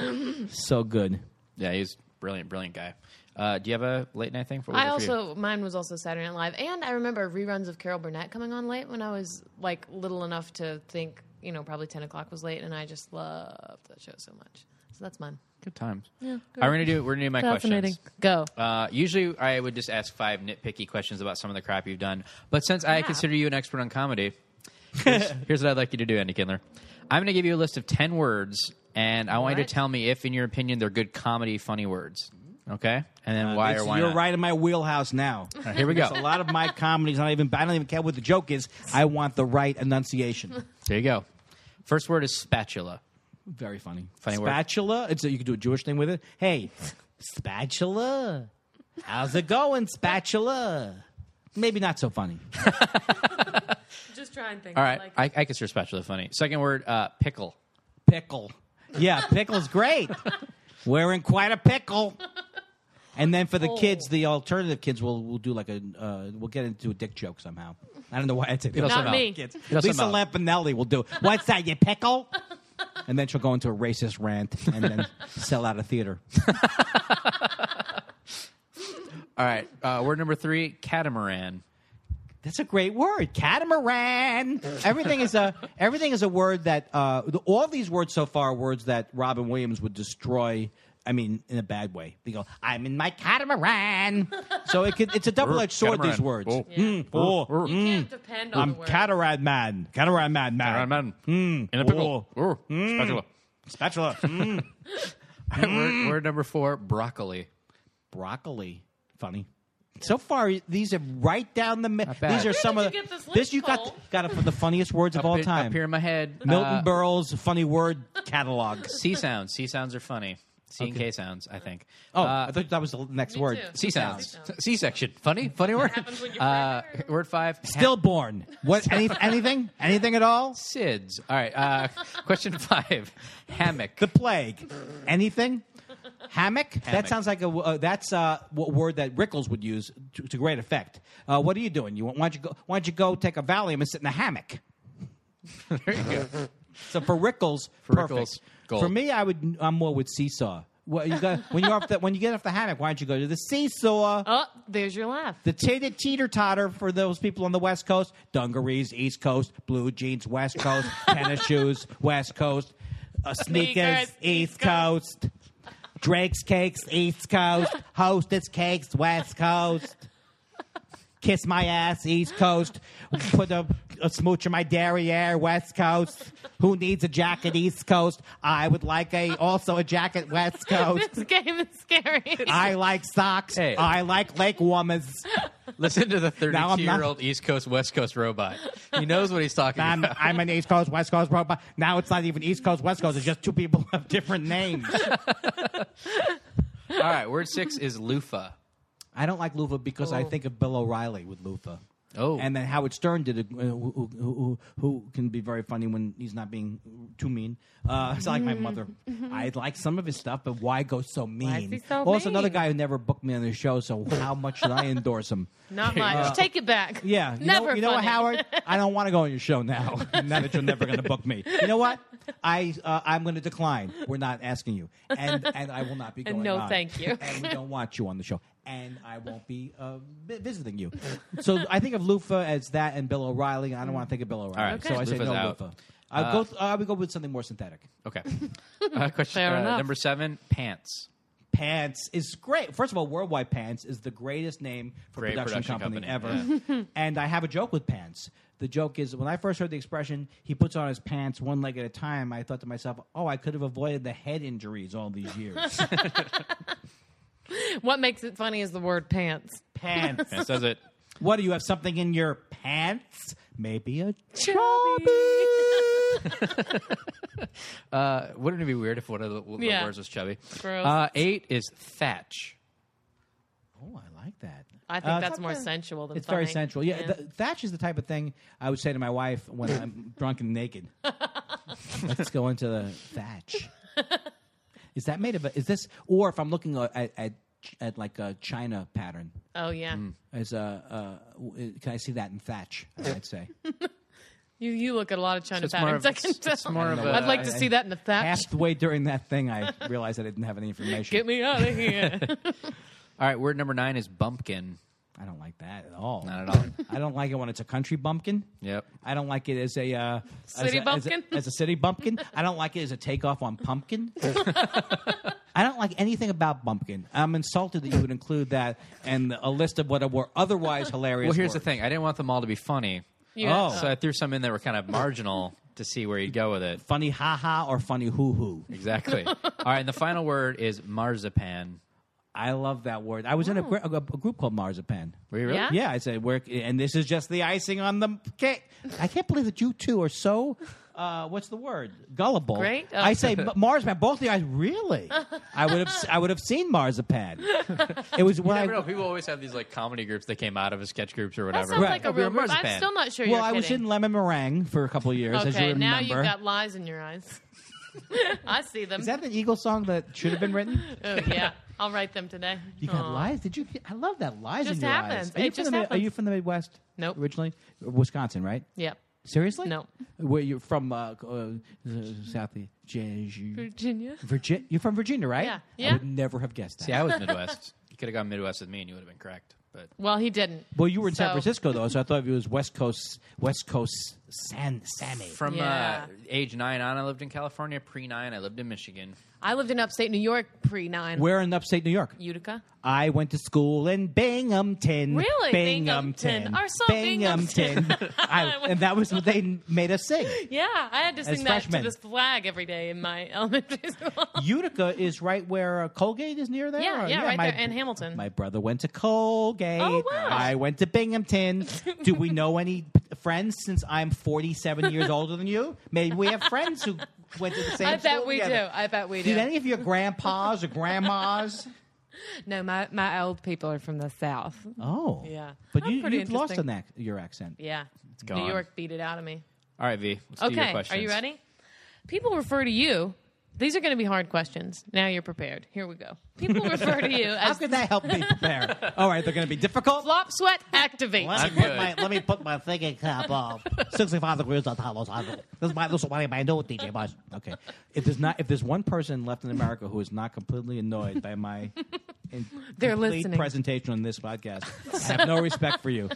[SPEAKER 4] so good.
[SPEAKER 2] Yeah, he's brilliant, brilliant guy. Uh, do you have a late night thing for? what
[SPEAKER 3] I
[SPEAKER 2] was it for you?
[SPEAKER 3] also mine was also Saturday Night Live, and I remember reruns of Carol Burnett coming on late when I was like little enough to think you know probably ten o'clock was late, and I just loved that show so much. So that's mine.
[SPEAKER 2] good times. Yeah, we're gonna do. We're gonna do my questions.
[SPEAKER 3] Go.
[SPEAKER 2] Uh, usually, I would just ask five nitpicky questions about some of the crap you've done. But since I
[SPEAKER 3] Crap.
[SPEAKER 2] consider you an expert on comedy, here's, here's what I'd like you to do, Andy Kindler. I'm going to give you a list of ten words, and I want you
[SPEAKER 3] right.
[SPEAKER 2] to tell me if, in your opinion, they're good comedy, funny words. Okay, and then why
[SPEAKER 4] Uh, It's-
[SPEAKER 2] or why
[SPEAKER 4] you're
[SPEAKER 2] not.
[SPEAKER 4] right in my wheelhouse now.
[SPEAKER 2] All right, here we go.
[SPEAKER 4] a lot of my comedy's not even. I don't even care what the joke is. I want the right enunciation.
[SPEAKER 2] There you go. First word is spatula.
[SPEAKER 4] Very funny.
[SPEAKER 2] Funny word.
[SPEAKER 4] spatula. It's a, you can do a Jewish thing with it. Hey, spatula. How's it going, spatula? Maybe not so funny.
[SPEAKER 3] Just try and think.
[SPEAKER 2] All right, I, I consider spatula funny. Second word, uh, pickle.
[SPEAKER 4] Pickle. Yeah, pickle's great. We're in quite a pickle. And then for the
[SPEAKER 3] Oh.
[SPEAKER 4] kids, the alternative kids will will do like a uh, we'll get into a dick joke somehow. I don't know why I said
[SPEAKER 2] It'll
[SPEAKER 3] Not
[SPEAKER 2] somehow-
[SPEAKER 3] me.
[SPEAKER 4] kids.
[SPEAKER 2] It'll
[SPEAKER 4] Lisa
[SPEAKER 2] somehow-
[SPEAKER 4] Lampanelli will do. What's that, you pickle? And then she'll go into a racist rant and then sell out a theater.
[SPEAKER 2] All right, uh, word number three, catamaran.
[SPEAKER 4] That's a great word, catamaran. Everything is a everything is a word that uh, the, all these words so far are words that Robin Williams would destroy. I mean, in a bad way. They go, "I'm in my catamaran." So it could, it's a double edged sword. These
[SPEAKER 2] Catamaran.
[SPEAKER 4] words.
[SPEAKER 2] Oh.
[SPEAKER 4] Mm, oh,
[SPEAKER 2] Brr.
[SPEAKER 3] you can't depend on
[SPEAKER 4] I'm
[SPEAKER 3] the word.
[SPEAKER 4] catamaran man. Catamaran man. man.
[SPEAKER 2] Iron Man. In a pickle.
[SPEAKER 4] Oh.
[SPEAKER 2] Ooh. Spatula.
[SPEAKER 4] Spatula. Mm.
[SPEAKER 2] Word, word number four, broccoli.
[SPEAKER 4] broccoli. Funny. So far, these are right down the middle.
[SPEAKER 2] bad.
[SPEAKER 4] These are
[SPEAKER 2] Where
[SPEAKER 4] some
[SPEAKER 3] did
[SPEAKER 4] of
[SPEAKER 3] you
[SPEAKER 4] the,
[SPEAKER 3] get this
[SPEAKER 4] this
[SPEAKER 3] list,
[SPEAKER 4] you got
[SPEAKER 3] Cole?
[SPEAKER 4] got it from the funniest words of all
[SPEAKER 2] up, in-
[SPEAKER 4] time.
[SPEAKER 2] Up here in my head.
[SPEAKER 4] Milton
[SPEAKER 2] uh,
[SPEAKER 4] Berle's funny word catalog.
[SPEAKER 2] C sounds. C sounds are funny. C and K sounds, I think.
[SPEAKER 4] Oh,
[SPEAKER 2] Uh,
[SPEAKER 4] I thought that was the next
[SPEAKER 3] Me
[SPEAKER 4] word.
[SPEAKER 3] too.
[SPEAKER 2] C sounds.
[SPEAKER 3] C sounds.
[SPEAKER 2] C section. Funny? Funny word?
[SPEAKER 3] happens when you're
[SPEAKER 2] uh,
[SPEAKER 3] pregnant.
[SPEAKER 2] word five. ha-
[SPEAKER 4] Stillborn. What? Any, anything? Anything at all?
[SPEAKER 2] SIDS. All right. Uh, question five. Hammock.
[SPEAKER 4] The plague. Anything? Hammock? That
[SPEAKER 2] Hammock.
[SPEAKER 4] sounds like a uh, that's uh, w- word that Rickles would use to, to great effect. Uh, what are you doing? You want, why don't you go? Why don't you go take a Valium and sit in a hammock?
[SPEAKER 2] There you go.
[SPEAKER 4] So for Rickles,
[SPEAKER 2] For
[SPEAKER 4] perfect.
[SPEAKER 2] Rickles, gold.
[SPEAKER 4] For me, I would. I'm more with seesaw. Well, you got, when you're off the, when you get off the hammock, why don't you go to the seesaw?
[SPEAKER 3] Oh, there's your laugh.
[SPEAKER 4] The teeter teeter totter for those people on the West Coast: dungarees, East Coast, blue jeans, West Coast, tennis shoes, West Coast, uh, sneakers,
[SPEAKER 3] Sneakers,
[SPEAKER 4] East
[SPEAKER 3] East
[SPEAKER 4] Coast. Drake's cakes, East Coast, Hostess cakes, West Coast. Kiss my ass, East Coast. Put a, a smooch in my derriere, West Coast. Who needs a jacket, East Coast? I would like a also a jacket, West Coast.
[SPEAKER 3] This game is scary.
[SPEAKER 4] I like socks.
[SPEAKER 2] Hey.
[SPEAKER 4] I like lake woman's.
[SPEAKER 2] Listen to the
[SPEAKER 4] Now I'm
[SPEAKER 2] 32
[SPEAKER 4] not-
[SPEAKER 2] year old East Coast, West Coast robot. He knows what he's talking
[SPEAKER 4] I'm,
[SPEAKER 2] about.
[SPEAKER 4] I'm an East Coast, West Coast robot. Now it's not even East Coast, West Coast. It's just two people who have different names.
[SPEAKER 2] All right. Word six is loofah.
[SPEAKER 4] I don't like Lufa because I think of Bill O'Reilly with Lufa.
[SPEAKER 2] Oh.
[SPEAKER 4] And then Howard Stern did it, uh, who, who, who, who can be very funny when he's not being too mean. Uh, it's like my mother. I like some of his stuff, but why go so mean?
[SPEAKER 3] Mm-hmm. is he so
[SPEAKER 4] also, another
[SPEAKER 3] mean?
[SPEAKER 4] guy who never booked me on his show, so how much should I endorse him?
[SPEAKER 3] Not much. Take it back.
[SPEAKER 4] Yeah, you
[SPEAKER 3] Never
[SPEAKER 4] Know, you know what,
[SPEAKER 3] funny.
[SPEAKER 4] Howard? I don't want to go on your show now. now that you're never going to book me. You know what? I uh, I'm going to decline. We're not asking you, and and I will not be
[SPEAKER 3] And
[SPEAKER 4] going.
[SPEAKER 3] no,
[SPEAKER 4] on.
[SPEAKER 3] thank you.
[SPEAKER 4] And we don't want you on the show. And I won't be uh, vi- visiting you. So I think of Lufa as that, and Bill O'Reilly. and I don't want to think of Bill O'Reilly,
[SPEAKER 2] right,
[SPEAKER 4] so I say
[SPEAKER 2] Lufa's
[SPEAKER 4] no
[SPEAKER 2] out. Uh,
[SPEAKER 4] Lufa. I would go. Th- I would go with something more synthetic.
[SPEAKER 2] Okay. Uh, question
[SPEAKER 3] Fair
[SPEAKER 2] uh,
[SPEAKER 3] enough.
[SPEAKER 2] number seven, pants.
[SPEAKER 4] Pants is great. First of all, Worldwide Pants is the greatest name for
[SPEAKER 2] Great
[SPEAKER 4] production,
[SPEAKER 2] production
[SPEAKER 4] company,
[SPEAKER 2] company,
[SPEAKER 4] ever. and I have a joke with pants. The joke is when I first heard the expression, he puts on his pants one leg at a time, I thought to myself, oh, I could have avoided the head injuries all these years.
[SPEAKER 3] What makes it funny is the word pants.
[SPEAKER 4] pants.
[SPEAKER 2] Pants does it.
[SPEAKER 4] What do you have something in your pants? Maybe a
[SPEAKER 2] Uh, wouldn't it be weird if one of the, the
[SPEAKER 3] Yeah.
[SPEAKER 4] Uh,
[SPEAKER 2] Uh, words was chubby?
[SPEAKER 3] Gross.
[SPEAKER 2] Uh, eight is thatch.
[SPEAKER 4] Oh, I like that.
[SPEAKER 3] I think that's more sensual than
[SPEAKER 4] uh, it's very
[SPEAKER 3] funny.
[SPEAKER 4] sensual. Yeah,
[SPEAKER 3] Yeah.
[SPEAKER 4] th- thatch is the type of thing I would say to my wife when I'm drunk and naked. Let's go into the thatch. Is that made of a? Is this or if I'm looking at at, at like a China pattern?
[SPEAKER 3] Oh yeah,
[SPEAKER 4] Is a uh, w- can I see that in thatch? I'd say
[SPEAKER 3] you you look at a lot of China
[SPEAKER 2] it's more
[SPEAKER 3] patterns.
[SPEAKER 2] of-
[SPEAKER 3] I can
[SPEAKER 2] it's-
[SPEAKER 3] tell.
[SPEAKER 2] it's more of
[SPEAKER 3] I'd
[SPEAKER 2] a-
[SPEAKER 3] like to see that in the thatch.
[SPEAKER 4] half the way during that thing, I realized I didn't have any information.
[SPEAKER 3] Get me out of here.
[SPEAKER 2] All right, word number nine is bumpkin.
[SPEAKER 4] I don't like that at all.
[SPEAKER 2] Not at all.
[SPEAKER 4] I don't like it when it's a country bumpkin.
[SPEAKER 2] Yep.
[SPEAKER 4] I don't like it as a uh, as
[SPEAKER 3] City
[SPEAKER 4] a,
[SPEAKER 3] bumpkin?
[SPEAKER 4] As a, as a city bumpkin. I don't like it as a takeoff on pumpkin. I don't like anything about bumpkin. I'm insulted that you would include that and a list of what were otherwise hilarious.
[SPEAKER 2] Well, here's the
[SPEAKER 4] words.
[SPEAKER 2] thing. I didn't want them all to be funny,
[SPEAKER 3] Yeah.
[SPEAKER 4] Oh.
[SPEAKER 2] so I threw some in that were kind of marginal to see where you'd go with it.
[SPEAKER 4] funny haha or funny hoo hoo.
[SPEAKER 2] Exactly. all right, and the final word is marzipan.
[SPEAKER 4] I love that word. I was
[SPEAKER 3] Oh.
[SPEAKER 4] in a, gr- a, a group called Marzipan.
[SPEAKER 2] Were you really?
[SPEAKER 3] Yeah?
[SPEAKER 4] Yeah, I said work, and this is just the icing on the cake. I can't believe that you two are so. Uh, what's the word? Gullible.
[SPEAKER 3] Great. Oh.
[SPEAKER 4] I say M- marzipan. Both of you guys really. I would have. s- I would have seen marzipan. It was when I.
[SPEAKER 2] I don't know. People always have these like comedy groups that came out of sketch groups or
[SPEAKER 3] That
[SPEAKER 2] whatever.
[SPEAKER 3] sounds
[SPEAKER 4] Right.
[SPEAKER 3] like a
[SPEAKER 2] But we
[SPEAKER 3] real
[SPEAKER 2] were
[SPEAKER 3] group. I'm
[SPEAKER 2] marzipan.
[SPEAKER 3] still not sure.
[SPEAKER 4] Well,
[SPEAKER 3] you're
[SPEAKER 4] I was
[SPEAKER 3] kidding.
[SPEAKER 4] in lemon meringue for a couple of years, as you
[SPEAKER 3] Okay,
[SPEAKER 4] remember.
[SPEAKER 3] now you've got lies in your eyes. I see them.
[SPEAKER 4] Is that an Eagle song that should have been written?
[SPEAKER 3] oh yeah, I'll write them today.
[SPEAKER 4] You got
[SPEAKER 3] Aw.
[SPEAKER 4] lies? Did you? I love that lies
[SPEAKER 3] Just
[SPEAKER 4] in your
[SPEAKER 3] happens.
[SPEAKER 4] eyes. Are you,
[SPEAKER 3] It
[SPEAKER 4] from
[SPEAKER 3] just
[SPEAKER 4] the, Mi- Are
[SPEAKER 3] happens.
[SPEAKER 4] you from the Midwest?
[SPEAKER 3] Nope.
[SPEAKER 4] Originally, Wisconsin, right?
[SPEAKER 3] Yep.
[SPEAKER 4] Seriously?
[SPEAKER 3] No.
[SPEAKER 4] Where you from? Uh, uh, south Jeju.
[SPEAKER 3] Virginia.
[SPEAKER 4] Virgin. You're from Virginia, right?
[SPEAKER 3] Yeah.
[SPEAKER 4] I
[SPEAKER 3] Yeah.
[SPEAKER 4] would never have guessed that.
[SPEAKER 2] See, I was Midwest. You could have gone Midwest with me, and you would have been correct. But
[SPEAKER 3] Well, he didn't.
[SPEAKER 4] well, you were in San
[SPEAKER 3] So-
[SPEAKER 4] Francisco though, so I thought it was West Coast. West Coast. San Sammy.
[SPEAKER 2] from
[SPEAKER 3] Yeah.
[SPEAKER 2] uh, age nine on, I lived in California. Pre nine, I lived in Michigan.
[SPEAKER 3] I lived in upstate New York pre nine.
[SPEAKER 4] Where in upstate New York?
[SPEAKER 3] Utica.
[SPEAKER 4] I went to school in Binghamton.
[SPEAKER 3] Really?
[SPEAKER 4] Binghamton.
[SPEAKER 3] Binghamton. Our song, Binghamton.
[SPEAKER 4] I- and that was what they made us sing.
[SPEAKER 3] Yeah, I had to
[SPEAKER 4] As
[SPEAKER 3] sing that
[SPEAKER 4] freshmen.
[SPEAKER 3] to this flag every day in my elementary school.
[SPEAKER 4] Utica is right where uh, Colgate is near there.
[SPEAKER 3] Yeah,
[SPEAKER 4] or-
[SPEAKER 3] yeah, right
[SPEAKER 4] my-
[SPEAKER 3] there, and Hamilton.
[SPEAKER 4] My brother went to Colgate.
[SPEAKER 3] Mm-hmm. Oh, wow.
[SPEAKER 4] I went to Binghamton. Do we know any p- friends since I'm 47 years older than you? Maybe we have friends who went to the same
[SPEAKER 3] I bet
[SPEAKER 4] school
[SPEAKER 3] we
[SPEAKER 4] together.
[SPEAKER 3] do. I bet we do.
[SPEAKER 4] Did any of your grandpas or grandmas?
[SPEAKER 3] no, my, my old people are from the South.
[SPEAKER 4] Oh,
[SPEAKER 3] Yeah.
[SPEAKER 4] But
[SPEAKER 3] Oh,
[SPEAKER 4] you,
[SPEAKER 3] pretty
[SPEAKER 4] you've lost on
[SPEAKER 3] interesting.
[SPEAKER 4] that your accent.
[SPEAKER 3] Yeah. New
[SPEAKER 2] gone.
[SPEAKER 3] York beat it out of me.
[SPEAKER 2] All right, V. Let's do your
[SPEAKER 3] Okay, are
[SPEAKER 2] questions.
[SPEAKER 3] you ready? People refer to you. These are going to be hard questions. Now you're prepared. Here we go. People refer to you
[SPEAKER 4] How
[SPEAKER 3] as
[SPEAKER 4] could that help me prepare? All right, they're going to be difficult.
[SPEAKER 3] flop sweat activate.
[SPEAKER 2] I'm
[SPEAKER 4] me put
[SPEAKER 2] good.
[SPEAKER 4] my let me put my thinking cap off. Sixty-five degrees on top of the This is my this is my, my new DJ boss. Okay, if there's not if there's one person left in America who is not completely annoyed by my in,
[SPEAKER 3] They're
[SPEAKER 4] complete
[SPEAKER 3] listening.
[SPEAKER 4] presentation on this podcast, I have no respect for you.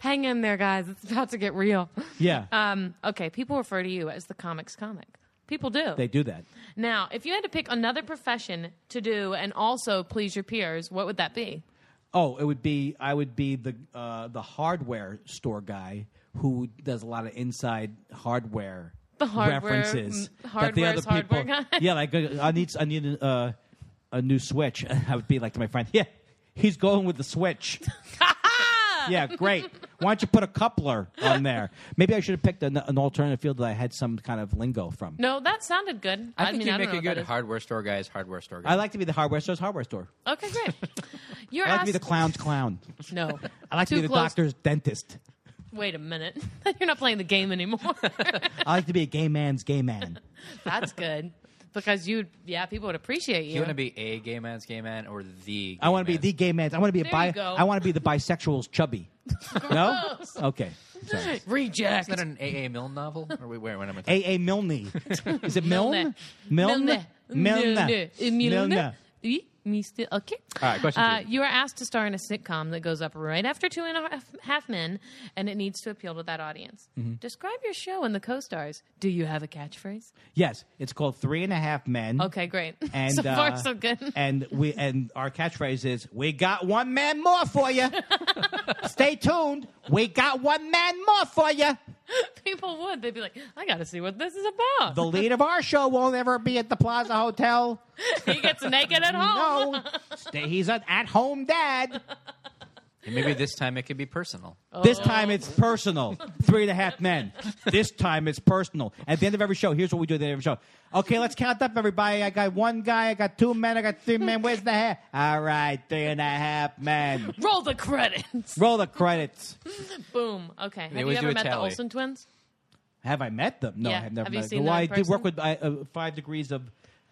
[SPEAKER 3] Hang in there, guys. It's about to get real.
[SPEAKER 4] Yeah,
[SPEAKER 3] Um, okay, people refer to you as the comics comic. People do.
[SPEAKER 4] they do that.
[SPEAKER 3] now, if you had to pick another profession to do and also please your peers, what would that be?
[SPEAKER 4] Oh, it would be I would be the uh, the hardware store guy who does a lot of inside hardware.
[SPEAKER 3] The hardware-
[SPEAKER 4] references
[SPEAKER 3] mm,
[SPEAKER 4] that the
[SPEAKER 3] hardware's
[SPEAKER 4] other people-
[SPEAKER 3] hardware guy?
[SPEAKER 4] Yeah, like uh, I need I need uh, a new switch. I would be like to my friend, yeah, he's going with the switch. yeah, great. Why don't you put a coupler on there? Maybe I should have picked an, an alternative field that I had some kind of lingo from.
[SPEAKER 3] No, that sounded good.
[SPEAKER 2] I think
[SPEAKER 3] mean,
[SPEAKER 2] you
[SPEAKER 3] I don't
[SPEAKER 2] make
[SPEAKER 3] know
[SPEAKER 2] a
[SPEAKER 3] what
[SPEAKER 2] good
[SPEAKER 3] that is.
[SPEAKER 2] hardware store guy's hardware store guy.
[SPEAKER 4] I like to be the hardware store's hardware store.
[SPEAKER 3] Okay, great. You're
[SPEAKER 4] I like to be the
[SPEAKER 3] asked-
[SPEAKER 4] clown's clown.
[SPEAKER 3] No,
[SPEAKER 4] I like
[SPEAKER 3] Too
[SPEAKER 4] to be the
[SPEAKER 3] close.
[SPEAKER 4] doctor's dentist.
[SPEAKER 3] Wait a minute. You're not playing the game anymore.
[SPEAKER 4] I like to be a gay man's gay man.
[SPEAKER 3] That's good. Because you, yeah, people would appreciate
[SPEAKER 2] you
[SPEAKER 3] you.
[SPEAKER 2] want to be a gay man's gay man or the? Gay
[SPEAKER 4] I want to be
[SPEAKER 2] man's-
[SPEAKER 4] the gay man's. I want to be a
[SPEAKER 3] There
[SPEAKER 4] bi.
[SPEAKER 3] you go.
[SPEAKER 4] I want to be the bisexual's chubby. no. Okay. Sorry.
[SPEAKER 3] Reject.
[SPEAKER 2] Is that an A.A. Milne novel? Or wait, where, when am I?
[SPEAKER 4] A. A. Milne. Is it Milne?
[SPEAKER 3] Milne.
[SPEAKER 4] Milne.
[SPEAKER 3] Milne. Eh, Milne.
[SPEAKER 4] Milne.
[SPEAKER 3] Oui, Mr. Okay.
[SPEAKER 2] All right, question
[SPEAKER 3] Uh,
[SPEAKER 2] two.
[SPEAKER 3] you are asked to star in a sitcom that goes up right after Two and a Half- Half Men, and it needs to appeal to that audience.
[SPEAKER 2] Mm-hmm.
[SPEAKER 3] Describe your show and the co-stars. Do you have a catchphrase?
[SPEAKER 4] Yes, it's called Three and a Half Men.
[SPEAKER 3] Okay, great.
[SPEAKER 4] And
[SPEAKER 3] so
[SPEAKER 4] uh,
[SPEAKER 3] far, so good.
[SPEAKER 4] And we and our catchphrase is "We got one man more for you." Stay tuned. We got one man more for you.
[SPEAKER 3] People would. They'd be like, I got to see what this is about.
[SPEAKER 4] The lead of our show won't ever be at the Plaza Hotel.
[SPEAKER 3] he gets naked at home.
[SPEAKER 4] No, Stay, he's an at-home dad.
[SPEAKER 2] And maybe this time it could be personal.
[SPEAKER 3] Oh,
[SPEAKER 4] This time it's personal. Three and a half men. This time it's personal. At the end of every show, here's what we do at the end of every show. Okay, let's count up everybody. I got one guy, I got two men, I got three men. Where's the hair? All right, three and a half men.
[SPEAKER 3] Roll the credits.
[SPEAKER 4] Roll the credits.
[SPEAKER 3] Boom. Okay. Have you
[SPEAKER 2] always do
[SPEAKER 3] ever
[SPEAKER 2] a
[SPEAKER 3] met the
[SPEAKER 2] tally.
[SPEAKER 3] Olsen twins?
[SPEAKER 4] Have I met them? No,
[SPEAKER 3] Yeah.
[SPEAKER 4] I have never
[SPEAKER 3] Have you
[SPEAKER 4] met
[SPEAKER 3] seen
[SPEAKER 4] them.
[SPEAKER 3] them
[SPEAKER 4] Well, I
[SPEAKER 3] in
[SPEAKER 4] did work
[SPEAKER 3] person?
[SPEAKER 4] with I, uh, five degrees of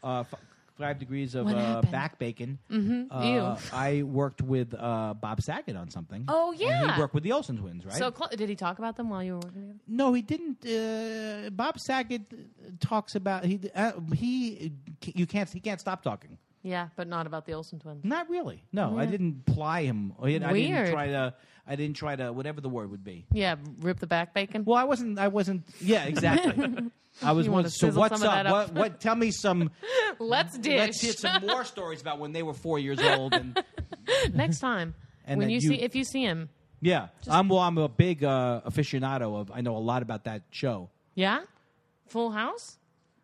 [SPEAKER 4] uh, f- five degrees of
[SPEAKER 3] What
[SPEAKER 4] uh,
[SPEAKER 3] happened?
[SPEAKER 4] back bacon. Mm-hmm. Uh,
[SPEAKER 3] Ew.
[SPEAKER 4] I worked with uh, Bob Saget on something.
[SPEAKER 3] Oh,
[SPEAKER 4] and
[SPEAKER 3] yeah.
[SPEAKER 4] he worked with the Olsen twins, right?
[SPEAKER 3] So cl- did he talk about them while you were working together?
[SPEAKER 4] No, he didn't. Uh, Bob Saget uh, talks about he uh, he you can't he can't stop talking.
[SPEAKER 3] Yeah, but not about the Olsen twins.
[SPEAKER 4] Not really. No, I didn't ply him. I, I
[SPEAKER 3] Weird.
[SPEAKER 4] didn't try to. I didn't try to whatever the word would be.
[SPEAKER 3] Yeah, rip the back bacon.
[SPEAKER 4] Well, I wasn't. I wasn't. Yeah, exactly. I was.
[SPEAKER 3] You
[SPEAKER 4] one-
[SPEAKER 3] wanna
[SPEAKER 4] so
[SPEAKER 3] sizzle
[SPEAKER 4] what's
[SPEAKER 3] some of
[SPEAKER 4] up?
[SPEAKER 3] that up.
[SPEAKER 4] What? What? Tell me some.
[SPEAKER 3] Let's dish.
[SPEAKER 4] Let's hear some more stories about when they were four years old. And
[SPEAKER 3] Next time,
[SPEAKER 4] And
[SPEAKER 3] when
[SPEAKER 4] that
[SPEAKER 3] you,
[SPEAKER 4] you-
[SPEAKER 3] see if you see him,
[SPEAKER 4] yeah, I'm. Well, I'm a big uh, aficionado of. I know a lot about that show.
[SPEAKER 3] yeah, Full House,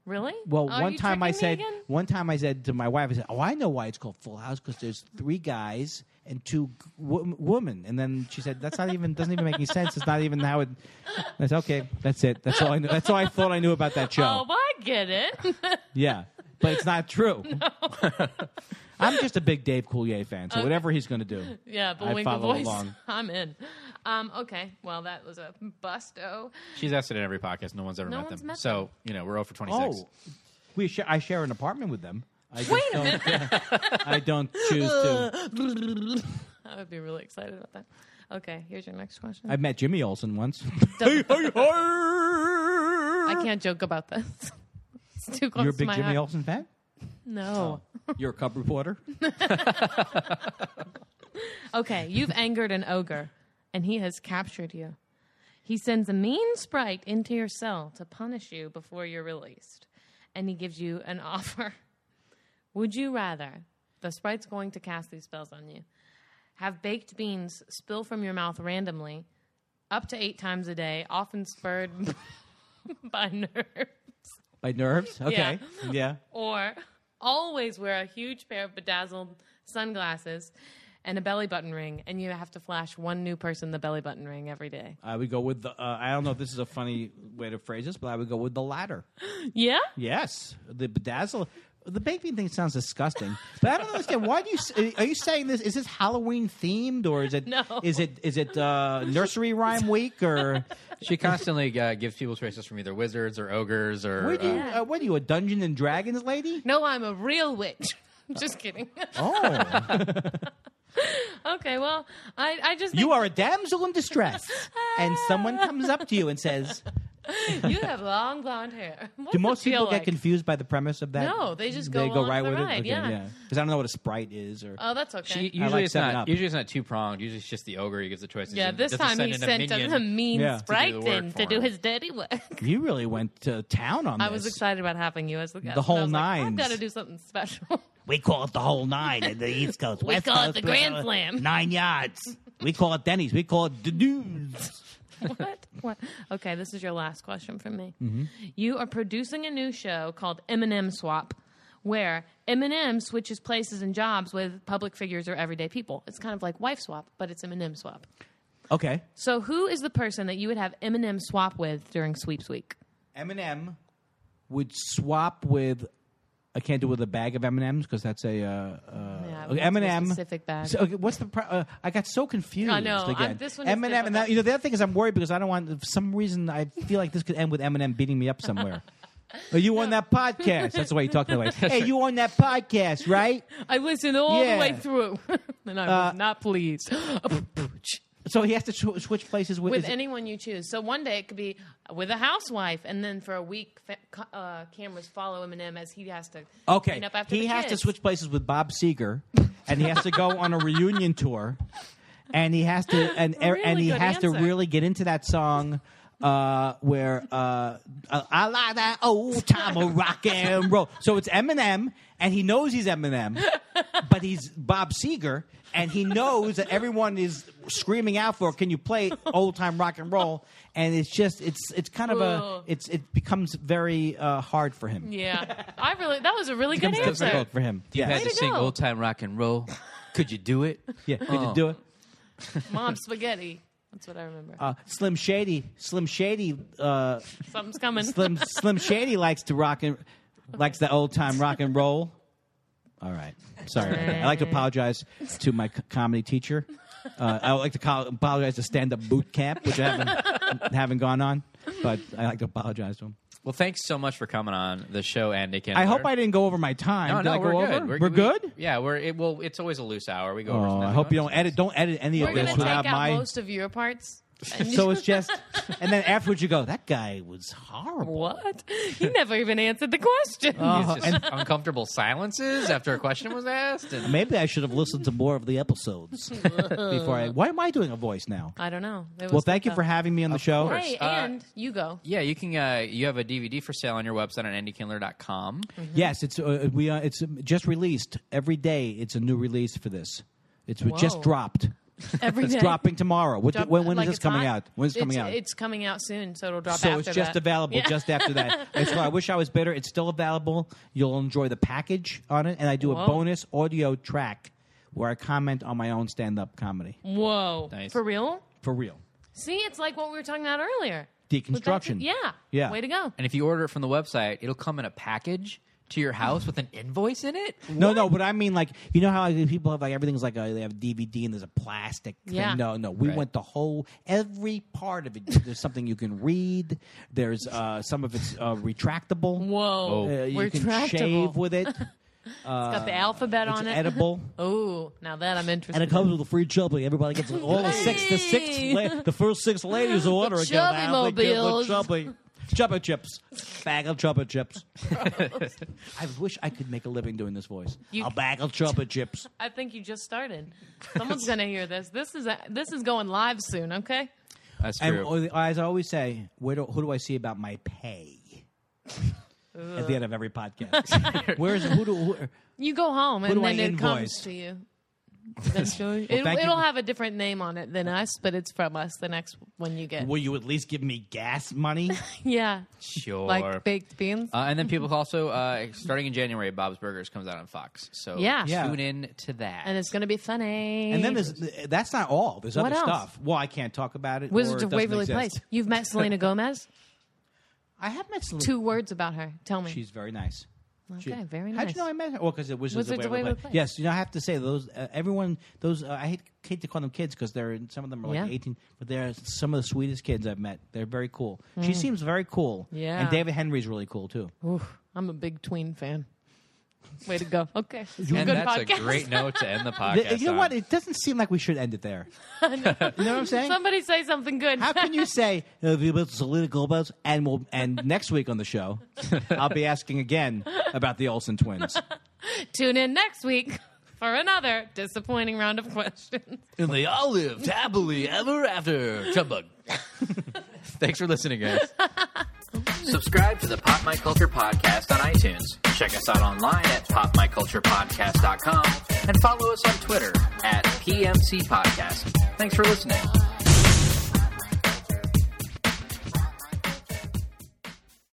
[SPEAKER 3] really? Oh,
[SPEAKER 4] Well,
[SPEAKER 3] one
[SPEAKER 4] one time I said, one time I said to my wife, I said, "Oh, I know why it's called Full House because there's three guys and two g- wo- women." And then she said, "That's not even doesn't even make any sense. It's not even how it." And I said, "Okay, that's it. That's all I know. That's all I thought I knew about that show."
[SPEAKER 3] Oh, but I get it.
[SPEAKER 4] Yeah, but it's not true. I'm just a big Dave Coulier fan, so whatever he's going to do,
[SPEAKER 3] yeah, but
[SPEAKER 4] I
[SPEAKER 3] wink the
[SPEAKER 4] follow
[SPEAKER 3] voice.
[SPEAKER 4] along.
[SPEAKER 3] I'm in. Um, okay, well that was a busto.
[SPEAKER 2] She's asked it in every podcast. No one's ever
[SPEAKER 3] No
[SPEAKER 2] met
[SPEAKER 3] one's
[SPEAKER 2] them.
[SPEAKER 3] met
[SPEAKER 2] so, you know, we're 0 for 26.
[SPEAKER 4] Oh, we share, I share an apartment with them. I just
[SPEAKER 3] Wait a
[SPEAKER 4] don't, I don't choose to.
[SPEAKER 3] I would be really excited about that. Okay, here's your next question.
[SPEAKER 4] I met Jimmy Olsen once.
[SPEAKER 3] I can't joke about this. It's too close
[SPEAKER 4] You're a
[SPEAKER 3] to
[SPEAKER 4] big
[SPEAKER 3] my
[SPEAKER 4] Jimmy Oh.
[SPEAKER 3] heart.
[SPEAKER 4] Olsen fan.
[SPEAKER 3] No.
[SPEAKER 4] You're a cub reporter.
[SPEAKER 3] Okay, you've angered an ogre, and he has captured you. He sends a mean sprite into your cell to punish you before you're released, and he gives you an offer. Would you rather the sprite's going to cast these spells on you? Have baked beans spill from your mouth randomly, up to eight times a day, often spurred by nerve,
[SPEAKER 4] By nerves. Okay. Yeah.
[SPEAKER 3] or always wear a huge pair of bedazzled sunglasses and a belly button ring, and you have to flash one new person the belly button ring every day.
[SPEAKER 4] I would go with the. Uh, I don't know if this is a funny way to phrase this, but I would go with the latter.
[SPEAKER 3] Yeah?
[SPEAKER 4] Yes, the bedazzle. The baked bean thing sounds disgusting, but I don't understand. Why do you? s- Are you saying this? Is this Halloween themed, or is it?
[SPEAKER 3] No.
[SPEAKER 4] Is it? Is it uh, nursery rhyme week, or
[SPEAKER 2] She constantly uh, gives people choices from either wizards or ogres or.
[SPEAKER 4] what do you?
[SPEAKER 2] uh,
[SPEAKER 4] Uh, what are you? A Dungeon and Dragons lady?
[SPEAKER 3] No, I'm a real witch. Just kidding.
[SPEAKER 4] Oh,
[SPEAKER 3] okay, well, I, I just
[SPEAKER 4] you are a damsel in distress, and someone comes up to you and says,
[SPEAKER 3] think you have long blonde hair. What's
[SPEAKER 4] "Do most
[SPEAKER 3] it feel
[SPEAKER 4] people
[SPEAKER 3] like?
[SPEAKER 4] get confused by the premise of that?"
[SPEAKER 3] No, they just
[SPEAKER 4] they
[SPEAKER 3] go
[SPEAKER 4] go
[SPEAKER 3] along
[SPEAKER 4] right
[SPEAKER 3] for the
[SPEAKER 4] with it.
[SPEAKER 3] ride, yeah.
[SPEAKER 4] Because I don't know what a sprite is, or
[SPEAKER 3] Oh, that's okay.
[SPEAKER 2] She, usually
[SPEAKER 4] like
[SPEAKER 2] it's
[SPEAKER 4] 7
[SPEAKER 2] not.
[SPEAKER 4] Up.
[SPEAKER 2] Usually it's not two pronged. Usually it's just the ogre who gives the choices.
[SPEAKER 3] yeah,
[SPEAKER 2] and
[SPEAKER 3] this
[SPEAKER 2] doesn't
[SPEAKER 3] time
[SPEAKER 2] send
[SPEAKER 3] he
[SPEAKER 2] in a
[SPEAKER 3] sent
[SPEAKER 2] minion.
[SPEAKER 3] a, mean
[SPEAKER 4] Yeah. to do the
[SPEAKER 3] sprite
[SPEAKER 2] work
[SPEAKER 3] in
[SPEAKER 2] for
[SPEAKER 3] to do
[SPEAKER 2] him.
[SPEAKER 3] his dirty work.
[SPEAKER 4] you really went to town on
[SPEAKER 3] I
[SPEAKER 4] this.
[SPEAKER 3] was excited about having you as the guest.
[SPEAKER 4] The whole
[SPEAKER 3] and I was like, I've
[SPEAKER 4] nines.
[SPEAKER 3] got to do something special.
[SPEAKER 4] We call it the whole nine in the East Coast.
[SPEAKER 3] We
[SPEAKER 4] West
[SPEAKER 3] call it
[SPEAKER 4] Coast,
[SPEAKER 3] the
[SPEAKER 4] we
[SPEAKER 3] Grand
[SPEAKER 4] call it
[SPEAKER 3] Slam.
[SPEAKER 4] Nine yards. We call it Denny's. We call it the dudes.
[SPEAKER 3] what? What? Okay, this is your last question from me.
[SPEAKER 4] Mm-hmm.
[SPEAKER 3] You are producing a new show called Eminem Swap, where Eminem switches places and jobs with public figures or everyday people. It's kind of like Wife Swap, but it's Eminem Swap.
[SPEAKER 4] Okay.
[SPEAKER 3] So, who is the person that you would have Eminem swap with during Sweeps Week?
[SPEAKER 4] Eminem would swap with. I can't do it with a bag of M and M's because that's a uh, uh,
[SPEAKER 3] Yeah,
[SPEAKER 4] okay,
[SPEAKER 3] that's a
[SPEAKER 4] M&M.
[SPEAKER 3] specific bag.
[SPEAKER 4] So, okay, what's the? Pro- uh, I got so confused.
[SPEAKER 3] I know.
[SPEAKER 4] Again.
[SPEAKER 3] I'm- this one is
[SPEAKER 4] M and M,
[SPEAKER 3] difficult.
[SPEAKER 4] and that, you know the other thing is I'm worried because I don't want. For some reason, I feel like this could end with Eminem beating me up somewhere. Are you on that podcast? That's the way you talk that way. Hey, you on that podcast, right?
[SPEAKER 3] I listened all
[SPEAKER 4] Yeah. Uh,
[SPEAKER 3] the way through, and I was not pleased.
[SPEAKER 4] So he has to sw- switch places with,
[SPEAKER 3] with
[SPEAKER 4] is-
[SPEAKER 3] anyone you choose. So one day it could be with a housewife, and then for a week, fa- ca- uh, cameras follow Eminem as he has to
[SPEAKER 4] Okay.
[SPEAKER 3] clean up after
[SPEAKER 4] he
[SPEAKER 3] the
[SPEAKER 4] has to
[SPEAKER 3] kids.
[SPEAKER 4] switch places with Bob Seger, and he has to go on a reunion tour, and he has to and
[SPEAKER 3] A really
[SPEAKER 4] and he
[SPEAKER 3] good
[SPEAKER 4] has to
[SPEAKER 3] answer.
[SPEAKER 4] really get into that song. Uh, where uh, I, I like that old time of rock and roll. So it's Eminem, and he knows he's Eminem, but he's Bob Seger, and he knows that everyone is screaming out for, "Can you play old time rock and roll?" And it's just, it's, it's kind of
[SPEAKER 3] Whoa.
[SPEAKER 4] a, it's, it becomes very uh, hard for him.
[SPEAKER 3] Yeah, I really that was a really good
[SPEAKER 4] It's
[SPEAKER 3] answer.
[SPEAKER 4] difficult for him.
[SPEAKER 2] You
[SPEAKER 4] Yeah.
[SPEAKER 2] had
[SPEAKER 3] Way
[SPEAKER 2] to
[SPEAKER 3] to
[SPEAKER 2] sing
[SPEAKER 3] go.
[SPEAKER 2] old time rock and roll. Could you do it?
[SPEAKER 4] Yeah, could you do it?
[SPEAKER 3] Mom, spaghetti. That's what I remember.
[SPEAKER 4] Uh, Slim Shady, Slim Shady, uh,
[SPEAKER 3] Something's coming.
[SPEAKER 4] Slim Slim Shady likes to rock and likes the old time rock and roll. All right, sorry. about that. I like to apologize to my c- comedy teacher. Uh, I would like to call, apologize to stand up boot camp, which I haven't haven't gone on, but I like to apologize to him.
[SPEAKER 2] Well, thanks so much for coming on the show, Andy. Kindler.
[SPEAKER 4] I hope I didn't go over my time.
[SPEAKER 2] No,
[SPEAKER 4] Did
[SPEAKER 2] no,
[SPEAKER 4] I go
[SPEAKER 2] we're
[SPEAKER 4] over?
[SPEAKER 2] good.
[SPEAKER 4] We're,
[SPEAKER 2] we-
[SPEAKER 4] good.
[SPEAKER 2] Yeah, we're. It, well, it's always a loose hour. We go. over
[SPEAKER 4] Oh,
[SPEAKER 2] some
[SPEAKER 4] I
[SPEAKER 2] things.
[SPEAKER 4] hope you don't edit. Don't edit any
[SPEAKER 3] We're
[SPEAKER 4] of
[SPEAKER 3] going to
[SPEAKER 4] this
[SPEAKER 3] take
[SPEAKER 4] without
[SPEAKER 3] out
[SPEAKER 4] my.
[SPEAKER 3] most of your parts. And
[SPEAKER 4] So it's just, and then afterwards you go, that guy was horrible.
[SPEAKER 3] what? He never even answered the question.
[SPEAKER 4] Uh,
[SPEAKER 2] It's
[SPEAKER 4] Oh.
[SPEAKER 2] just uncomfortable silences after a question was asked. And
[SPEAKER 4] Maybe I should have listened to more of the episodes before I. Why am I doing a voice now?
[SPEAKER 3] I don't know. It
[SPEAKER 4] Well,
[SPEAKER 3] was
[SPEAKER 4] thank you
[SPEAKER 3] like
[SPEAKER 4] for
[SPEAKER 3] a-
[SPEAKER 4] having me on the show.
[SPEAKER 2] course.
[SPEAKER 3] Hey,
[SPEAKER 2] Uh,
[SPEAKER 3] and you go.
[SPEAKER 2] yeah, you can. Uh, you have a DVD for sale on your website on andykindler.com.
[SPEAKER 4] Yes, it's uh, we uh, it's um, just released every day. It's a new release for this. It's
[SPEAKER 3] Whoa.
[SPEAKER 4] just dropped.
[SPEAKER 3] Every
[SPEAKER 4] It's
[SPEAKER 3] day.
[SPEAKER 4] dropping tomorrow. What,
[SPEAKER 3] Drop-
[SPEAKER 4] when when is
[SPEAKER 3] like
[SPEAKER 4] this
[SPEAKER 3] it's
[SPEAKER 4] coming
[SPEAKER 3] hot?
[SPEAKER 4] out? When's it
[SPEAKER 3] It's-
[SPEAKER 4] coming out?
[SPEAKER 3] It's coming out soon, so it'll drop
[SPEAKER 4] so
[SPEAKER 3] after
[SPEAKER 4] it's just
[SPEAKER 3] that.
[SPEAKER 4] available
[SPEAKER 3] Yeah.
[SPEAKER 4] just after that. It's why I wish I was better. It's still available. You'll enjoy the package on it, and I do a
[SPEAKER 3] Whoa.
[SPEAKER 4] bonus audio track where I comment on my own stand-up comedy
[SPEAKER 3] Mm. Whoa.
[SPEAKER 2] Nice.
[SPEAKER 3] For real?
[SPEAKER 4] for real.
[SPEAKER 3] See, it's like what we were talking about earlier. With that-
[SPEAKER 4] Deconstruction.
[SPEAKER 3] Yeah.
[SPEAKER 4] Yeah.
[SPEAKER 3] Way to go.
[SPEAKER 2] And if you order it from the website, it'll come in a package to your house with an invoice in it.
[SPEAKER 4] No, no, but I mean, like, you know how like, people have like everything's like a, they have DVD and there's a plastic. thing?
[SPEAKER 3] Yeah.
[SPEAKER 4] No, no, we
[SPEAKER 2] Right.
[SPEAKER 4] went the whole every part of it. There's something you can read. There's uh, some of it's uh, retractable.
[SPEAKER 3] Whoa.
[SPEAKER 4] Uh, you
[SPEAKER 3] We're
[SPEAKER 4] can shave with it. It's
[SPEAKER 3] Got the alphabet on it.
[SPEAKER 4] edible.
[SPEAKER 3] Oh, now that I'm interested.
[SPEAKER 4] And it comes with a free chubby. Everybody gets all the six, the six,
[SPEAKER 3] Hey!
[SPEAKER 4] la- the first six ladies who order it.
[SPEAKER 3] Chubby
[SPEAKER 4] get the
[SPEAKER 3] mobiles.
[SPEAKER 4] chubby, chubby chips, bag of chubby chips. I wish I could make a living doing this voice.
[SPEAKER 3] You
[SPEAKER 4] a
[SPEAKER 3] c-
[SPEAKER 4] bag of chubby chips.
[SPEAKER 3] I think you just started. Someone's gonna hear this. This is a, this is going live soon. Okay.
[SPEAKER 2] That's
[SPEAKER 4] And
[SPEAKER 2] true.
[SPEAKER 4] o- as I always say, where do, who do I see about my pay? At the end of every podcast, where's who do who,
[SPEAKER 3] You go home,
[SPEAKER 4] do
[SPEAKER 3] and
[SPEAKER 4] I
[SPEAKER 3] then it
[SPEAKER 4] invoice?
[SPEAKER 3] comes to you. Eventually. it,
[SPEAKER 4] thank you.
[SPEAKER 3] it'll have a different name on it than us, but it's from us. The next one you get,
[SPEAKER 4] will you at least give me gas money?
[SPEAKER 3] yeah,
[SPEAKER 2] sure.
[SPEAKER 3] like baked beans.
[SPEAKER 2] Uh, and then people also uh, starting in January, Bob's Burgers comes out on Fox. So
[SPEAKER 3] Yeah.
[SPEAKER 4] Yeah.
[SPEAKER 2] tune in to that.
[SPEAKER 3] and it's gonna be funny.
[SPEAKER 4] And then there's that's not all. There's
[SPEAKER 3] What
[SPEAKER 4] other
[SPEAKER 3] else?
[SPEAKER 4] stuff. Well, I can't talk about it.
[SPEAKER 3] Wizards
[SPEAKER 4] or it
[SPEAKER 3] of
[SPEAKER 4] doesn't
[SPEAKER 3] Waverly
[SPEAKER 4] exist.
[SPEAKER 3] Place. You've met Selena Gomez.
[SPEAKER 4] I have met Selena.
[SPEAKER 3] Two words about her. Tell me.
[SPEAKER 4] She's very nice. She-
[SPEAKER 3] okay, very nice.
[SPEAKER 4] How'd you know I met her? Well, because it was
[SPEAKER 3] Wizards of
[SPEAKER 4] the way
[SPEAKER 3] Waverly
[SPEAKER 4] Place.
[SPEAKER 3] Place.
[SPEAKER 4] Yes, you know I have to say those. Uh, everyone, those uh, I hate, hate to call them kids because they're some of them are like
[SPEAKER 3] Yeah.
[SPEAKER 4] eighteen, but they're some of the sweetest kids I've met. They're very cool. She seems very cool.
[SPEAKER 3] Mm. Yeah.
[SPEAKER 4] and David Henry's really cool too.
[SPEAKER 3] Oof, I'm a big tween fan. Way to go. Okay, It's a
[SPEAKER 2] And
[SPEAKER 3] good
[SPEAKER 2] that's
[SPEAKER 3] podcast.
[SPEAKER 2] a great note to end the
[SPEAKER 4] Th-
[SPEAKER 2] podcast.
[SPEAKER 4] you know
[SPEAKER 2] on.
[SPEAKER 4] what? It doesn't seem like we should end it there. You know what I'm saying?
[SPEAKER 3] Somebody say something good.
[SPEAKER 4] How can you say uh, the about Selena Gomez and we'll, and next week on the show, I'll be asking again about the Olsen twins.
[SPEAKER 3] Tune in next week for another disappointing round of questions.
[SPEAKER 2] And they all lived happily ever after. Chumbug. Thanks for listening, guys. Subscribe to the Pop My Culture Podcast on iTunes. Check us out online at popmyculturepodcast.com and follow us on Twitter at PMC Podcast. Thanks for listening.